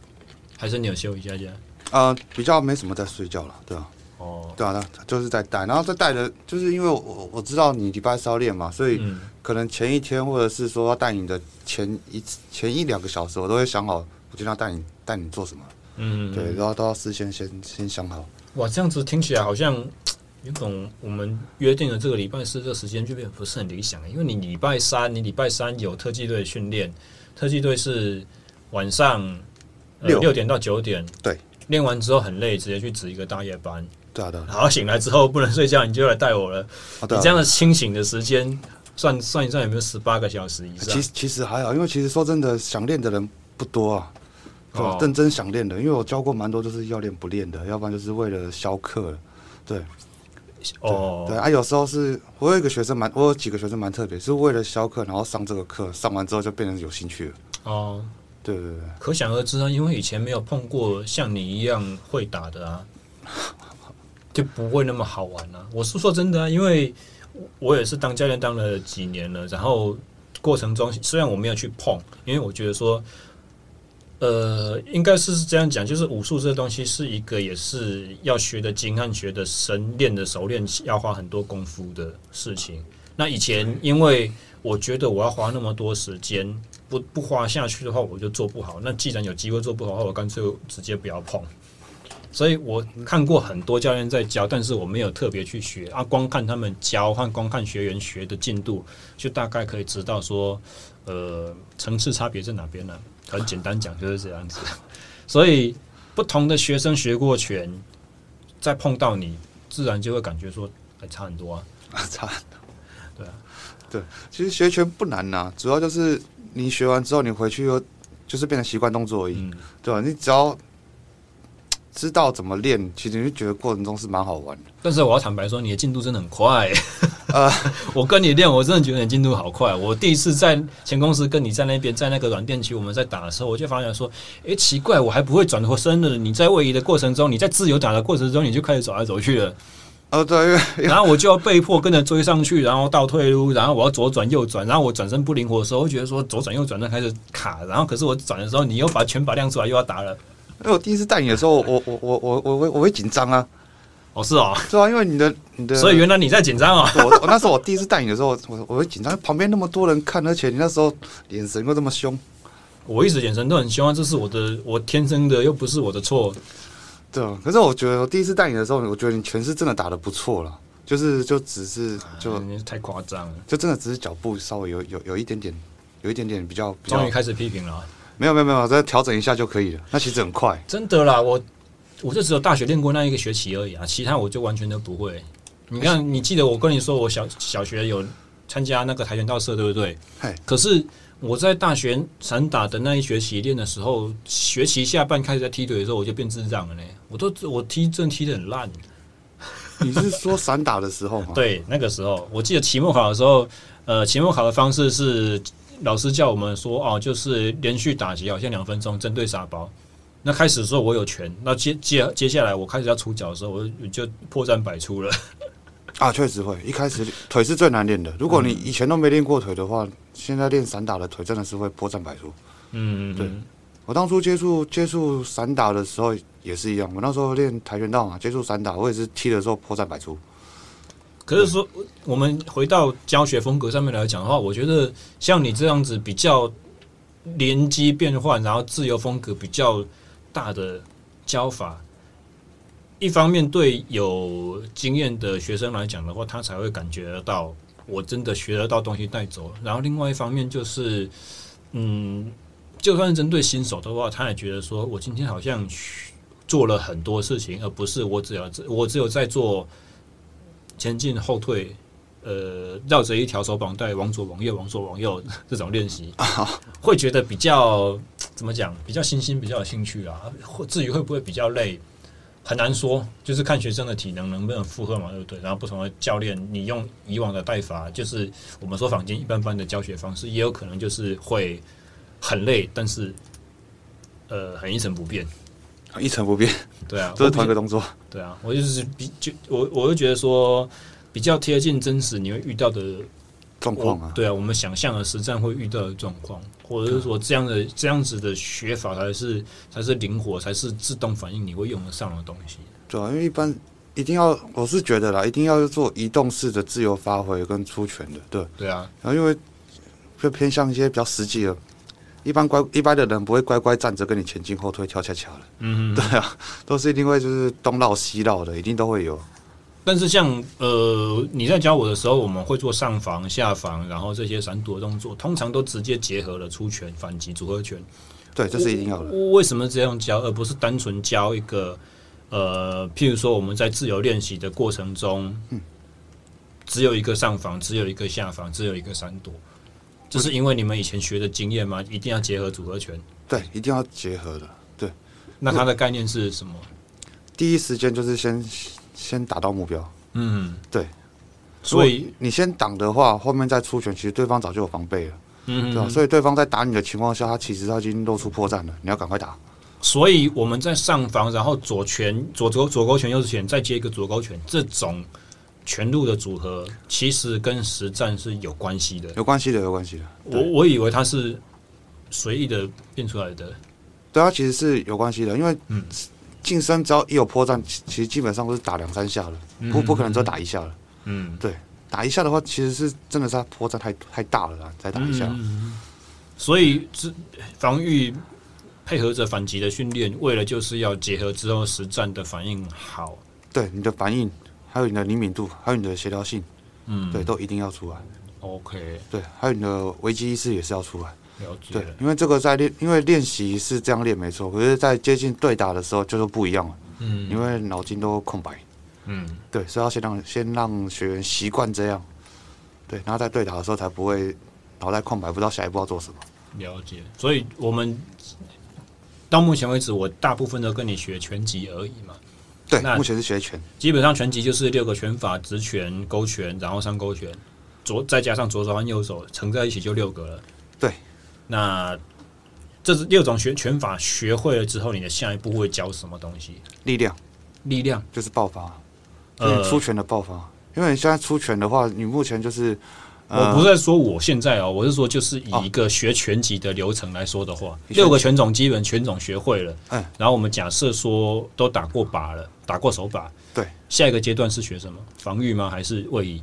Speaker 1: 还是你有休一下下？
Speaker 2: 呃，比较没什么在睡觉了，对吧、
Speaker 1: 哦，
Speaker 2: 对啊，那就是在带，然后在带的，就是因为我我我知道你礼拜四要练嘛，所以
Speaker 1: 嗯
Speaker 2: 可能前一天或者是说要带你的前一次前一两个小时，我都会想好，我今天要带你带你做什么，
Speaker 1: 嗯，
Speaker 2: 对，然后都要事先先先想好。
Speaker 1: 哇，这样子听起来好像有种我们约定的这个礼拜四这个时间就变得不是很理想，因为你礼拜三，你礼拜三有特技队训练，特技队是晚上呃
Speaker 2: 六
Speaker 1: 六点到九点，
Speaker 2: 对，
Speaker 1: 练完之后很累，直接去值一个大夜班，
Speaker 2: 对啊，对啊，
Speaker 1: 然后醒来之后不能睡觉，你就来带我了。
Speaker 2: 啊对
Speaker 1: 你
Speaker 2: 啊
Speaker 1: 这样的清醒的时间，算算一算有没有十八个小时以上
Speaker 2: 啊其？实其实还好，因为其实说真的，想练的人不多啊，对吧
Speaker 1: 哦
Speaker 2: 认真想练的，因为我教过蛮多都是要练不练的，要不然就是为了消课了。对对
Speaker 1: 哦，
Speaker 2: 啊，有时候是我有一个学生蛮，我有几个学生蛮特别，是为了消课，然后上这个课，上完之后就变成有兴趣了。
Speaker 1: 哦，
Speaker 2: 对对对，
Speaker 1: 可想而知啊，因为以前没有碰过像你一样会打的啊， 就不会那么好玩啊。我是说真的啊，因为我也是当教练当了几年了，然后过程中虽然我没有去碰，因为我觉得说，呃，应该是这样讲，就是武术这东西是一个也是要学的精和学的深、练的熟练，要花很多功夫的事情。那以前因为我觉得我要花那么多时间，不不花下去的话，我就做不好。那既然有机会做不好的话，我干脆直接不要碰。所以我看过很多教练在教，但是我没有特别去学啊。光看他们教和光看学员学的进度，就大概可以知道说，呃，层次差别在哪边呢、很简单讲就是这样子。所以不同的学生学过拳，再碰到你，自然就会感觉说还 差很多啊。
Speaker 2: 啊，差很多。
Speaker 1: 对啊，
Speaker 2: 对，其实学拳不难呐、主要就是你学完之后，你回去又就是变成习惯动作而已，
Speaker 1: 嗯，
Speaker 2: 对啊吧、你只要知道怎么练，其实你就觉得过程中是蛮好玩的。
Speaker 1: 但是我要坦白说，你的进度真的很快、 我跟你练，我真的觉得你进度好快。我第一次在前公司跟你在那边，在那个软电区我们在打的时候，我就发现说，诶，奇怪，我还不会转过身的。你在位移的过程中，你在自由打的过程中，你就开始走来走去了。
Speaker 2: 哦，对，因为
Speaker 1: 然后我就要被迫跟着追上去，然后倒退路，然后我要左转右转，然后我转身不灵活的时候，我会觉得说左转右转那开始卡，然后可是我转的时候，你又把拳法亮出来又要打了，
Speaker 2: 因为我第一次带你的时候，我我我我我会我会紧张啊，
Speaker 1: 哦是哦，
Speaker 2: 对啊，因为你的你的，
Speaker 1: 所以原来你在紧张哦，
Speaker 2: 我我那时候我第一次带你的时候，我我会紧张，旁边那么多人看，而且你那时候眼神又这么凶，
Speaker 1: 我一直眼神都很凶啊，这是我的我天生的，又不是我的错，
Speaker 2: 对啊。可是我觉得我第一次带你的时候，我觉得你拳是真的打的不错了，就是就只是就
Speaker 1: 嗯太夸张了，
Speaker 2: 就真的只是脚步稍微有有有一点点，有一点点比较比较
Speaker 1: 终于，开始批评了啊。
Speaker 2: 没有没有没有，再调整一下就可以了。那其实很 快，
Speaker 1: 真的啦，我我就只有大学练过那一个学期而已啊，其他我就完全都不会。你看，你记得我跟你说，我小小学有参加那个跆拳道社，对不对
Speaker 2: 嘿？
Speaker 1: 可是我在大学散打的那一学期练的时候，学期下半开始在踢腿的时候，我就变智障了呢。我都我踢正踢的很烂。
Speaker 2: 你是说散打的时候吗？，
Speaker 1: 对，那个时候我记得期末考的时候，呃，期末考的方式是老师叫我们说哦，就是连续打击，好像两分钟针对傻包。那开始的时候我有拳，那接接接下来我开始要出脚的时候，我就我就破绽百出了。
Speaker 2: 啊，确实会。一开始腿是最难练的，如果你以前都没练过腿的话，现在练散打的腿真的是会破绽百出。
Speaker 1: 嗯，
Speaker 2: 对我当初接触接触散打的时候也是一样，我那时候练跆拳道嘛，接触散打，我也是踢的时候破绽百出。
Speaker 1: 可是说，我们回到教学风格上面来讲的话，我觉得像你这样子比较连机变换，然后自由风格比较大的教法，一方面对有经验的学生来讲的话，他才会感觉得到我真的学得到东西带走。然后另外一方面就是，嗯，就算是针对新手的话，他也觉得说我今天好像学做了很多事情，而不是我只要我只有在做。前进后退，呃，绕着一条手绑带往左往右往左往右这种练习，
Speaker 2: 啊
Speaker 1: 会觉得比较怎么讲，比较新兴，比较有兴趣啊。或至于会不会比较累，很难说，就是看学生的体能能不能负荷嘛，对不对？然后不同的教练，你用以往的带法，就是我们说坊间一般般的教学方式，也有可能就是会很累，但是呃，很一成不变。
Speaker 2: 一成 不变，
Speaker 1: 对啊，
Speaker 2: 这
Speaker 1: 我
Speaker 2: 是
Speaker 1: 比
Speaker 2: 同一
Speaker 1: 较
Speaker 2: 个动作。
Speaker 1: 对啊，我就是比就我我就觉得说比较贴近真实你会遇到的
Speaker 2: 状
Speaker 1: 我
Speaker 2: 况啊，
Speaker 1: 对啊，我们想象的实战会遇到的状况，或者是
Speaker 2: 啊
Speaker 1: 说这样的这样子的学法才是才是灵活，才是自动反应你会用得上的东西。
Speaker 2: 对啊，因为一般一定要，我是觉得啦，一定要做移动式的自由发挥跟出拳的，对。
Speaker 1: 对啊，
Speaker 2: 然后因为就偏向一些比较实际的，一般乖一般的人不会乖乖站着跟你前进后退跳恰恰的，啊
Speaker 1: 嗯，对。
Speaker 2: 都是一定会就是东绕西绕的，一定都会有。
Speaker 1: 但是像呃你在教我的时候，我们会做上防、下防，然后这些闪躲动作，通常都直接结合了出拳、反击、组合拳。
Speaker 2: 对，这是一定要的。
Speaker 1: 我为什么这样教，而不是单纯教一个呃，譬如说我们在自由练习的过程中，只有一个上防，只有一个下防，只有一个闪躲，这是因为你们以前学的经验吗？一定要结合组合拳，
Speaker 2: 对，一定要结合的。
Speaker 1: 那它的概念是什么？
Speaker 2: 第一时间就是先先打到目标。
Speaker 1: 嗯，
Speaker 2: 对。
Speaker 1: 所以，
Speaker 2: 你先挡的话，后面再出拳，其实对方早就有防备了，
Speaker 1: 嗯，
Speaker 2: 对吧、所以对方在打你的情况下，他其实他已经露出破绽了，你要赶快打。
Speaker 1: 所以我们在上防，然后左拳、左左左勾拳、右拳，再接一个左勾拳，这种拳路的组合，其实跟实战是有关系的。
Speaker 2: 有关系的，有关系的。
Speaker 1: 我我以为它是随意的变出来的，
Speaker 2: 对他其实是有关系的，因为
Speaker 1: 嗯
Speaker 2: 晋升只要一有破绽，其其实基本上都是打两三下了，不不可能只有打一下了。
Speaker 1: 嗯，
Speaker 2: 打一下的话，其实是真的是他破绽太太大了啦，再
Speaker 1: 嗯
Speaker 2: 打一下。
Speaker 1: 所以这防御配合着反击的训练，为了就是要结合之后实战的反应好，
Speaker 2: 对你的反应，还有你的灵敏度，还有你的协调性，
Speaker 1: 嗯
Speaker 2: 对，都一定要出来。
Speaker 1: ，OK，
Speaker 2: 对，还有你的危机意识也是要出来。
Speaker 1: 了解
Speaker 2: 对
Speaker 1: 了，，
Speaker 2: 因为这个在练，因为练习是这样练没错，可是，在接近对打的时候就是不一样了，因
Speaker 1: 嗯
Speaker 2: 为脑筋都空白。
Speaker 1: 嗯，
Speaker 2: 对，所以要先让先让学员习惯这样，对，然后在对打的时候才不会脑袋空白，不知道下一步要做什么。
Speaker 1: 了解，所以我们。到目前为止，我大部分都跟你学拳击而已嘛。
Speaker 2: 对
Speaker 1: 那，
Speaker 2: 目前是学拳，
Speaker 1: 基本上拳击就是六个拳法：直拳、勾拳，然后上勾拳，左再加上左手和右手乘在一起就六个了。
Speaker 2: 对，
Speaker 1: 那这是六种学拳法学会了之后，你的下一步会教什么东西？
Speaker 2: 力量
Speaker 1: 力量、
Speaker 2: 就是爆发，就是
Speaker 1: 呃
Speaker 2: 出拳的爆发。因为你现在出拳的话，你目前就是，
Speaker 1: 我
Speaker 2: 呃
Speaker 1: 不是在说我现在哦，我是说就是以
Speaker 2: 哦
Speaker 1: 一个学拳击的流程来说的话，
Speaker 2: 你
Speaker 1: 六个拳种基本拳种学会了，
Speaker 2: 嗯
Speaker 1: 然后我们假设说都打过靶了，打过手靶，
Speaker 2: 对，
Speaker 1: 下一个阶段是学什么？防御吗？还是位移？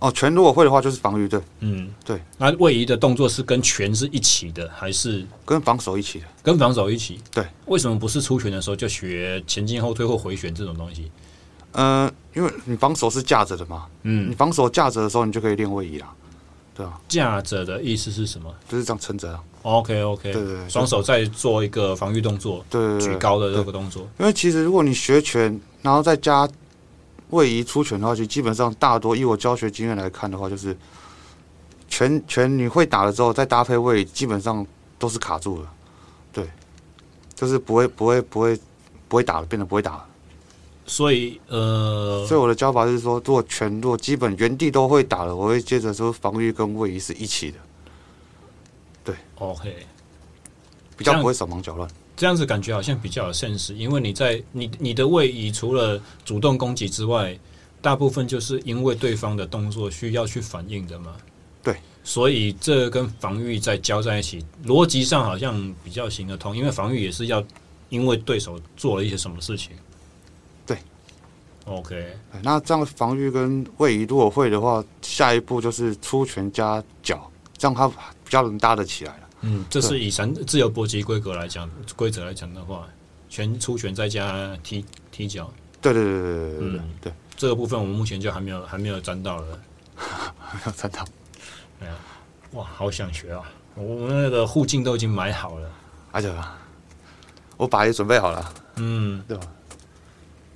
Speaker 2: 哦，拳如果会的话，就是防御对，
Speaker 1: 嗯，
Speaker 2: 对。
Speaker 1: 那位移的动作是跟拳是一起的，还是
Speaker 2: 跟防守一起的。
Speaker 1: 跟防守一起？
Speaker 2: 对。
Speaker 1: 为什么不是出拳的时候就学前进后退或回旋这种东西？
Speaker 2: 呃，因为你防守是架着的嘛，你
Speaker 1: 嗯，
Speaker 2: 防守架着的时候，你就可以练位移啦，对啊，
Speaker 1: 架着的意思是什么
Speaker 2: 就是这样撑着啊，
Speaker 1: ？OK OK，
Speaker 2: 对对对
Speaker 1: 双手再做一个防御动作，
Speaker 2: 对对对
Speaker 1: 举
Speaker 2: 对。
Speaker 1: 高的这个动作。
Speaker 2: 因为其实如果你学拳，然后再加位移出拳的话，其实基本上大多以我教学经验来看的话，就是拳拳你会打了之后，再搭配位移，基本上都是卡住了，对，就是不会不会不会不会打了，变得不会打了。
Speaker 1: 所以呃
Speaker 2: 所，以我的教法是说，如果拳如果基本原地都会打了，我会接着说防御跟位移是一起的，
Speaker 1: OK，
Speaker 2: 比较
Speaker 1: 这样
Speaker 2: 不会手忙脚乱。
Speaker 1: 这样子感觉好像比较有 sense，因为你在你你的位移除了主动攻击之外，大部分就是因为对方的动作需要去反应的嘛。
Speaker 2: 对，
Speaker 1: 所以这跟防御在交在一起，逻辑上好像比较行得通，因为防御也是要因为对手做了一些什么事情。
Speaker 2: 对
Speaker 1: ，OK，
Speaker 2: 对那这样防御跟位移如果会的话，下一步就是出拳加脚，这样他比较能搭得起来了。
Speaker 1: 嗯，这是以三自由搏击规格来讲规则来讲的话，全出拳再加踢踢脚。
Speaker 2: 对 对对对对对对
Speaker 1: 嗯
Speaker 2: 对，
Speaker 1: 这个部分我们目前就还没有还没有沾到了。
Speaker 2: 没有参到。
Speaker 1: 哇，好想学啊！我们那个护镜都已经买好了。
Speaker 2: 而且我把也准备好了，
Speaker 1: 嗯，
Speaker 2: 对吧？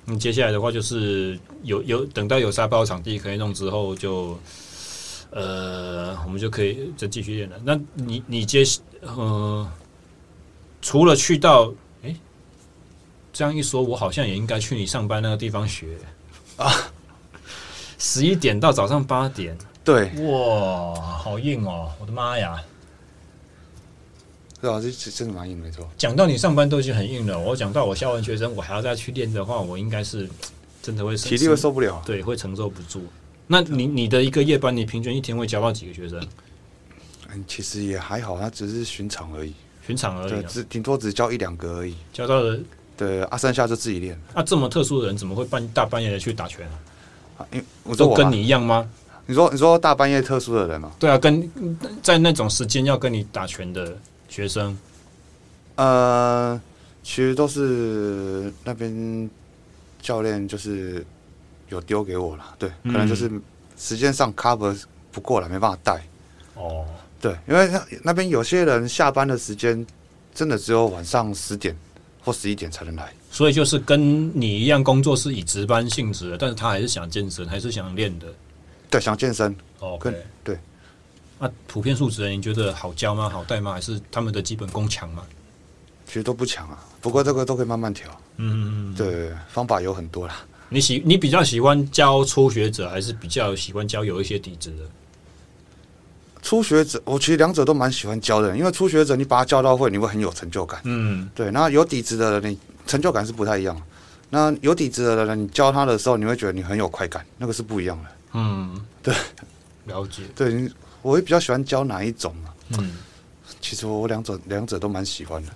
Speaker 1: 那接下来的话就是有有等到有沙包场地可以弄之后就，呃，我们就可以再继续练了。那你你接呃，除了去到诶，这样一说，我好像也应该去你上班那个地方学啊。十一点到早上八点，
Speaker 2: 对，
Speaker 1: 哇，好硬哦！我的妈呀！
Speaker 2: 对啊，这这真的蛮硬，没错。
Speaker 1: 讲到你上班都已经很硬了，我讲到我下完学生，我还要再去练的话，我应该是真的会
Speaker 2: 体力会，受不了。
Speaker 1: 对，会承受不住。那你你的一个夜班，你平均一天会教到几个学生？
Speaker 2: 嗯，其实也还好，他只是寻常而已，
Speaker 1: 寻常而已
Speaker 2: 对，
Speaker 1: 啊、
Speaker 2: 只顶多只教一两个而已。
Speaker 1: 教到了
Speaker 2: 对，啊，剩下就自己练。
Speaker 1: 啊，这么特殊的人怎么会半大半夜的去打拳、啊？
Speaker 2: 啊因为我说
Speaker 1: 都
Speaker 2: 我
Speaker 1: 跟
Speaker 2: 啊
Speaker 1: 你一样吗？
Speaker 2: 你说你说大半夜特殊的人嘛，
Speaker 1: 对啊，跟在那种时间要跟你打拳的学生，
Speaker 2: 呃，其实都是那边教练就是有丢给我了，对，
Speaker 1: 嗯
Speaker 2: 可能就是时间上 cover 不过了，没办法带。
Speaker 1: 哦，
Speaker 2: 对，因为那那边有些人下班的时间真的只有晚上十点或十一点才能来。
Speaker 1: 所以就是跟你一样工作是以值班性质的，但是他还是想健身，还是想练的。
Speaker 2: 对，想健身，
Speaker 1: 哦，
Speaker 2: 跟对。
Speaker 1: 那、普遍素质人，你觉得好教吗？好带吗？还是他们的基本功强吗？
Speaker 2: 其实都不强啊，不过这个都可以慢慢调。
Speaker 1: 嗯，
Speaker 2: 对对，对方法有很多啦。
Speaker 1: 你喜你比较喜欢教初学者，还是比较喜欢教有一些底子的？
Speaker 2: 初学者，我其实两者都蛮喜欢教的，因为初学者你把他教到会，你会很有成就感。
Speaker 1: 嗯，
Speaker 2: 对，那有底子的人，你成就感是不太一样。那有底子的人，你教他的时候，你会觉得你很有快感，那个是不一样的。
Speaker 1: 嗯，对，了解。
Speaker 2: 对，你我会比较喜欢教哪一种嘛？
Speaker 1: 嗯，
Speaker 2: 其实我两者两者都蛮喜欢的。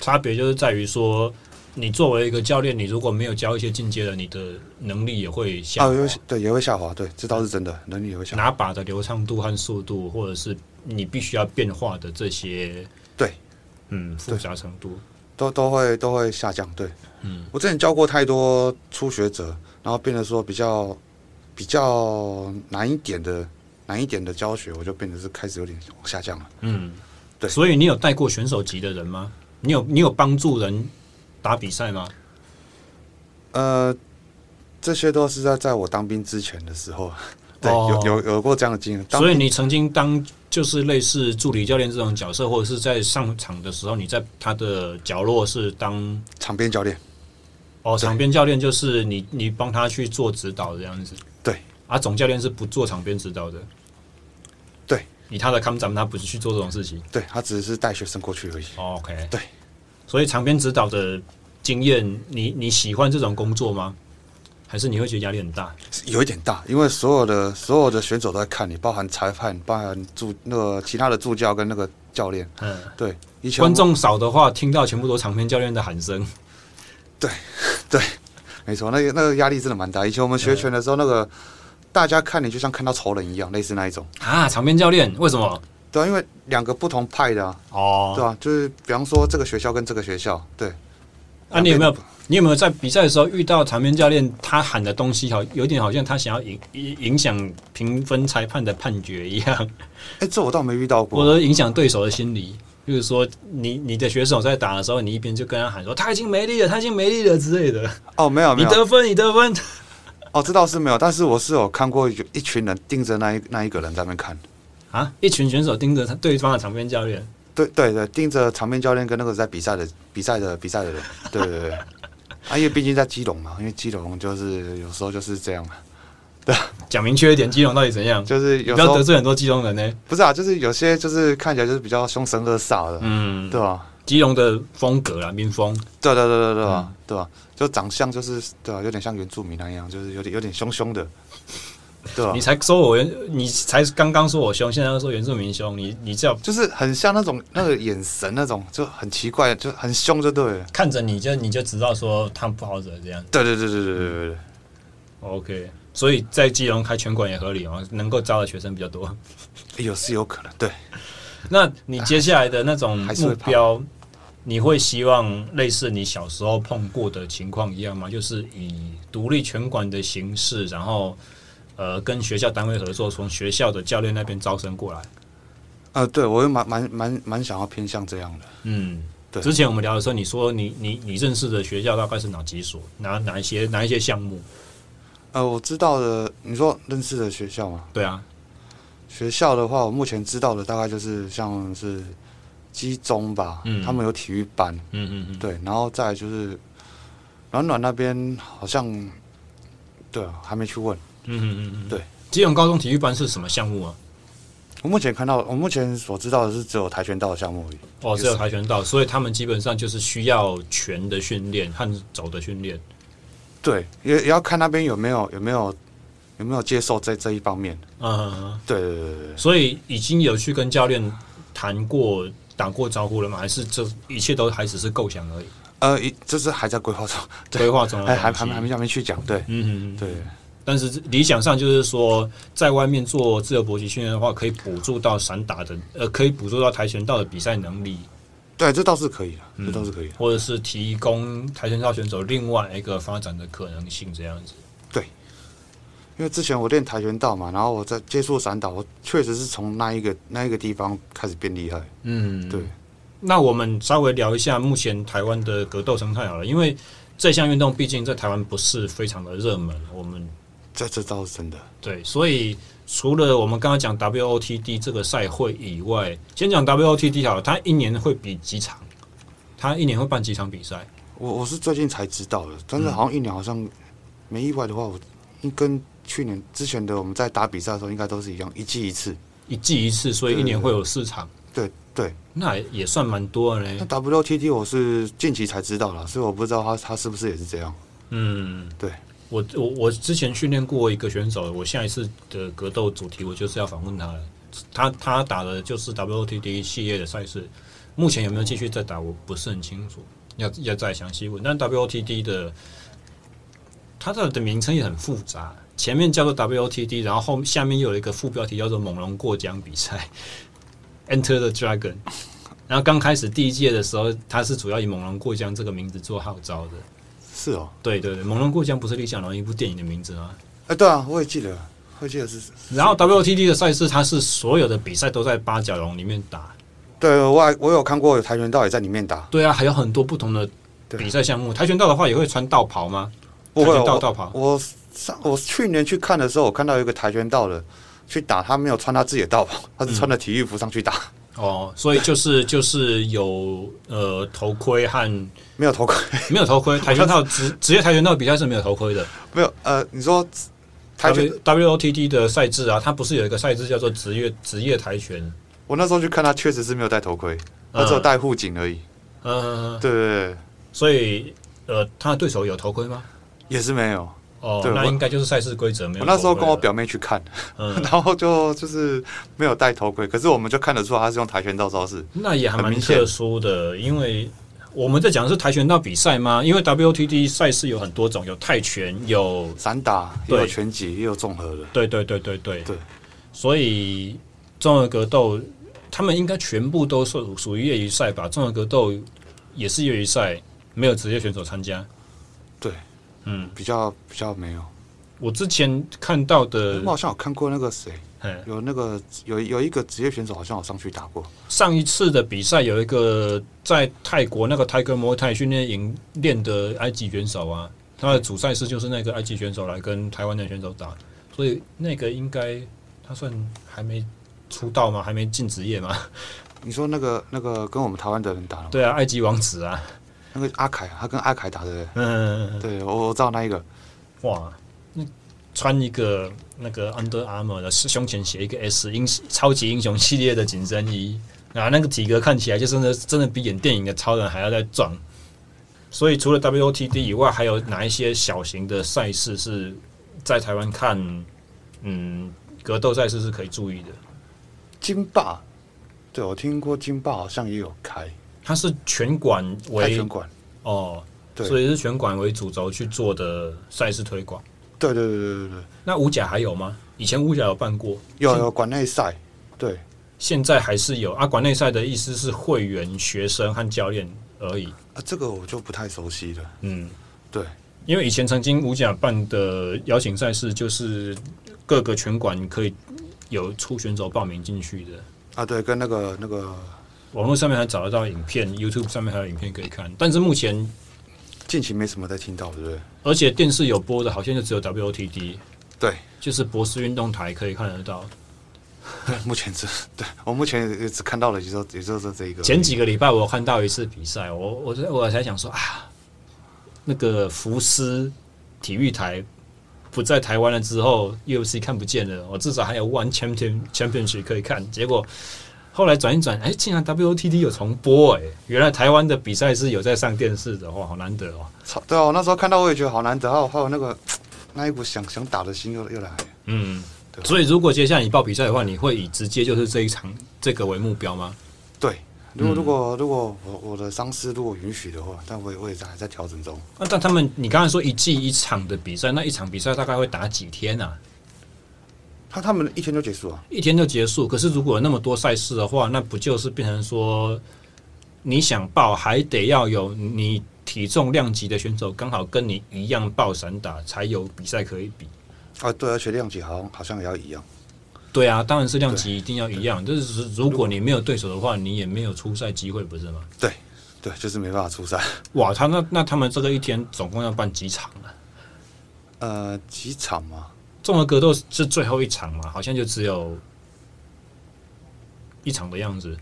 Speaker 1: 差别就是在于说，你作为一个教练，你如果没有教一些进阶的，你的能力也会下
Speaker 2: 啊，
Speaker 1: 滑。
Speaker 2: 也会对也会下滑，对，这倒是真的，能力也会下滑。
Speaker 1: 拿把的流畅度和速度，或者是你必须要变化的这些，
Speaker 2: 对，
Speaker 1: 嗯，复杂程度。
Speaker 2: 都都会都会下降。对，嗯，我之前教过太多初学者，然后变得说比较比较难一点的难一点的教学，我就变得是开始有点往下降了。
Speaker 1: 嗯，
Speaker 2: 对
Speaker 1: 所以你有带过选手级的人吗？你有你有帮助人打比赛吗？
Speaker 2: 呃，这些都是在在我当兵之前的时候，对，
Speaker 1: 哦
Speaker 2: 有有有过这样的经验。当
Speaker 1: 所以你曾经当就是类似助理教练这种角色，或者是在上场的时候，你在他的角落是当
Speaker 2: 场边教练，
Speaker 1: 哦
Speaker 2: 对
Speaker 1: 场边教练，就是你你帮他去做指导这样子。
Speaker 2: 对，
Speaker 1: 啊，总教练是不做场边指导的。
Speaker 2: 对，
Speaker 1: 以他的康长，他不是去做这种事情。
Speaker 2: 对他只是带学生过去而已。
Speaker 1: 哦 OK，
Speaker 2: 对，
Speaker 1: 所以场边指导的经验，你你喜欢这种工作吗？还是你会觉得压力很大？
Speaker 2: 有一点大，因为所有的所有的选手都在看你，包含裁判、包含助那个其他的助教跟那个教练。
Speaker 1: 嗯，
Speaker 2: 对，以前我
Speaker 1: 观众少的话，听到全部都是长篇教练的喊声。
Speaker 2: 没错，那个那个压力真的蛮大。以前我
Speaker 1: 嗯
Speaker 2: 们学拳的时候，那个大家看你就像看到仇人一样，类似那一种。
Speaker 1: 啊，场边教练为什么？
Speaker 2: 对啊、因为两个不同派的、啊，对
Speaker 1: 哦，
Speaker 2: 啊，就是比方说这个学校跟这个学校，对，
Speaker 1: 啊，你有没有你有没有在比赛的时候遇到场边教练他喊的东西好有点好像他想要影影影响评分裁判的判决一样，
Speaker 2: 哎、这我倒没遇到
Speaker 1: 或
Speaker 2: 过。
Speaker 1: 者影响对手的心理？就是说你你的选手在打的时候，你一边就跟他喊说他已经没力了，他已经没力了之类的，
Speaker 2: 哦，没 有
Speaker 1: 你
Speaker 2: 没有，
Speaker 1: 得分你得分，
Speaker 2: 哦，这倒是没有，但是我是有看过有一群人盯着那一那一个人在那边看，
Speaker 1: 啊！一群选手盯着他对方的场边教练，
Speaker 2: 对对对，盯着场边教练跟那个在比赛的比赛的比赛的人，对对 对，啊，因为毕竟在基隆嘛，因为基隆就是有时候就是这样嘛，
Speaker 1: 讲明确一点，基隆到底怎样？
Speaker 2: 就是有
Speaker 1: 不
Speaker 2: 时
Speaker 1: 要
Speaker 2: 候
Speaker 1: 得罪很多基隆人呢。
Speaker 2: 不是啊，就是有些就是看起来就是比较凶神恶煞的，
Speaker 1: 嗯，
Speaker 2: 对吧？
Speaker 1: 基隆的风格啦，民风。
Speaker 2: 对啊对对对对吧？对吧？就长相就是对啊吧，有点像原住民那样，就是有点有点凶凶的，对吧
Speaker 1: 你？才说我原，你才刚刚说我凶，现在又说原住民凶，你你这样
Speaker 2: 就是很像那种那个眼神那种，就很奇怪，就很凶就对了。
Speaker 1: 看着你就你就知道说他不好惹这样。
Speaker 2: 对对对对对对对对。
Speaker 1: OK，所以在基隆开拳馆也合理哦，能够招的学生比较多。
Speaker 2: 哎有是有可能，对，
Speaker 1: 那你接下来的那种
Speaker 2: 还是
Speaker 1: 目
Speaker 2: 会怕
Speaker 1: 标，你会希望类似你小时候碰过的情况一样吗？就是以独立拳馆的形式，然后呃跟学校单位合作，从学校的教练那边招生过来。
Speaker 2: 呃，对我也蛮蛮蛮蛮想要偏向这样的。
Speaker 1: 嗯，
Speaker 2: 对
Speaker 1: 之前我们聊的时候，你说你你你认识的学校大概是哪几所，哪哪一些哪一些项目？
Speaker 2: 呃，我知道的，你说认识的学校嘛？
Speaker 1: 对啊，
Speaker 2: 学校的话，我目前知道的大概就是像是基中吧，
Speaker 1: 嗯
Speaker 2: 他们有体育班，
Speaker 1: 嗯嗯嗯，
Speaker 2: 对，然后再来就是暖暖那边好像，对啊，还没去问。
Speaker 1: 嗯嗯嗯嗯，
Speaker 2: 对。
Speaker 1: 基隆高中体育班是什么项目啊？
Speaker 2: 我目前看到，我目前所知道的是只有跆拳道的项目而已。
Speaker 1: 哦，
Speaker 2: 也
Speaker 1: 只
Speaker 2: 是
Speaker 1: 有跆拳道，所以他们基本上就是需要拳的训练和肘的训练。
Speaker 2: 对，也也要看那边有没有有没有有没有接受这这一方面。
Speaker 1: 嗯嗯，嗯
Speaker 2: 对对对对对。
Speaker 1: 所以已经有去跟教练谈过、打过招呼了吗？还是这一切都还只是构想而已，
Speaker 2: 呃，一就是还在规划中，对
Speaker 1: 规划中的
Speaker 2: 还还
Speaker 1: 东
Speaker 2: 还
Speaker 1: 西
Speaker 2: 没还没去讲，对
Speaker 1: 哦嗯嗯嗯，
Speaker 2: 对。
Speaker 1: 但是理想上就是说，在外面做自由搏击训练的话，可以补助到散打的，呃，可以补助到跆拳道的比赛能力，
Speaker 2: 对，这倒是可以的，这倒是可以的。
Speaker 1: 或者是提供跆拳道选手另外一个发展的可能性，这样子。
Speaker 2: 因为之前我练跆拳道嘛，然后我在接触散打，我确实是从那一个那一个地方开始变厉害。
Speaker 1: 嗯
Speaker 2: 对，
Speaker 1: 那我们稍微聊一下目前台湾的格斗生态好了，因为这项运动毕竟在台湾不是非常的热门，我们
Speaker 2: 这这倒是真的。
Speaker 1: 对，所以除了我们刚刚讲 WOTD 这个赛会以外，先讲 WOTD 好了，它一年会比几场？它一年会办几场比赛？
Speaker 2: 我我是最近才知道的，但是好像一年好像没意外的话，我应跟去年之前的我们在打比赛的时候应该都是一样，一季一次。
Speaker 1: 一季一次，所以一年会有四场，
Speaker 2: 对对，
Speaker 1: 那也算蛮多的
Speaker 2: 嗯那
Speaker 1: 嘞。
Speaker 2: WTT 我是近期才知道了，所以我不知道他他是不是也是这样。
Speaker 1: 嗯，
Speaker 2: 对，
Speaker 1: 我我我之前训练过一个选手，我下一次的格斗主题我就是要访问他了。他他打的就是 WOTD 系列的赛事，目前有没有继续在打，我不是很清楚，要要再详细问。但 WOTD 的它的的名称也很复杂，前面叫做 WOTD，然后后下面又有一个副标题叫做“猛龙过江比赛 ”（Enter the Dragon）。然后刚开始第一届的时候，它是主要以“猛龙过江”这个名字做号召的。
Speaker 2: 是哦，
Speaker 1: 对对对，《猛龙过江》不是李小龙一部电影的名字吗？
Speaker 2: 哎、对啊，我也记得，我也记得是。
Speaker 1: 然后 WTD 的赛事，它是所有的比赛都在八角笼里面打。
Speaker 2: 对，我还我有看过有跆拳道也在里面打，
Speaker 1: 对啊，还有很多不同的
Speaker 2: 对
Speaker 1: 比赛项目。跆拳道的话，也会穿道袍吗？跆
Speaker 2: 不会
Speaker 1: 拳道
Speaker 2: 我
Speaker 1: 道袍
Speaker 2: 我上我去年去看的时候，我看到有一个跆拳道的去打，他没有穿他自己的道袍，他是穿着体育服上去打，
Speaker 1: 哦，所以就是 就是有呃头盔和
Speaker 2: 没有头盔，
Speaker 1: 没有头盔。跆拳道 职职业跆拳道比赛是没有头盔的。
Speaker 2: 没有呃，你说跆拳
Speaker 1: W WOTD 的赛制啊，它不是有一个赛制叫做职业职业跆拳？
Speaker 2: 我那时候去看他确实是没有戴头盔，他只有戴护颈而已。
Speaker 1: 嗯嗯、呃，
Speaker 2: 对对对，
Speaker 1: 所以呃，他的对手有头盔吗？
Speaker 2: 也是没有。
Speaker 1: 哦
Speaker 2: 对，
Speaker 1: 那
Speaker 2: 我
Speaker 1: 应该就是赛事规则没有所谓
Speaker 2: 我
Speaker 1: 了。
Speaker 2: 那时候跟我表妹去看，
Speaker 1: 嗯，
Speaker 2: 然后就就是没有戴头盔，可是我们就看得出来他是用跆拳道招式。
Speaker 1: 那也还
Speaker 2: 很
Speaker 1: 蛮
Speaker 2: 明显
Speaker 1: 特殊的，因为我们在讲的是跆拳道比赛吗？因为 WTD 赛事有很多种，有泰拳，有
Speaker 2: 散打也有
Speaker 1: 对
Speaker 2: 拳击，也有综合的。
Speaker 1: 对对对对对
Speaker 2: 对，
Speaker 1: 所以综合格斗他们应该全部都属属于业余赛吧？综合格斗也是业余赛，没有职业选手参加。
Speaker 2: 对，
Speaker 1: 嗯，
Speaker 2: 比较比较没有。
Speaker 1: 我之前看到的
Speaker 2: 我，好像有看过那个谁，
Speaker 1: 嗯，
Speaker 2: 有那个有有一个职业选手好像有上去打过。
Speaker 1: 上一次的比赛有一个在泰国那个泰戈摩泰训练营练的埃及选手啊，他的主赛事就是那个埃及选手来跟台湾的选手打，所以那个应该他算还没出道吗？还没进职业吗？
Speaker 2: 你说那个那个跟我们台湾的人打了吗？
Speaker 1: 对啊，埃及王子啊，
Speaker 2: 那个阿凯啊，他跟阿凯打的。
Speaker 1: 嗯，
Speaker 2: 对，我我知道那一个，
Speaker 1: 哇，那穿一个那个 Under Armour 的胸前写一个 S 英超级英雄系列的紧身衣啊，那个体格看起来就真的真的比演电影的超人还要再壮。所以除了 WOTD 以外，还有哪一些小型的赛事是在台湾看？嗯，格斗赛事是可以注意的。
Speaker 2: 金霸。对，我听过金霸好像也有开
Speaker 1: 它是拳馆
Speaker 2: 泰
Speaker 1: 为
Speaker 2: 拳馆。
Speaker 1: 哦，
Speaker 2: 对
Speaker 1: 所以是拳馆为主轴去做的赛事推广。
Speaker 2: 对对对对对对，
Speaker 1: 那五甲还有吗？以前五甲有办过，
Speaker 2: 有有馆内赛。对，
Speaker 1: 现在还是有啊。馆内赛的意思是会员、学生和教练而已。
Speaker 2: 啊，这个我就不太熟悉了。
Speaker 1: 嗯，
Speaker 2: 对，
Speaker 1: 因为以前曾经五甲办的邀请赛事，就是各个拳馆可以有出选手报名进去的。
Speaker 2: 啊，对，跟那个那个
Speaker 1: 网络上面还找得到影片，YouTube 上面还有影片可以看。但是目前，
Speaker 2: 近期没什么在听到，对不对？
Speaker 1: 而且电视有播的，好像就只有 WOTD，
Speaker 2: 对，
Speaker 1: 就是博士运动台可以看得到。
Speaker 2: 对，目前只 对我目前也只看到了，也就也就是这一个。
Speaker 1: 前几个礼拜我有看到一次比赛，我我在我才想说啊，那个福斯体育台不在台湾了之后，UFC 看不见了，我至少还有 One Champion Championship 可以看。结果后来转一转，哎、竟然 WOTD 有重播、哎，原来台湾的比赛是有在上电视的，哇，好难得哦。
Speaker 2: 操，对啊，我那时候看到我也觉得好难得，还有啊还有那个那一股想想打的心又又来了。
Speaker 1: 嗯，
Speaker 2: 对
Speaker 1: 所以如果接下来你报比赛的话，你会以直接就是这一场这个为目标吗？
Speaker 2: 对，如果、如果如果我我的伤势如果允许的话，但我也我也在还在调整中。
Speaker 1: 啊那、但他们，你刚才说一季一场的比赛，那一场比赛大概会打几天啊？
Speaker 2: 他他们一天就结束啊？
Speaker 1: 一天就结束。可是如果有那么多赛事的话，那不就是变成说，你想报还得要有你体重量级的选手刚好跟你一样报散打，才有比赛可以比。
Speaker 2: 啊，对，而且量级好像好像也要一样。
Speaker 1: 对啊，当然是量级一定要一样。但是如果你没有对手的话，你也没有出赛机会，不是吗？
Speaker 2: 对，对，就是没办法出赛。
Speaker 1: 哇，他那那他们这个一天总共要办几场啊？
Speaker 2: 呃，几场嘛？
Speaker 1: 综合格斗是最后一场嘛？好像就只有一场的样子。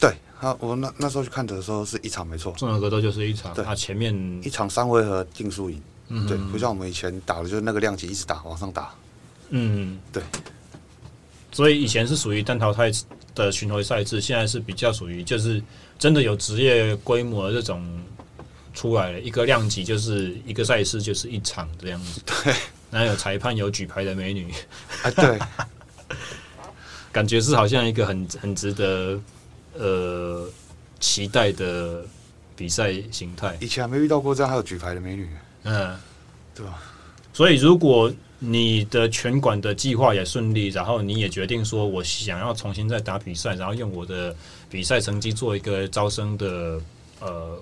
Speaker 2: 对，啊，我那那时候去看的时候是一场没错，
Speaker 1: 综合格斗就是一场，
Speaker 2: 对
Speaker 1: 啊，前面
Speaker 2: 一场三回合定输赢。对，不像我们以前打的就是那个量级一直打往上 打。
Speaker 1: 嗯，
Speaker 2: 对。
Speaker 1: 所以以前是属于单淘汰的巡回赛制，现在是比较属于就是真的有职业规模的这种出来了，一个量级就是一个赛事就是一场这样子。对。然后有裁判，有举牌的美女，
Speaker 2: 啊，对，
Speaker 1: 感觉是好像一个很很值得呃期待的比赛形态。
Speaker 2: 以前还没遇到过这样还有举牌的美女。
Speaker 1: 嗯，
Speaker 2: 对吧？
Speaker 1: 所以如果你的拳馆的计划也顺利，然后你也决定说我想要重新再打比赛，然后用我的比赛成绩做一个招生的呃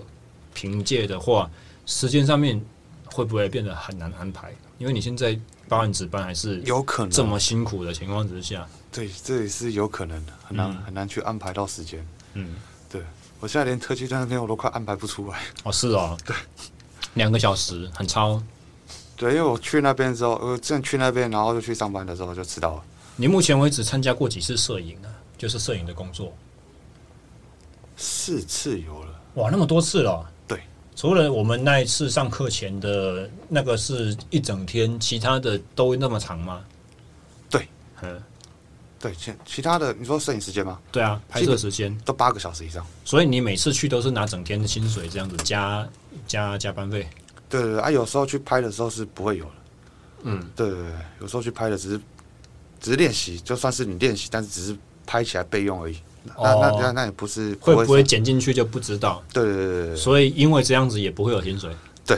Speaker 1: 凭借的话，时间上面会不会变得很难安排？因为你现在包含值班还是
Speaker 2: 有可能
Speaker 1: 这么辛苦的情况之下，
Speaker 2: 对，这也是有可能的，很难、很难去安排到时间。
Speaker 1: 嗯，
Speaker 2: 对我现在连特区在那边我都快安排不出来。
Speaker 1: 哦是哦，对，两个小时很超。
Speaker 2: 对，因为我去那边之后，我正去那边，然后就去上班的时候就迟到了。
Speaker 1: 你目前为止参加过几次摄影啊？就是摄影的工作，
Speaker 2: 四次有了，
Speaker 1: 哇，那么多次了哦、
Speaker 2: 对，
Speaker 1: 除了我们那一次上课前的那个是一整天，其他的都那么长吗？
Speaker 2: 对，
Speaker 1: 嗯，
Speaker 2: 对，其其他的你说摄影时间吗？
Speaker 1: 对啊，拍摄时间，
Speaker 2: 都八个小时以上。
Speaker 1: 所以你每次去都是拿整天的薪水这样子加加加班费，
Speaker 2: 对对对啊，有时候去拍的时候是不会有的。
Speaker 1: 嗯，
Speaker 2: 对对对，有时候去拍的只是只是练习，就算是你练习，但是只是拍起来备用而已。那、那
Speaker 1: 哦
Speaker 2: 那那也不是
Speaker 1: 会不会
Speaker 2: 是
Speaker 1: 剪进去就不知道，
Speaker 2: 对对对对对
Speaker 1: 所以因为这样子也不会有薪水。
Speaker 2: 对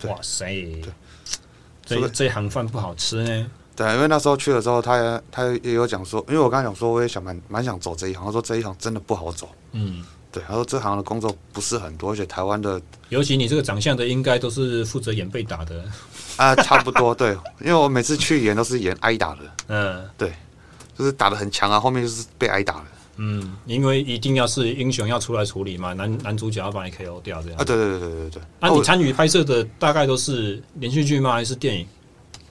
Speaker 2: 对
Speaker 1: 哇塞，
Speaker 2: 除
Speaker 1: 这
Speaker 2: 了
Speaker 1: 这行饭不好吃呢。
Speaker 2: 对，因为那时候去的时候，他也他也有讲说，因为我刚才讲说，我也想蛮蛮想走这一行，他说这一行真的不好走。
Speaker 1: 嗯，
Speaker 2: 对，他说这行的工作不是很多，而且台湾的
Speaker 1: 尤其你这个长相的，应该都是负责演被打的。
Speaker 2: 啊、差不多对，因为我每次去演都是演挨打的，
Speaker 1: 嗯
Speaker 2: 就是打的很强啊，后面就是被挨打了
Speaker 1: 嗯，因为一定要是英雄要出来处理嘛，男男主角要把你 KO 掉这样
Speaker 2: 啊。。对对对对对对，
Speaker 1: 那、
Speaker 2: 啊
Speaker 1: 你
Speaker 2: 我
Speaker 1: 参与拍摄的大概都是连续剧吗？还是电影？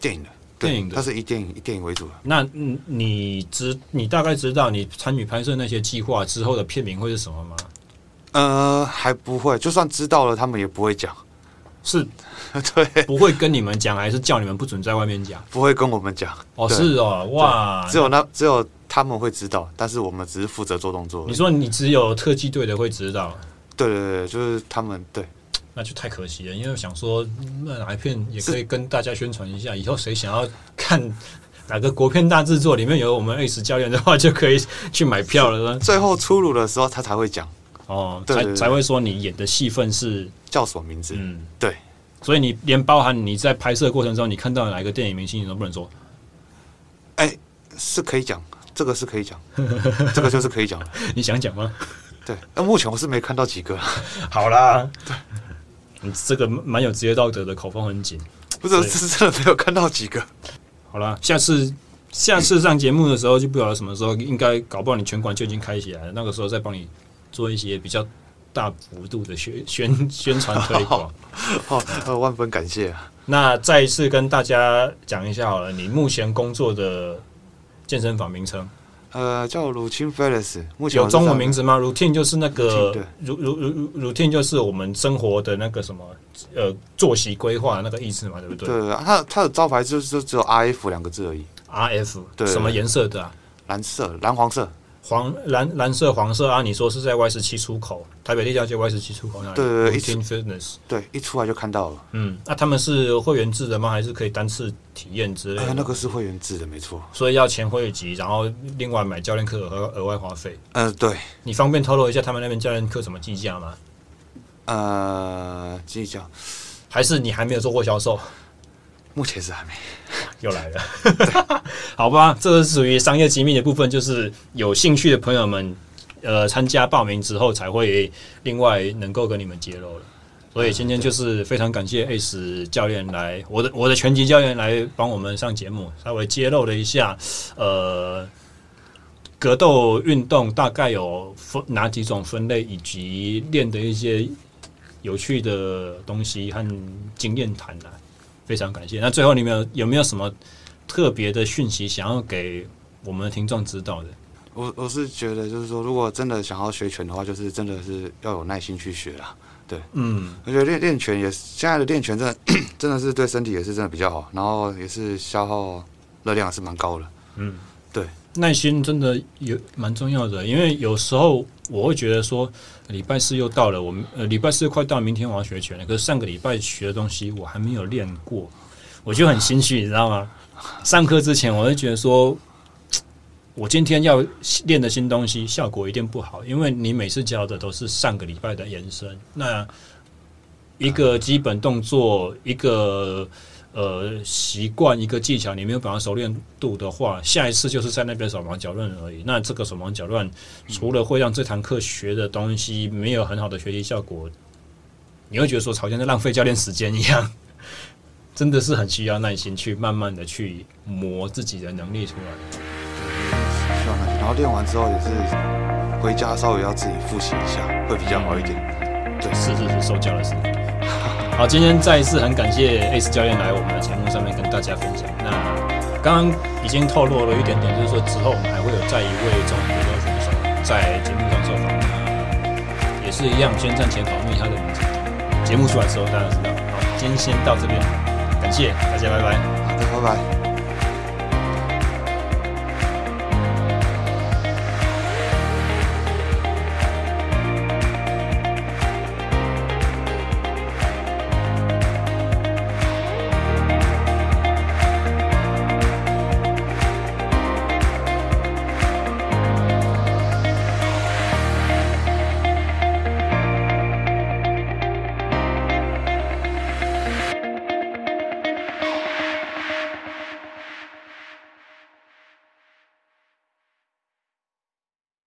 Speaker 2: 电影的
Speaker 1: 电影的
Speaker 2: 它是以电影以电影为主的。
Speaker 1: 那嗯你知你大概知道你参与拍摄那些计划之后的片名会是什么吗？
Speaker 2: 呃，还不会，就算知道了，他们也不会讲，
Speaker 1: 是
Speaker 2: 对，
Speaker 1: 不会跟你们讲，还是叫你们不准在外面讲？
Speaker 2: 不会跟我们讲。
Speaker 1: 哦，
Speaker 2: 对
Speaker 1: 是哦，哇
Speaker 2: 只！有那只有他们会知道，但是我们只是负责做动作而
Speaker 1: 你
Speaker 2: 已。
Speaker 1: 说你只有特技队的会知道，
Speaker 2: 对对对，就是他们对，
Speaker 1: 那就太可惜了。因为我想说，嗯那哪一片也可以跟大家宣传一下，以后谁想要看哪个国片大制作里面有我们 Ace 教练的话，就可以去买票了。
Speaker 2: 最后出炉的时候他才会讲
Speaker 1: 哦，
Speaker 2: 对
Speaker 1: 才
Speaker 2: 对对
Speaker 1: 才会说你演的戏份是
Speaker 2: 叫什么名字。
Speaker 1: 嗯，
Speaker 2: 对。
Speaker 1: 所以你连包含你在拍摄过程中，你看到哪一个电影明星，你都不能说。
Speaker 2: 哎、是可以讲，这个是可以讲， 这个就是可以讲的。
Speaker 1: 你想讲吗？
Speaker 2: 对，那目前我是没看到几个，
Speaker 1: 好啦，你这个蛮有职业道德的，口风很紧。
Speaker 2: 不是，是真的没有看到几个。
Speaker 1: 好啦，下次下次上节目的时候，就不晓得什么时候，应该搞不好你拳馆就已经开起来了，那个时候再帮你做一些比较大幅度的 宣宣宣传推广。
Speaker 2: 哦，呃，万分感谢啊！
Speaker 1: 那再一次跟大家讲一下好了，你目前工作的健身房名称
Speaker 2: 呃，叫鲁钦菲勒斯，目前
Speaker 1: 有
Speaker 2: 我是
Speaker 1: 中文
Speaker 2: 在
Speaker 1: 名字吗？routine 就是那个
Speaker 2: Routine，对
Speaker 1: ru ru ru routine 就是我们生活的那个什么呃作息规划那个意思嘛，对不对
Speaker 2: 对，它它的招牌就是就只有 R F 两个字而已，
Speaker 1: ？RF
Speaker 2: 对
Speaker 1: 什么颜色的啊？
Speaker 2: 蓝色、蓝黄色。
Speaker 1: 黄蓝蓝色黄色啊，你说是在 Y 十七出口，台北地下街 Y 十七出口那里。
Speaker 2: 对对对
Speaker 1: r o u t i n Fitness。
Speaker 2: 对，一出来就看到了。
Speaker 1: 嗯，那、他们是会员制的吗？还是可以单次体验之类
Speaker 2: 哎、
Speaker 1: 的？
Speaker 2: 那个是会员制的，没错。
Speaker 1: 所以要钱会籍，然后另外买教练课和额外花费。
Speaker 2: 嗯、对，
Speaker 1: 你方便透露一下他们那边教练课怎么计价吗？
Speaker 2: 呃，继续讲，
Speaker 1: 还是你还没有做过销售？
Speaker 2: 目前是还没。
Speaker 1: 又来了， 好吧，这是属于商业机密的部分，就是有兴趣的朋友们，呃，参加报名之后才会另外能够跟你们揭露了。所以今天就是非常感谢 S 教练来，我的我的拳击教练来帮我们上节目，稍微揭露了一下，呃，格斗运动大概有分哪几种分类，以及练的一些有趣的东西和经验谈啊。非常感谢。那最后你们有有没有什么特别的讯息想要给我们的听众知道的？
Speaker 2: 我我是觉得，就是说，如果真的想要学拳的话，就是真的是要有耐心去学啦。
Speaker 1: 嗯，
Speaker 2: 我觉得练练拳也是，现在的练拳真的真的是对身体也是真的比较好，然后也是消耗热量也是蛮高的。
Speaker 1: 耐心真的有蛮重要的，因为有时候我会觉得说，礼拜四又到了，我们呃礼拜四快到，明天我要学拳了，可是上个礼拜学的东西我还没有练过，我就很心虚，你知道吗？ 上课之前我会觉得说。我今天要练的新东西，效果一定不好，因为你每次教的都是上个礼拜的延伸。那一个基本动作，一个呃习惯，一个技巧，你没有把它熟练度的话，下一次就是在那边手忙脚乱而已。那这个手忙脚乱，除了会让这堂课学的东西没有很好的学习效果，你会觉得说好像在浪费教练时间一样。 真的是很需要耐心去慢慢的去磨自己的能力出来。
Speaker 2: 希望耐心然后练完之后也是回家稍微要自己复习一下，会比较好一点。
Speaker 1: 是是是，受教了是。好，今天再一次很感谢 Ace 教练来我们的节目上面跟大家分享。那刚刚已经透露了一点点，就是说之后我们还会有再一位中国的选手在节目上受访，那也是一样，先暂且保密他的名字。节目出来之后大家知道。好，今天先到这边，感谢大家，拜拜。
Speaker 2: 好的，拜拜。